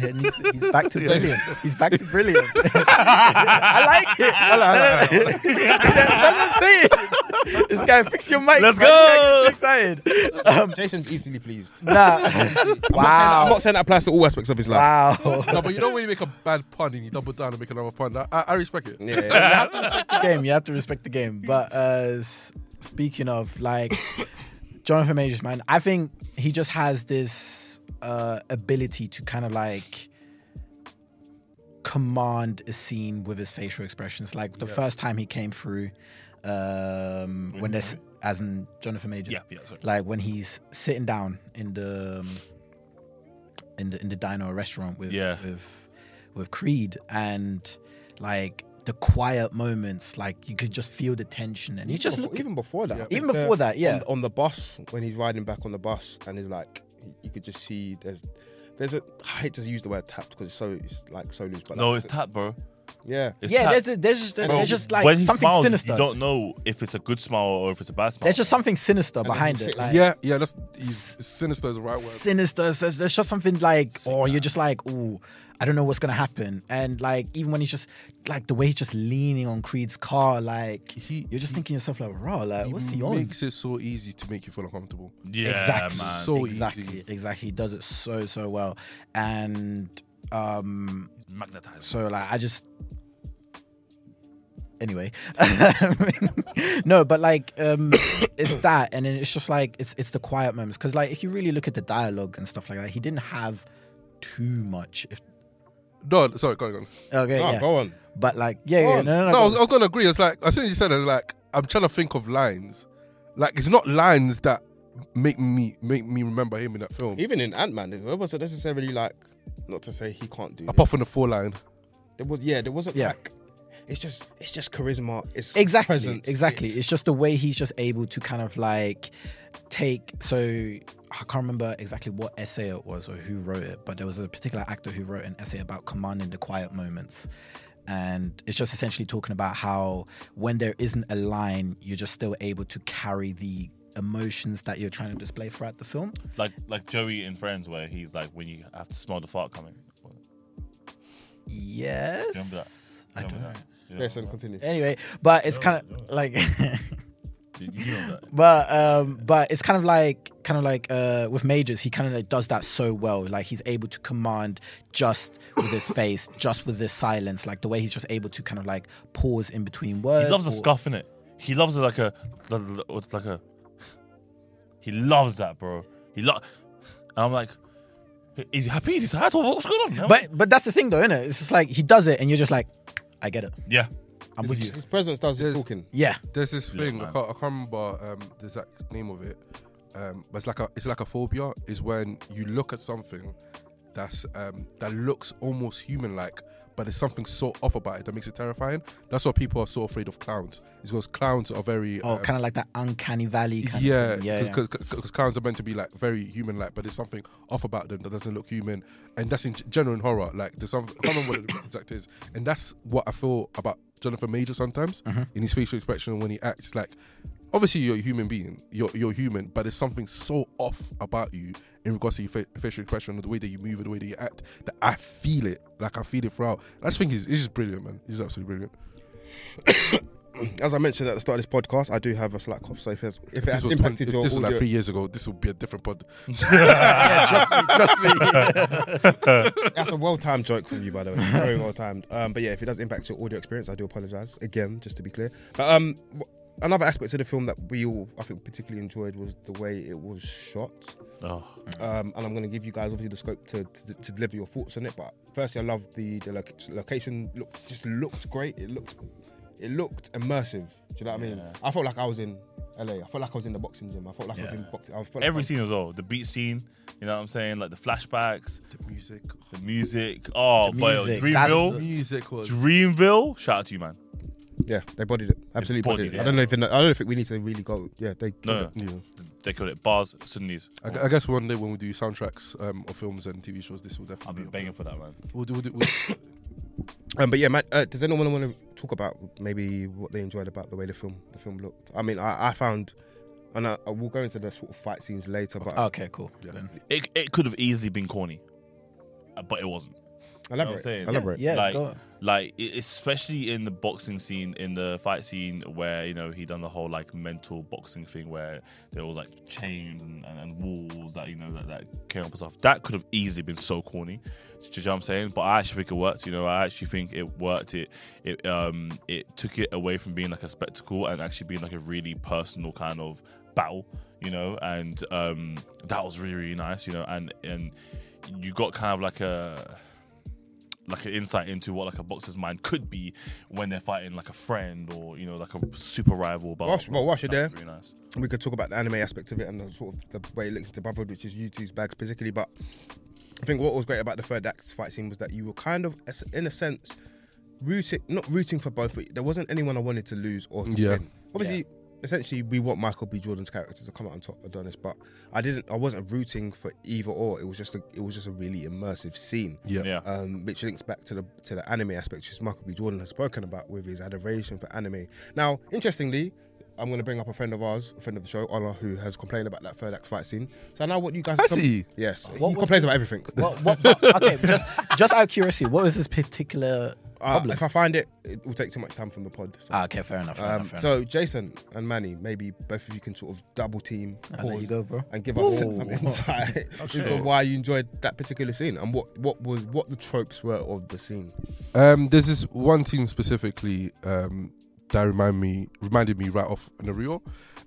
Speaker 5: he's, he's back to brilliant. He's back to brilliant. <laughs> I like it. I like, <laughs> it. That's what I'm saying. This guy, fix your mic.
Speaker 4: Let's
Speaker 5: man.
Speaker 4: go.
Speaker 5: I'm excited. <laughs> Um,
Speaker 2: Jason's easily pleased. I'm
Speaker 5: nah.
Speaker 2: not
Speaker 5: Wow.
Speaker 2: saying that applies to all aspects of his life.
Speaker 5: Wow.
Speaker 3: no, but you don't really make a bad pun and you double down and make another pun. I, I I respect it.
Speaker 2: Yeah.
Speaker 5: the game. You have to respect the game. But uh, s- speaking of like Jonathan Majors, man, I think he just has this uh, ability to kind of like command a scene with his facial expressions. Like the first time he came through, um, when there's as in Jonathan Majors,
Speaker 4: Yeah, yeah, sorry.
Speaker 5: like when he's sitting down in the um, in the in the diner or restaurant with
Speaker 4: Yeah.
Speaker 5: with with Creed and like the quiet moments, like you could just feel the tension and Oh, he's just
Speaker 2: Before-
Speaker 5: looking,
Speaker 2: even before that. I think
Speaker 5: even
Speaker 2: the-
Speaker 5: before that, yeah.
Speaker 2: on, on the bus when he's riding back on the bus and he's like he- you could just see there's there's a I hate to use the word tapped because it's so it's like so loose but
Speaker 4: No,
Speaker 2: like,
Speaker 4: it's tap, bro.
Speaker 2: yeah
Speaker 4: It's
Speaker 5: yeah,
Speaker 4: tap.
Speaker 5: there's, a- there's just
Speaker 4: Bro,
Speaker 5: there's just like
Speaker 4: when he
Speaker 5: something
Speaker 4: smiles,
Speaker 5: sinister.
Speaker 4: You don't know if it's a good smile or if it's a bad smile.
Speaker 5: There's just something sinister
Speaker 2: then
Speaker 5: behind
Speaker 2: you
Speaker 5: it.
Speaker 2: sit-
Speaker 5: Like,
Speaker 3: Yeah, yeah, that's he's, sinister is the right word.
Speaker 5: sinister. So there's- there's just something like, oh, you're just like, oh, I don't know what's gonna happen. And like, even when he's just like the way he's just leaning on Creed's car, like
Speaker 3: He-
Speaker 5: you're just thinking to yourself like, raw, like what's he
Speaker 3: He
Speaker 5: on?
Speaker 3: makes it so easy to make you feel uncomfortable.
Speaker 4: yeah,
Speaker 5: exactly,
Speaker 4: man.
Speaker 3: So
Speaker 5: exactly,
Speaker 3: easy.
Speaker 5: exactly. He does it so so well, and um,
Speaker 4: It's magnetized.
Speaker 5: so like I just anyway <laughs> no but like um <coughs> it's that and then it's just like it's it's the quiet moments because like if you really look at the dialogue and stuff like that he didn't have too much if
Speaker 3: No, sorry, go on. Go on.
Speaker 5: okay
Speaker 2: Ah,
Speaker 5: yeah
Speaker 2: go on.
Speaker 5: but like yeah,
Speaker 3: Go
Speaker 5: yeah
Speaker 3: on.
Speaker 5: no no no,
Speaker 3: no, I was,
Speaker 5: go-
Speaker 3: I was gonna agree. It's like as soon as you said it, like I'm trying to think of lines. Like it's not lines that make me make me remember him in that film.
Speaker 2: Even in Ant Man, it wasn't necessarily like not to say he can't do.
Speaker 3: Apart from the four line,
Speaker 2: it. There was yeah, there wasn't
Speaker 5: Yeah.
Speaker 2: like. It's just it's just charisma. It's
Speaker 5: exactly
Speaker 2: presence,
Speaker 5: exactly it's,
Speaker 2: It's,
Speaker 5: just the way he's just able to kind of like take so i can't remember exactly what essay it was or who wrote it but there was a particular actor who wrote an essay about commanding the quiet moments and it's just essentially talking about how when there isn't a line you're just still able to carry the emotions that you're trying to display throughout the film
Speaker 4: Like like Joey in Friends, where he's like, when you have to smell the fart coming.
Speaker 5: yes
Speaker 4: Remember that?
Speaker 5: i don't know
Speaker 2: yes, and continue.
Speaker 5: anyway but it's kind
Speaker 4: Remember
Speaker 5: of like <laughs>
Speaker 4: You you know that.
Speaker 5: but um but it's kind of like kind of like uh with majors he kind of like does that so well like he's able to command just with his face just with his silence like the way he's just able to kind of like pause in between words
Speaker 4: He loves a
Speaker 5: or-
Speaker 4: scuff in it. He loves like a with like a. He loves that, bro. He lo- I'm like, is he happy? Is he sad? What- What's going on? man?
Speaker 5: but but that's the thing though isn't it it's just like he does it and you're just like i get it
Speaker 4: yeah,
Speaker 5: i'm with you
Speaker 2: His presence does the
Speaker 3: Yes.
Speaker 2: talking.
Speaker 5: yeah
Speaker 3: there's this
Speaker 4: Yeah,
Speaker 3: thing I
Speaker 4: man.
Speaker 3: can't, I can't remember um, the exact name of it, um, but it's like a it's like a phobia. Is when you look at something that's um, that looks almost human like. But there's something so off about it that makes it terrifying. That's why people are so afraid of clowns. Is because clowns are very
Speaker 5: oh
Speaker 3: um,
Speaker 5: kind of like that uncanny valley kind
Speaker 3: yeah,
Speaker 5: of thing. yeah yeah
Speaker 3: because clowns are meant to be like very human like, but there's something off about them that doesn't look human, and that's in g- general in horror. Like there's something I can't remember what the <coughs> exact is, and that's what I feel about Jonathan Major sometimes
Speaker 5: Mm-hmm.
Speaker 3: in his facial expression when he acts. Like obviously you're a human being, you're you're human, but there's something so off about you in regards to your fa- facial expression, the way that you move, the way that you act, that I feel it. Like I feel it throughout. I just think he's, he's just brilliant, man. He's absolutely brilliant.
Speaker 2: As I mentioned at the start of this podcast, I do have a slight cough. So if, it's, if it
Speaker 3: This
Speaker 2: has
Speaker 3: was,
Speaker 2: impacted
Speaker 3: if
Speaker 2: your
Speaker 3: this was
Speaker 2: audio,
Speaker 3: like three years ago. This would be a different pod.
Speaker 2: <laughs>
Speaker 5: yeah trust me trust me
Speaker 2: That's a well timed joke from you, by the way. Very well timed. Um, but yeah, if it does impact your audio experience, I do apologize again, just to be clear. But um, w- another aspect of the film that we all, I think, particularly enjoyed was the way it was shot.
Speaker 4: oh,
Speaker 2: Um, and I'm going to give you guys obviously the scope to, to to deliver your thoughts on it. But firstly, I love the the loc- location looked just looked great. It looked it looked immersive. Do you know what I mean?
Speaker 4: Yeah.
Speaker 2: I felt like I was in LA. I felt like I was in the boxing gym. I felt like I was in boxing. I felt like I
Speaker 4: every
Speaker 2: was-
Speaker 4: scene as well. The beat scene, you know what I'm saying? Like the flashbacks,
Speaker 3: The music.
Speaker 4: the music. Oh,
Speaker 5: The
Speaker 4: boy,
Speaker 5: music, that's
Speaker 4: Dreamville,
Speaker 3: music was
Speaker 4: Dreamville. Shout out to you, man.
Speaker 2: yeah, they bodied it. Absolutely bodied,
Speaker 4: bodied
Speaker 2: it.
Speaker 4: it.
Speaker 2: I don't know if I don't think we need to really go. Yeah, they
Speaker 4: No,
Speaker 2: killed it.
Speaker 4: no. They call it bars, Sunnis.
Speaker 3: I, gu- I guess one day when we do soundtracks um, of films and TV shows, this will
Speaker 4: I've
Speaker 3: definitely
Speaker 4: been banging for that, man.
Speaker 3: We'll do, we'll do, <coughs> we'll
Speaker 2: Um, but yeah, Matt, uh, does anyone want to talk about maybe what they enjoyed about the way the film the film looked? I mean, I, I found, and I, I will go into the sort of fight scenes later, but
Speaker 5: okay cool Then.
Speaker 4: It, it could have easily been corny, uh, but it wasn't.
Speaker 2: elaborate,
Speaker 4: saying.
Speaker 2: elaborate.
Speaker 5: yeah
Speaker 4: like,
Speaker 5: go on.
Speaker 4: like e- especially in the boxing scene, in the fight scene where you know he done the whole like mental boxing thing where there was like chains and, and, and walls that you know that, that came up and stuff. That could have easily been so corny. Do you know what I'm saying? But I actually think it worked. You know, I actually think it worked. It it um it took it away from being like a spectacle and actually being like a really personal kind of battle. You know, and um that was really really nice. You know, and and you got kind of like a like an insight into what like a boxer's mind could be when they're fighting like a friend or you know like a super rival. But
Speaker 2: Whilst- well, whilst you're there.
Speaker 4: really nice.
Speaker 2: We could talk about the anime aspect of it and the sort of the way it links to brotherhood, which is you two's bags particularly. But I think what was great about the third act fight scene was that you were kind of, as- in a sense, rooting not rooting for both, but there wasn't anyone I wanted to lose or to
Speaker 3: Yeah.
Speaker 2: win. Obviously, essentially, we want Michael B. Jordan's character to come out on top, Adonis, but I didn't. I wasn't rooting for either or. It was just a, it was just a really immersive scene
Speaker 3: yeah.
Speaker 4: Yeah.
Speaker 2: um, which links back to the to the anime aspect, which Michael B. Jordan has spoken about with his adoration for anime. Now, interestingly, I'm going to bring up a friend of ours, a friend of the show, Ola, who has complained about that third act fight scene. So now, what you guys?
Speaker 3: Has he?
Speaker 2: Yes,
Speaker 5: What
Speaker 2: he
Speaker 5: was
Speaker 2: complains about everything. Uh,
Speaker 5: What, what, but- okay, just just out of curiosity, what was this particular
Speaker 2: Uh,
Speaker 5: problem?
Speaker 2: if I find it, it will take too much time from the pod. So.
Speaker 5: ah, okay, fair enough. Fair
Speaker 2: Um,
Speaker 5: enough, fair enough.
Speaker 2: so Jason and Manny, maybe both of you can sort of double team
Speaker 5: I'll let
Speaker 2: pause
Speaker 5: Ah, you go, bro.
Speaker 2: and give us
Speaker 5: Ooh.
Speaker 2: some
Speaker 5: <laughs>
Speaker 2: insight
Speaker 5: Oh,
Speaker 2: into
Speaker 4: sure.
Speaker 2: why you enjoyed that particular scene and what, what was what the tropes were of the scene.
Speaker 3: Um, there's this one scene specifically um, that remind me reminded me right off Naruto.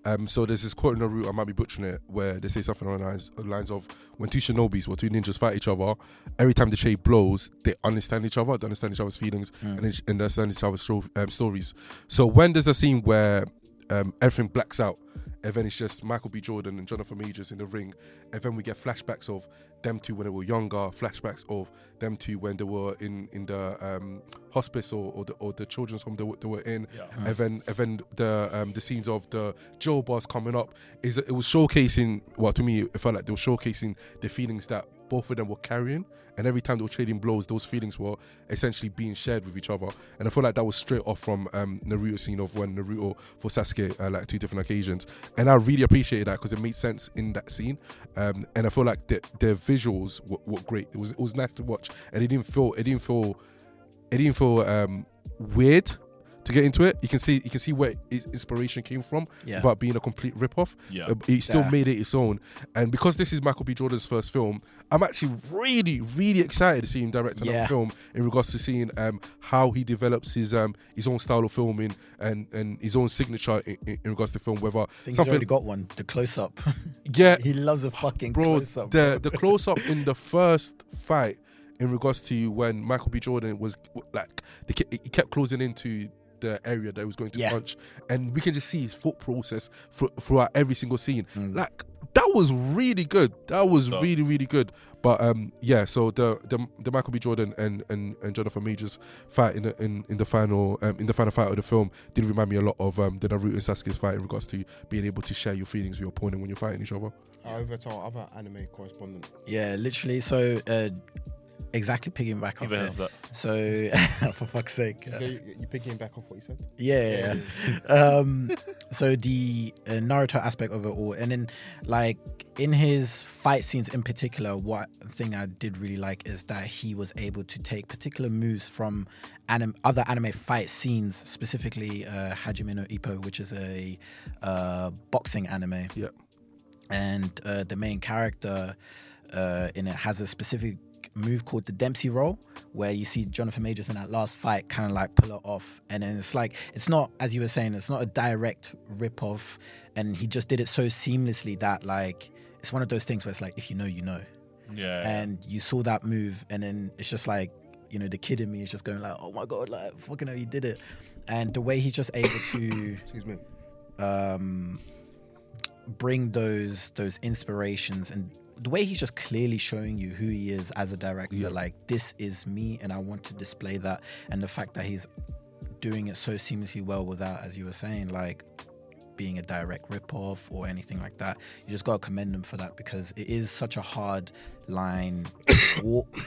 Speaker 3: Um, so there's this quote in Naruto, I might be butchering it, where they say something along the lines, the lines of when two shinobis or two ninjas fight each other, every time the shade blows, they understand each other, they understand each other's feelings, and, they, and they understand each other's stro- um, stories. So when there's a scene where um, everything blacks out, and then it's just Michael B. Jordan and Jonathan Majors in the ring, and then we get flashbacks of them two when they were younger, flashbacks of them two when they were in in the um, hospice or, or the or the children's home they were, they were in, and then and then the um, the scenes of the jail bars coming up is it was showcasing. Well, to me, it felt like they were showcasing the feelings that both of them were carrying, and every time they were trading blows, those feelings were essentially being shared with each other. And I feel like that was straight off from um, Naruto scene of when Naruto for Sasuke uh, like two different occasions, and I really appreciated that because it made sense in that scene. Um, and I feel like the, their visuals were, were great. It was it was nice to watch, and it didn't feel it didn't feel it didn't feel um, weird to get into it. You can see you can see where i- inspiration came from
Speaker 5: Yeah.
Speaker 3: without being a complete ripoff.
Speaker 4: Yeah.
Speaker 3: Uh, It still
Speaker 5: Yeah.
Speaker 3: made it its own. And because this is Michael B. Jordan's first film, I'm actually really, really excited to see him direct another
Speaker 5: Yeah.
Speaker 3: film in regards to seeing um, how he develops his um, his own style of filming and, and his own signature in, in in regards to film. Whether
Speaker 5: I think he's
Speaker 3: something,
Speaker 5: already got one. The close <laughs> up.
Speaker 3: yeah,
Speaker 5: he loves a fucking
Speaker 3: Uh, bro,
Speaker 5: close up.
Speaker 3: the the close up in the first fight in regards to when Michael B. Jordan was like they kept, he kept closing into the area that he was going to
Speaker 5: Yeah.
Speaker 3: punch, and we can just see his thought process thro- throughout every single scene.
Speaker 5: Mm.
Speaker 3: Like that was really good. That was
Speaker 4: Dope.
Speaker 3: really really good. But um yeah, so the the, the Michael B. Jordan and, and and Jonathan Majors fight in the in, in the final um, in the final fight of the film did remind me a lot of um the Naruto and Sasuke's fight in regards to being able to share your feelings with your opponent when you're fighting each other.
Speaker 2: Over to our other anime correspondent.
Speaker 5: Yeah, literally. So uh, exactly piggyback off
Speaker 4: Even
Speaker 5: it.
Speaker 4: if that-
Speaker 5: So <laughs> for fuck's sake.
Speaker 2: So you, you picking back off what you said?
Speaker 5: yeah. yeah. um, so the uh, Naruto aspect of it all, and then like in his fight scenes in particular, what thing I did really like is that he was able to take particular moves from anim- other anime fight scenes, specifically uh, Hajime no Ippo, which is a uh, boxing anime
Speaker 3: Yeah.
Speaker 5: and uh, the main character uh, in it has a specific move called the Dempsey roll, where you see Jonathan Majors in that last fight kind of like pull it off, and then it's like it's not as you were saying, it's not a direct rip off, and he just did it so seamlessly that like it's one of those things where it's like if you know, you know
Speaker 4: yeah,
Speaker 5: and you saw that move and then it's just like you know the kid in me is just going like oh my god like fucking hell he did it and the way he's just able to
Speaker 2: Excuse me.
Speaker 5: um bring those those inspirations and the way he's just clearly showing you who he is as a director like this is me and i want to display that and the fact that he's doing it so seamlessly well without as you were saying like being a direct rip-off or anything like that you just gotta commend them for that because it is such a hard line to <coughs> walk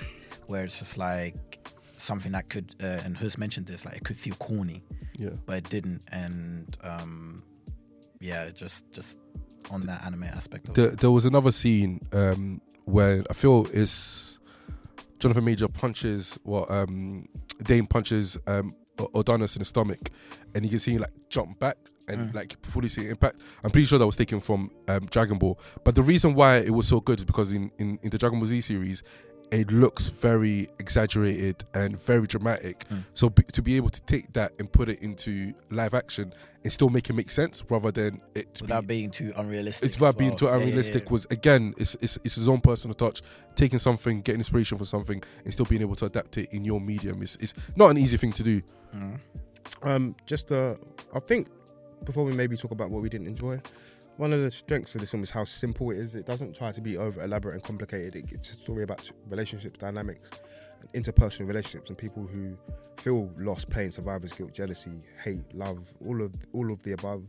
Speaker 5: where it's just like something that could uh, and Hus mentioned this like it could feel corny
Speaker 3: Yeah.
Speaker 5: but it didn't and um yeah just just on that anime aspect of
Speaker 3: there,
Speaker 5: it.
Speaker 3: there was another scene um, where I feel it's Jonathan Major punches well um, Dane punches um, O- Adonis in the stomach, and you can see him, like jump back
Speaker 5: Mm.
Speaker 3: and like before you see impact. I'm pretty sure that was taken from um, Dragon Ball, but the reason why it was so good is because in in, in the Dragon Ball Z series. It looks very exaggerated and very dramatic.
Speaker 5: Mm.
Speaker 3: So b- to be able to take that and put it into live action and still make it make sense, rather than it to be
Speaker 5: without being too unrealistic
Speaker 3: it's about
Speaker 5: as
Speaker 3: being
Speaker 5: well.
Speaker 3: too
Speaker 5: Yeah, yeah,
Speaker 3: unrealistic
Speaker 5: yeah.
Speaker 3: was again it's, it's it's his own personal touch taking something getting inspiration from something and still being able to adapt it in your medium it's, it's not an easy thing to do
Speaker 5: Mm-hmm.
Speaker 2: Um, just uh, I think before we maybe talk about what we didn't enjoy, one of the strengths of this film is how simple it is. It doesn't try to be over elaborate and complicated. It, it's a story about relationships, dynamics, and interpersonal relationships, and people who feel lost, pain, survivor's guilt, jealousy, hate, love, all of all of the above,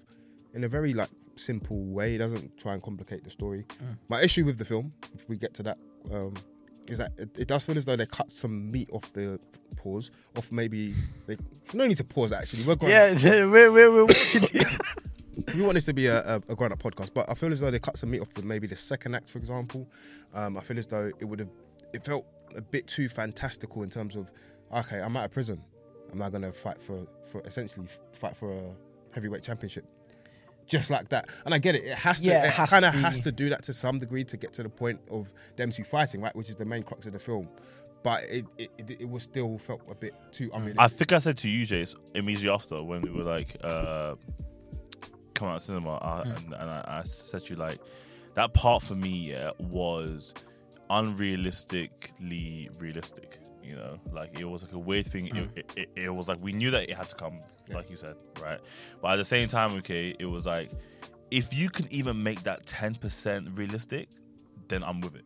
Speaker 2: in a very like simple way. It doesn't try and complicate the story. My issue with the film, if we get to that. Um, is that it, it does feel as though they cut some meat off the pause, off maybe they no need to pause actually. We're going
Speaker 5: yeah
Speaker 4: uh,
Speaker 5: yeah, we're, we're, we're walking.
Speaker 2: we want this to be a, a, a grown up podcast, but I feel as though they cut some meat off the, maybe the second act, for example. Um, I feel as though it would have, it felt a bit too fantastical in terms of, okay, I'm out of prison. I'm now going to fight for, for essentially fight for a heavyweight championship. Just like that. And I get it. It has to,
Speaker 5: Yeah, it
Speaker 2: it,
Speaker 5: has to
Speaker 2: kind of
Speaker 5: be.
Speaker 2: has to do that to some degree to get to the point of them two fighting, right? Which is the main crux of the film. but it, it, it, it was still felt a bit too unrealistic.
Speaker 4: I think I said to you, Jace, immediately after when we were like, uh, come out of cinema, I, and, and I, I said to you, like, that part for me yeah, was unrealistically realistic. You know, like it was like a weird thing.
Speaker 5: Mm.
Speaker 4: It, it, it, it was like we knew that it had to come, like you said, right? But at the same time, okay, it was like if you can even make that ten percent realistic, then I'm with it.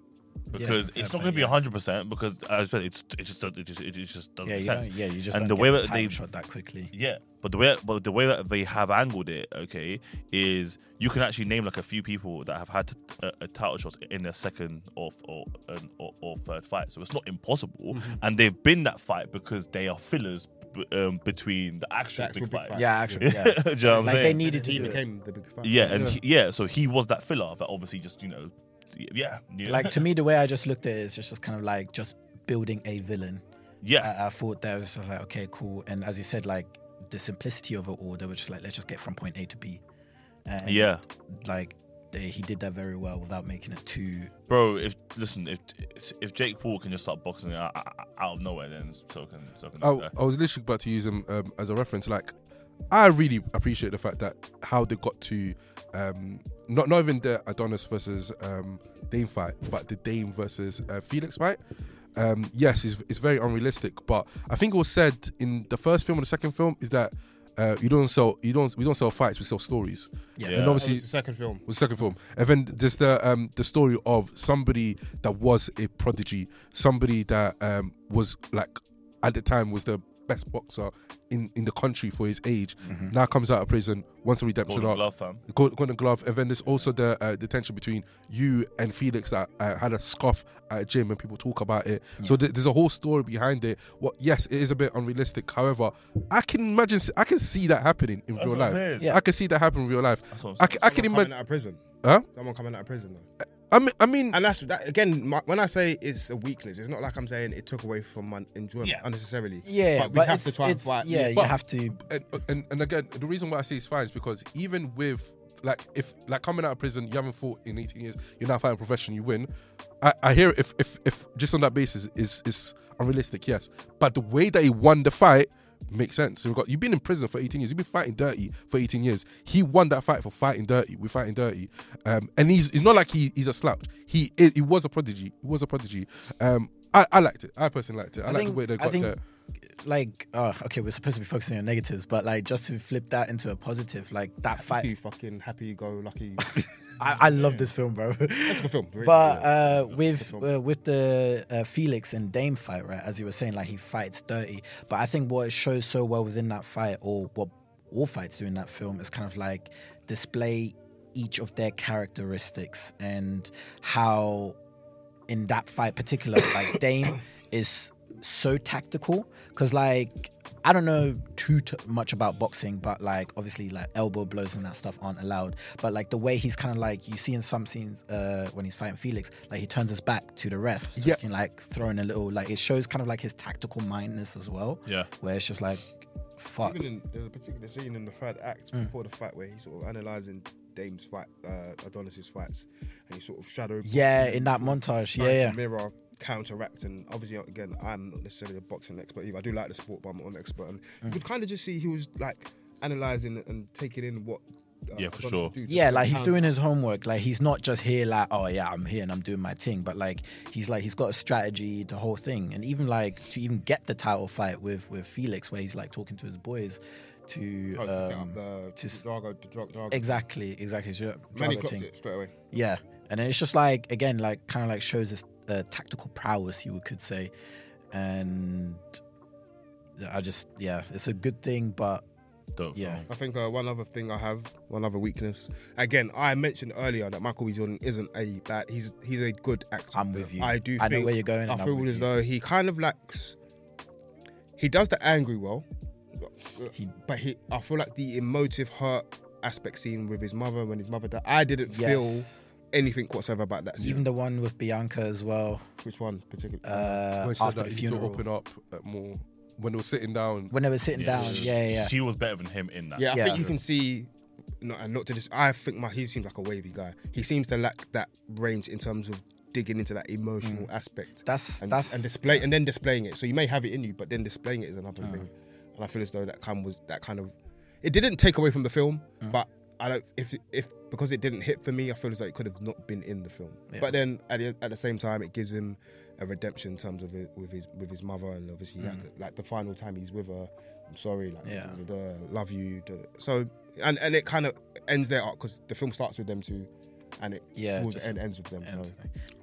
Speaker 4: Because
Speaker 5: fair
Speaker 4: it's
Speaker 5: play,
Speaker 4: not going to be
Speaker 5: yeah.
Speaker 4: hundred percent. Because as I said, it's it just it just it just doesn't
Speaker 5: Yeah,
Speaker 4: make
Speaker 5: you
Speaker 4: sense.
Speaker 5: don't, yeah, you just
Speaker 4: And
Speaker 5: don't
Speaker 4: the
Speaker 5: get
Speaker 4: way
Speaker 5: the
Speaker 4: that
Speaker 5: time
Speaker 4: they've-
Speaker 5: shot that quickly.
Speaker 4: Yeah, but the way but the way that they have angled it, okay, is you can actually name like a few people that have had uh, uh, title shots in their second or or, um, or or third fight, so it's not impossible.
Speaker 5: Mm-hmm.
Speaker 4: And they've been that fight because they are fillers b- um, between the actual
Speaker 2: The actual
Speaker 4: big
Speaker 2: big
Speaker 4: fight.
Speaker 2: fight.
Speaker 5: Yeah, actually,
Speaker 4: <laughs>
Speaker 5: yeah.
Speaker 4: Do you know what I'm
Speaker 5: like they
Speaker 4: saying?
Speaker 5: needed to
Speaker 2: he
Speaker 5: do it.
Speaker 2: became the big fan.
Speaker 4: yeah, and he- yeah. so he was that filler that obviously just you know, yeah, yeah.
Speaker 5: like to me the way i just looked at it is just, just kind of like just building a villain
Speaker 4: <laughs> yeah.
Speaker 5: I, I thought that was just like okay cool and as you said like the simplicity of it all they were just like let's just get from point a to b and
Speaker 4: yeah,
Speaker 5: like they, he did that very well without making it too
Speaker 4: bro. If listen, if if Jake Paul can just start boxing out, out of nowhere, then so can so can.
Speaker 3: I,
Speaker 5: Oh,
Speaker 3: Oh, I was literally about to use him um, as a reference. Like, I really appreciate the fact that how they got to um, not not even the Adonis versus um, Dame fight, but the Dame versus uh, Felix fight. Um, yes, it's, it's very unrealistic, but I think it was said in the first film and the second film is that uh, you don't sell you don't we don't sell fights, we sell stories.
Speaker 4: Yeah.
Speaker 5: Yeah.
Speaker 3: and
Speaker 2: That
Speaker 3: obviously
Speaker 2: was the second film.
Speaker 3: was the second film, and then there's the um, the story of somebody that was a prodigy, somebody that um, was like at the time was the best boxer in, in the country for his age. Now comes out of prison, wants a redemption
Speaker 4: Mm-hmm. Golden
Speaker 3: arc,
Speaker 4: Glove, fam.
Speaker 3: Go- Golden Glove, and then there's also the uh, the tension between you and Felix that uh, had a scoff at a gym and people talk about it.
Speaker 4: Mm.
Speaker 3: So th- there's a whole story behind it. What? Yes, it is a bit unrealistic. However, I can imagine, I can see that happening in real
Speaker 4: what I'm
Speaker 3: life.
Speaker 4: saying.
Speaker 5: Yeah.
Speaker 3: I can see that happen in real life.
Speaker 4: That's what I'm
Speaker 3: I, ca- I can
Speaker 2: Someone
Speaker 3: imagine.
Speaker 2: coming out of prison.
Speaker 3: Huh?
Speaker 2: Someone coming out of prison. Though.
Speaker 3: I mean, I mean,
Speaker 2: And that's that again. My, when I say it's a weakness, it's not like I'm saying it took away from my enjoyment
Speaker 4: Yeah.
Speaker 2: unnecessarily.
Speaker 5: yeah
Speaker 2: but we have to try and fight.
Speaker 5: yeah you
Speaker 3: But-
Speaker 5: have to
Speaker 3: and, and, and again, the reason why I say it's fine is because even with like if like coming out of prison, you haven't fought in 18 years, you're now fighting professionally, you win. I, I hear if if if just on that basis is is unrealistic, yes. But the way that he won the fight makes sense. So we've got you've been in prison for 18 years, you've been fighting dirty for 18 years. He won that fight for fighting dirty. We're fighting dirty. Um and he's it's not like he he's a slouch. He is, he was a prodigy. He was a prodigy. Um I, I liked it. I personally liked it. I,
Speaker 5: I
Speaker 3: liked
Speaker 5: think-
Speaker 3: the way they
Speaker 5: I
Speaker 3: got
Speaker 5: think-
Speaker 3: there.
Speaker 5: like uh okay we're supposed to be focusing on negatives but like just to flip that into a positive like that
Speaker 2: You
Speaker 5: fight
Speaker 2: fucking happy go
Speaker 5: <laughs>
Speaker 2: lucky.
Speaker 5: i, I love this film bro
Speaker 2: That's a good film. really.
Speaker 5: But
Speaker 2: Yeah.
Speaker 5: uh, with uh, with the uh, Felix and Dame fight, right? As you were saying, like he fights dirty. But I think what it shows so well within that fight, or what all fights do in that film, is kind of like display each of their characteristics and how in that fight particular, like Dame is so tactical because like I don't know too t- much about boxing, but like obviously like elbow blows and that stuff aren't allowed. But like the way he's kind of like you see in some scenes uh, when he's fighting Felix, like he turns his back to the ref, so
Speaker 3: Yeah.
Speaker 5: he can like throwing a little like it shows kind of like his tactical mindness as well.
Speaker 4: Yeah.
Speaker 5: where it's just like fuck.
Speaker 2: Even in, there's a particular scene in the third act
Speaker 5: Mm.
Speaker 2: before the fight where he's sort of analysing Dame's fight, uh, Adonis's fights, and he sort of shadow.
Speaker 5: Yeah,
Speaker 2: boxing,
Speaker 5: in that
Speaker 2: sort of
Speaker 5: montage.
Speaker 2: trying to
Speaker 5: Yeah, yeah.
Speaker 2: mirror counteract and obviously again I'm not necessarily a boxing expert either. I do like the sport, but I'm not an expert. And you
Speaker 5: Mm.
Speaker 2: could kind of just see he was like analysing and taking in what. uh,
Speaker 4: Yeah, for
Speaker 2: Adonis
Speaker 4: sure.
Speaker 2: would do to
Speaker 5: Yeah,
Speaker 2: sort of
Speaker 5: like he's
Speaker 2: counter.
Speaker 5: doing his homework. Like he's not just here like, oh yeah, I'm here and I'm doing my thing. But like he's like he's got a strategy, the whole thing. And even like to even get the title fight with with Felix, where he's like talking to his boys to,
Speaker 2: Oh, to set
Speaker 5: um,
Speaker 2: up the
Speaker 5: to s-
Speaker 2: Drago, the Dra- Drago.
Speaker 5: exactly, exactly. it's your
Speaker 2: Manny
Speaker 5: Drago
Speaker 2: clocked
Speaker 5: thing.
Speaker 2: it straight away.
Speaker 5: Yeah, and then it's just like again, like kind of like shows this uh, tactical prowess, you would- could say, and I just yeah, it's a good thing, but
Speaker 4: Dope,
Speaker 5: Yeah.
Speaker 4: fam.
Speaker 2: I think uh, one other thing I have, one other weakness. Again, I mentioned earlier that Michael B. Jordan isn't a bad. He's he's a good actor.
Speaker 5: I'm with you.
Speaker 2: I do.
Speaker 5: I know
Speaker 2: think,
Speaker 5: where you're going, and
Speaker 2: I
Speaker 5: I'm
Speaker 2: feel
Speaker 5: with
Speaker 2: as
Speaker 5: you.
Speaker 2: though he kind of lacks. He does the angry well, but-
Speaker 5: He-
Speaker 2: but he. I feel like the emotive hurt aspect scene with his mother when his mother died. I didn't
Speaker 5: yes,
Speaker 2: feel anything whatsoever about that scene.
Speaker 5: even the one with Bianca as well.
Speaker 2: Which one, particularly?
Speaker 5: Uh,
Speaker 3: Well, he said
Speaker 5: after
Speaker 3: that
Speaker 5: the
Speaker 3: he used to
Speaker 5: funeral,
Speaker 3: open up uh, more when they were sitting down.
Speaker 5: when they were sitting down,
Speaker 4: she-
Speaker 5: yeah, yeah, yeah.
Speaker 4: She was better than him in that.
Speaker 2: Yeah, I
Speaker 5: Yeah.
Speaker 2: think you can see. No, and not to just. I think my he seems like a wavy guy. He seems to lack that range in terms of digging into that emotional aspect
Speaker 5: That's
Speaker 2: and,
Speaker 5: that's
Speaker 2: and display and then displaying it. So you may have it in you, but then displaying it is another
Speaker 5: Ah.
Speaker 2: thing. And I feel as though that kind was that kind of it didn't take away from the film,
Speaker 5: Ah.
Speaker 2: but I don't if if because it didn't hit for me, I feel as though it could have not been in the film.
Speaker 5: Yeah.
Speaker 2: But then at the, at the same time, it gives him a redemption in terms of it, with his with his mother, and obviously he has to, like the final time he's with her. I'm sorry, like
Speaker 5: Mm. Yeah.
Speaker 2: duh, duh, duh, love you. duh, duh. So and and it kind of ends there because the film starts with them too, and it
Speaker 5: Yeah,
Speaker 2: towards
Speaker 5: just
Speaker 2: the end ends with them. so.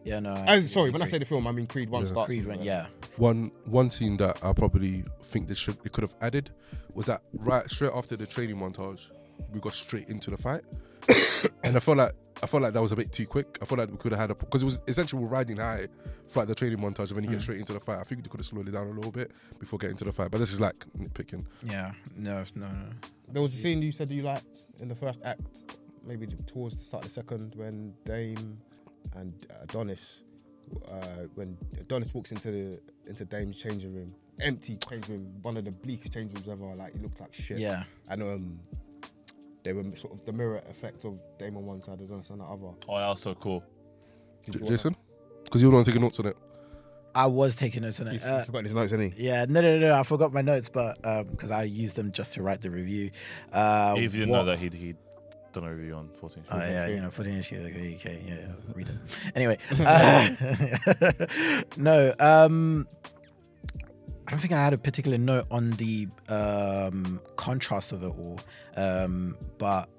Speaker 5: yeah no. I
Speaker 2: Uh, sorry, when I
Speaker 5: agree.
Speaker 2: say the film, I mean Creed One
Speaker 3: Yeah.
Speaker 2: starts.
Speaker 5: Creed
Speaker 2: with
Speaker 5: went
Speaker 2: her.
Speaker 5: yeah
Speaker 3: One one scene that I probably think they should they could have added was that right straight after the training montage, we got straight into the fight, <coughs> and I felt like I felt like that was a bit too quick. I felt like we could have had a because it was essentially we're riding high throughout the training montage, and then you
Speaker 5: Mm.
Speaker 3: get straight into the fight. I think they could have slowed it down a little bit before getting to the fight. But this is like nitpicking.
Speaker 5: yeah no no no.
Speaker 2: There was a scene you said you liked in the first act, maybe towards the start of the second, when Dame and Adonis, uh, when Adonis walks into the into Dame's changing room, empty changing room, one of the bleakest changing rooms ever. Like it looked like shit.
Speaker 5: Yeah.
Speaker 2: And um, they were sort of the mirror effect of Dame on one side, Adonis on the other.
Speaker 4: Oh, that was so cool.
Speaker 2: Did
Speaker 3: J-
Speaker 2: you wanna-
Speaker 3: Jason, because you were the one taking notes on it.
Speaker 5: I was taking notes on
Speaker 2: He's,
Speaker 5: it.
Speaker 2: he's
Speaker 5: Uh,
Speaker 2: forgotten his notes, hasn't he?
Speaker 5: yeah, no, no, no. I forgot my notes, but because I used them just to write the review. Uh,
Speaker 4: if you didn't
Speaker 5: what-
Speaker 4: know that he'd he'd done a review on 14.
Speaker 5: Oh, yeah, you know, put in shit like okay, yeah, yeah, read it. Anyway, <laughs> uh, no, um, I don't think I had a particular note on the um, contrast of it all, um, but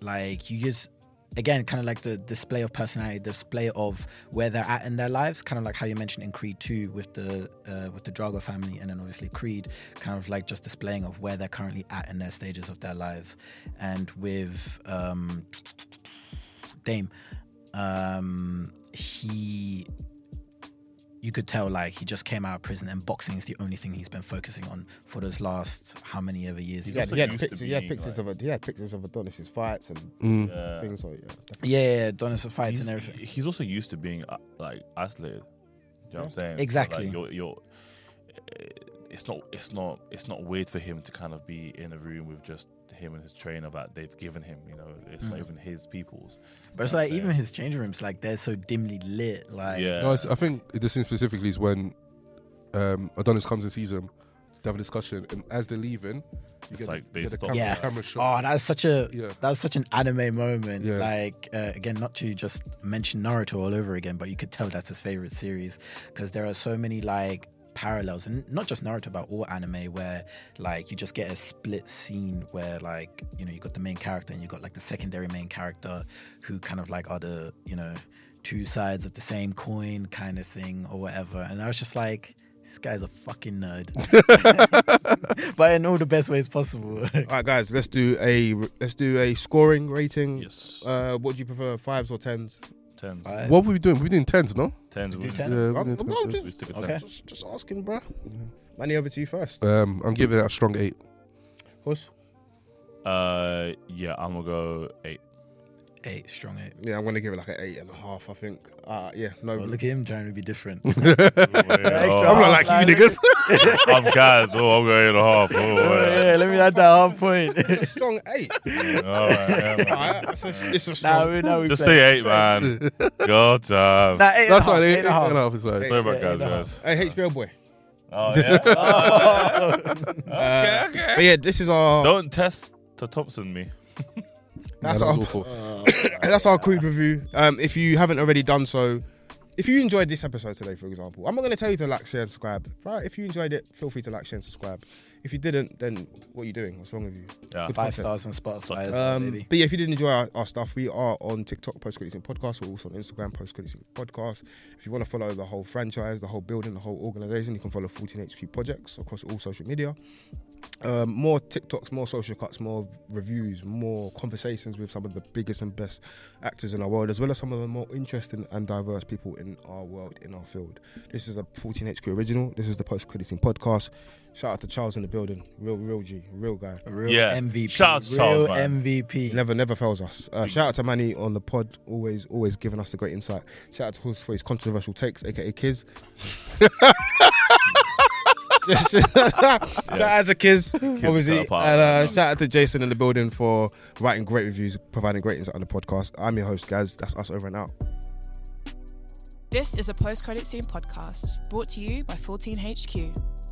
Speaker 5: like you just again kind of like the display of personality display of where they're at in their lives kind of like how you mentioned in creed 2 with the uh, with the drago family and then obviously creed kind of like just displaying of where they're currently at in their stages of their lives and with um Dame, um, he, you could tell like he just came out of prison and boxing is the only thing he's been focusing on for those last how many ever years.
Speaker 4: He's
Speaker 2: Yeah,
Speaker 4: also
Speaker 2: he had,
Speaker 4: used to
Speaker 2: pictures, he had
Speaker 4: being,
Speaker 2: pictures of he had pictures of Adonis's fights and
Speaker 3: Mm.
Speaker 4: Yeah.
Speaker 2: things like yeah.
Speaker 5: yeah, yeah, yeah, Donis fights
Speaker 4: he's,
Speaker 5: and everything.
Speaker 4: he's also used to being uh, like isolated. Do you know what I'm saying? So, like,
Speaker 5: Exactly.
Speaker 4: you're, you're, eh, it's not. It's not. It's not weird for him to kind of be in a room with just him and his trainer that they've given him. You know, it's not even his people's.
Speaker 5: But it's like even his change rooms, like they're so dimly lit. Like
Speaker 4: yeah.
Speaker 3: No, it's- I think the scene specifically is when um, Adonis comes and sees him. They have a discussion, and as they're leaving, you
Speaker 4: It's
Speaker 3: get
Speaker 4: like
Speaker 3: the,
Speaker 4: they
Speaker 3: you get the
Speaker 4: stop.
Speaker 3: camera,
Speaker 5: Yeah.
Speaker 3: camera shot.
Speaker 5: Oh, that was such a
Speaker 3: Yeah.
Speaker 5: that was such an anime moment.
Speaker 3: Yeah.
Speaker 5: Like uh, again, not to just mention Naruto all over again, but you could tell that's his favorite series because there are so many like parallels, and not just Naruto, but all anime where like you just get a split scene where like you know you got the main character and you got like the secondary main character who kind of like are the you know two sides of the same coin kind of thing or whatever, and I was just like. This guy's a fucking nerd, <laughs> but in all the best ways possible. <laughs>
Speaker 2: All right, guys, let's do a let's do a scoring rating.
Speaker 4: Yes.
Speaker 2: Uh, what do you prefer, fives or tens?
Speaker 4: tens.
Speaker 5: Alright.
Speaker 3: What were we doing? We were doing tens, no?
Speaker 4: Tens. We,
Speaker 5: do
Speaker 4: we,
Speaker 5: ten.
Speaker 3: Yeah, we were
Speaker 2: I'm-
Speaker 3: doing
Speaker 2: I'm
Speaker 3: tens,
Speaker 2: not
Speaker 3: yeah.
Speaker 2: just-
Speaker 4: we stick with
Speaker 5: Okay.
Speaker 4: tens.
Speaker 2: Just, just asking, bruh. Money over to you first.
Speaker 3: Um, I'm giving it a strong eight.
Speaker 2: Puss.
Speaker 4: Uh, yeah, I'm gonna go eight.
Speaker 5: Eight, strong eight.
Speaker 2: Yeah, I'm gonna give it like an eight and a half. I think. Uh, yeah, no.
Speaker 5: Oh, look at him trying to be <laughs> different.
Speaker 4: Oh,
Speaker 3: I'm not like you niggas.
Speaker 4: I'm guys. Oh, I'm going eight and a half. Oh,
Speaker 5: yeah, let me add that half point. <laughs>
Speaker 2: it's a strong eight.
Speaker 4: yeah. All right, yeah, man.
Speaker 2: Alright, it's, a, it's a
Speaker 5: nah,
Speaker 2: strong.
Speaker 5: we know we
Speaker 4: Just
Speaker 5: play.
Speaker 4: say eight, man. God damn.
Speaker 5: Nah, eight
Speaker 3: That's
Speaker 5: and a half,
Speaker 3: why
Speaker 5: eight
Speaker 3: eight,
Speaker 5: and a half.
Speaker 3: and a half is right.
Speaker 4: Sorry about
Speaker 5: Yeah,
Speaker 4: guys,
Speaker 5: eight and a
Speaker 4: guys.
Speaker 2: Hey, HBO boy.
Speaker 4: Oh yeah. <laughs> Oh. okay, okay.
Speaker 2: But yeah, this is our
Speaker 4: Don't test to Thompson me.
Speaker 2: that's
Speaker 3: That was
Speaker 2: our
Speaker 3: awful.
Speaker 2: that's our creed review. Um, if you haven't already done so, if you enjoyed this episode today, for example, I'm not going to tell you to like, share, and subscribe. Right? If you enjoyed it, feel free to like, share, and subscribe. If you didn't, then what are you doing? What's wrong with you?
Speaker 4: Yeah.
Speaker 2: Good content.
Speaker 5: Five stars on Spotify as well,
Speaker 2: Um,
Speaker 5: baby.
Speaker 2: but yeah, if you did enjoy our, our stuff, we are on TikTok, Post Credits Inc. Podcast. We're also on Instagram, Post Credits Inc. Podcast. If you want to follow the whole franchise, the whole building, the whole organization, you can follow 14HQ Projects across all social media. Um, more TikToks, more social cuts, more reviews, more conversations with some of the biggest and best actors in our world, as well as some of the more interesting and diverse people in our world, in our field. This is a 14HQ original. This is the Post Credits Inc. Podcast. Shout out to Charles in the building. Real, real G, real guy.
Speaker 5: A real
Speaker 4: yeah.
Speaker 5: MVP.
Speaker 4: Shout out to
Speaker 5: real
Speaker 4: Charles, man.
Speaker 5: MVP.
Speaker 2: He never, never fails us. Uh, shout out to Manny on the pod, always, always giving us the great insight. Shout out to Horse for his controversial takes, aka Kiz. <laughs> Shout out to Kiz, obviously,
Speaker 4: cut
Speaker 2: and
Speaker 4: apart.
Speaker 2: uh, shout out to Jason in the building for writing great reviews, providing great insight on the podcast. I'm your host, guys. That's us over and out.
Speaker 1: This is a post credit scene podcast brought to you by 14HQ.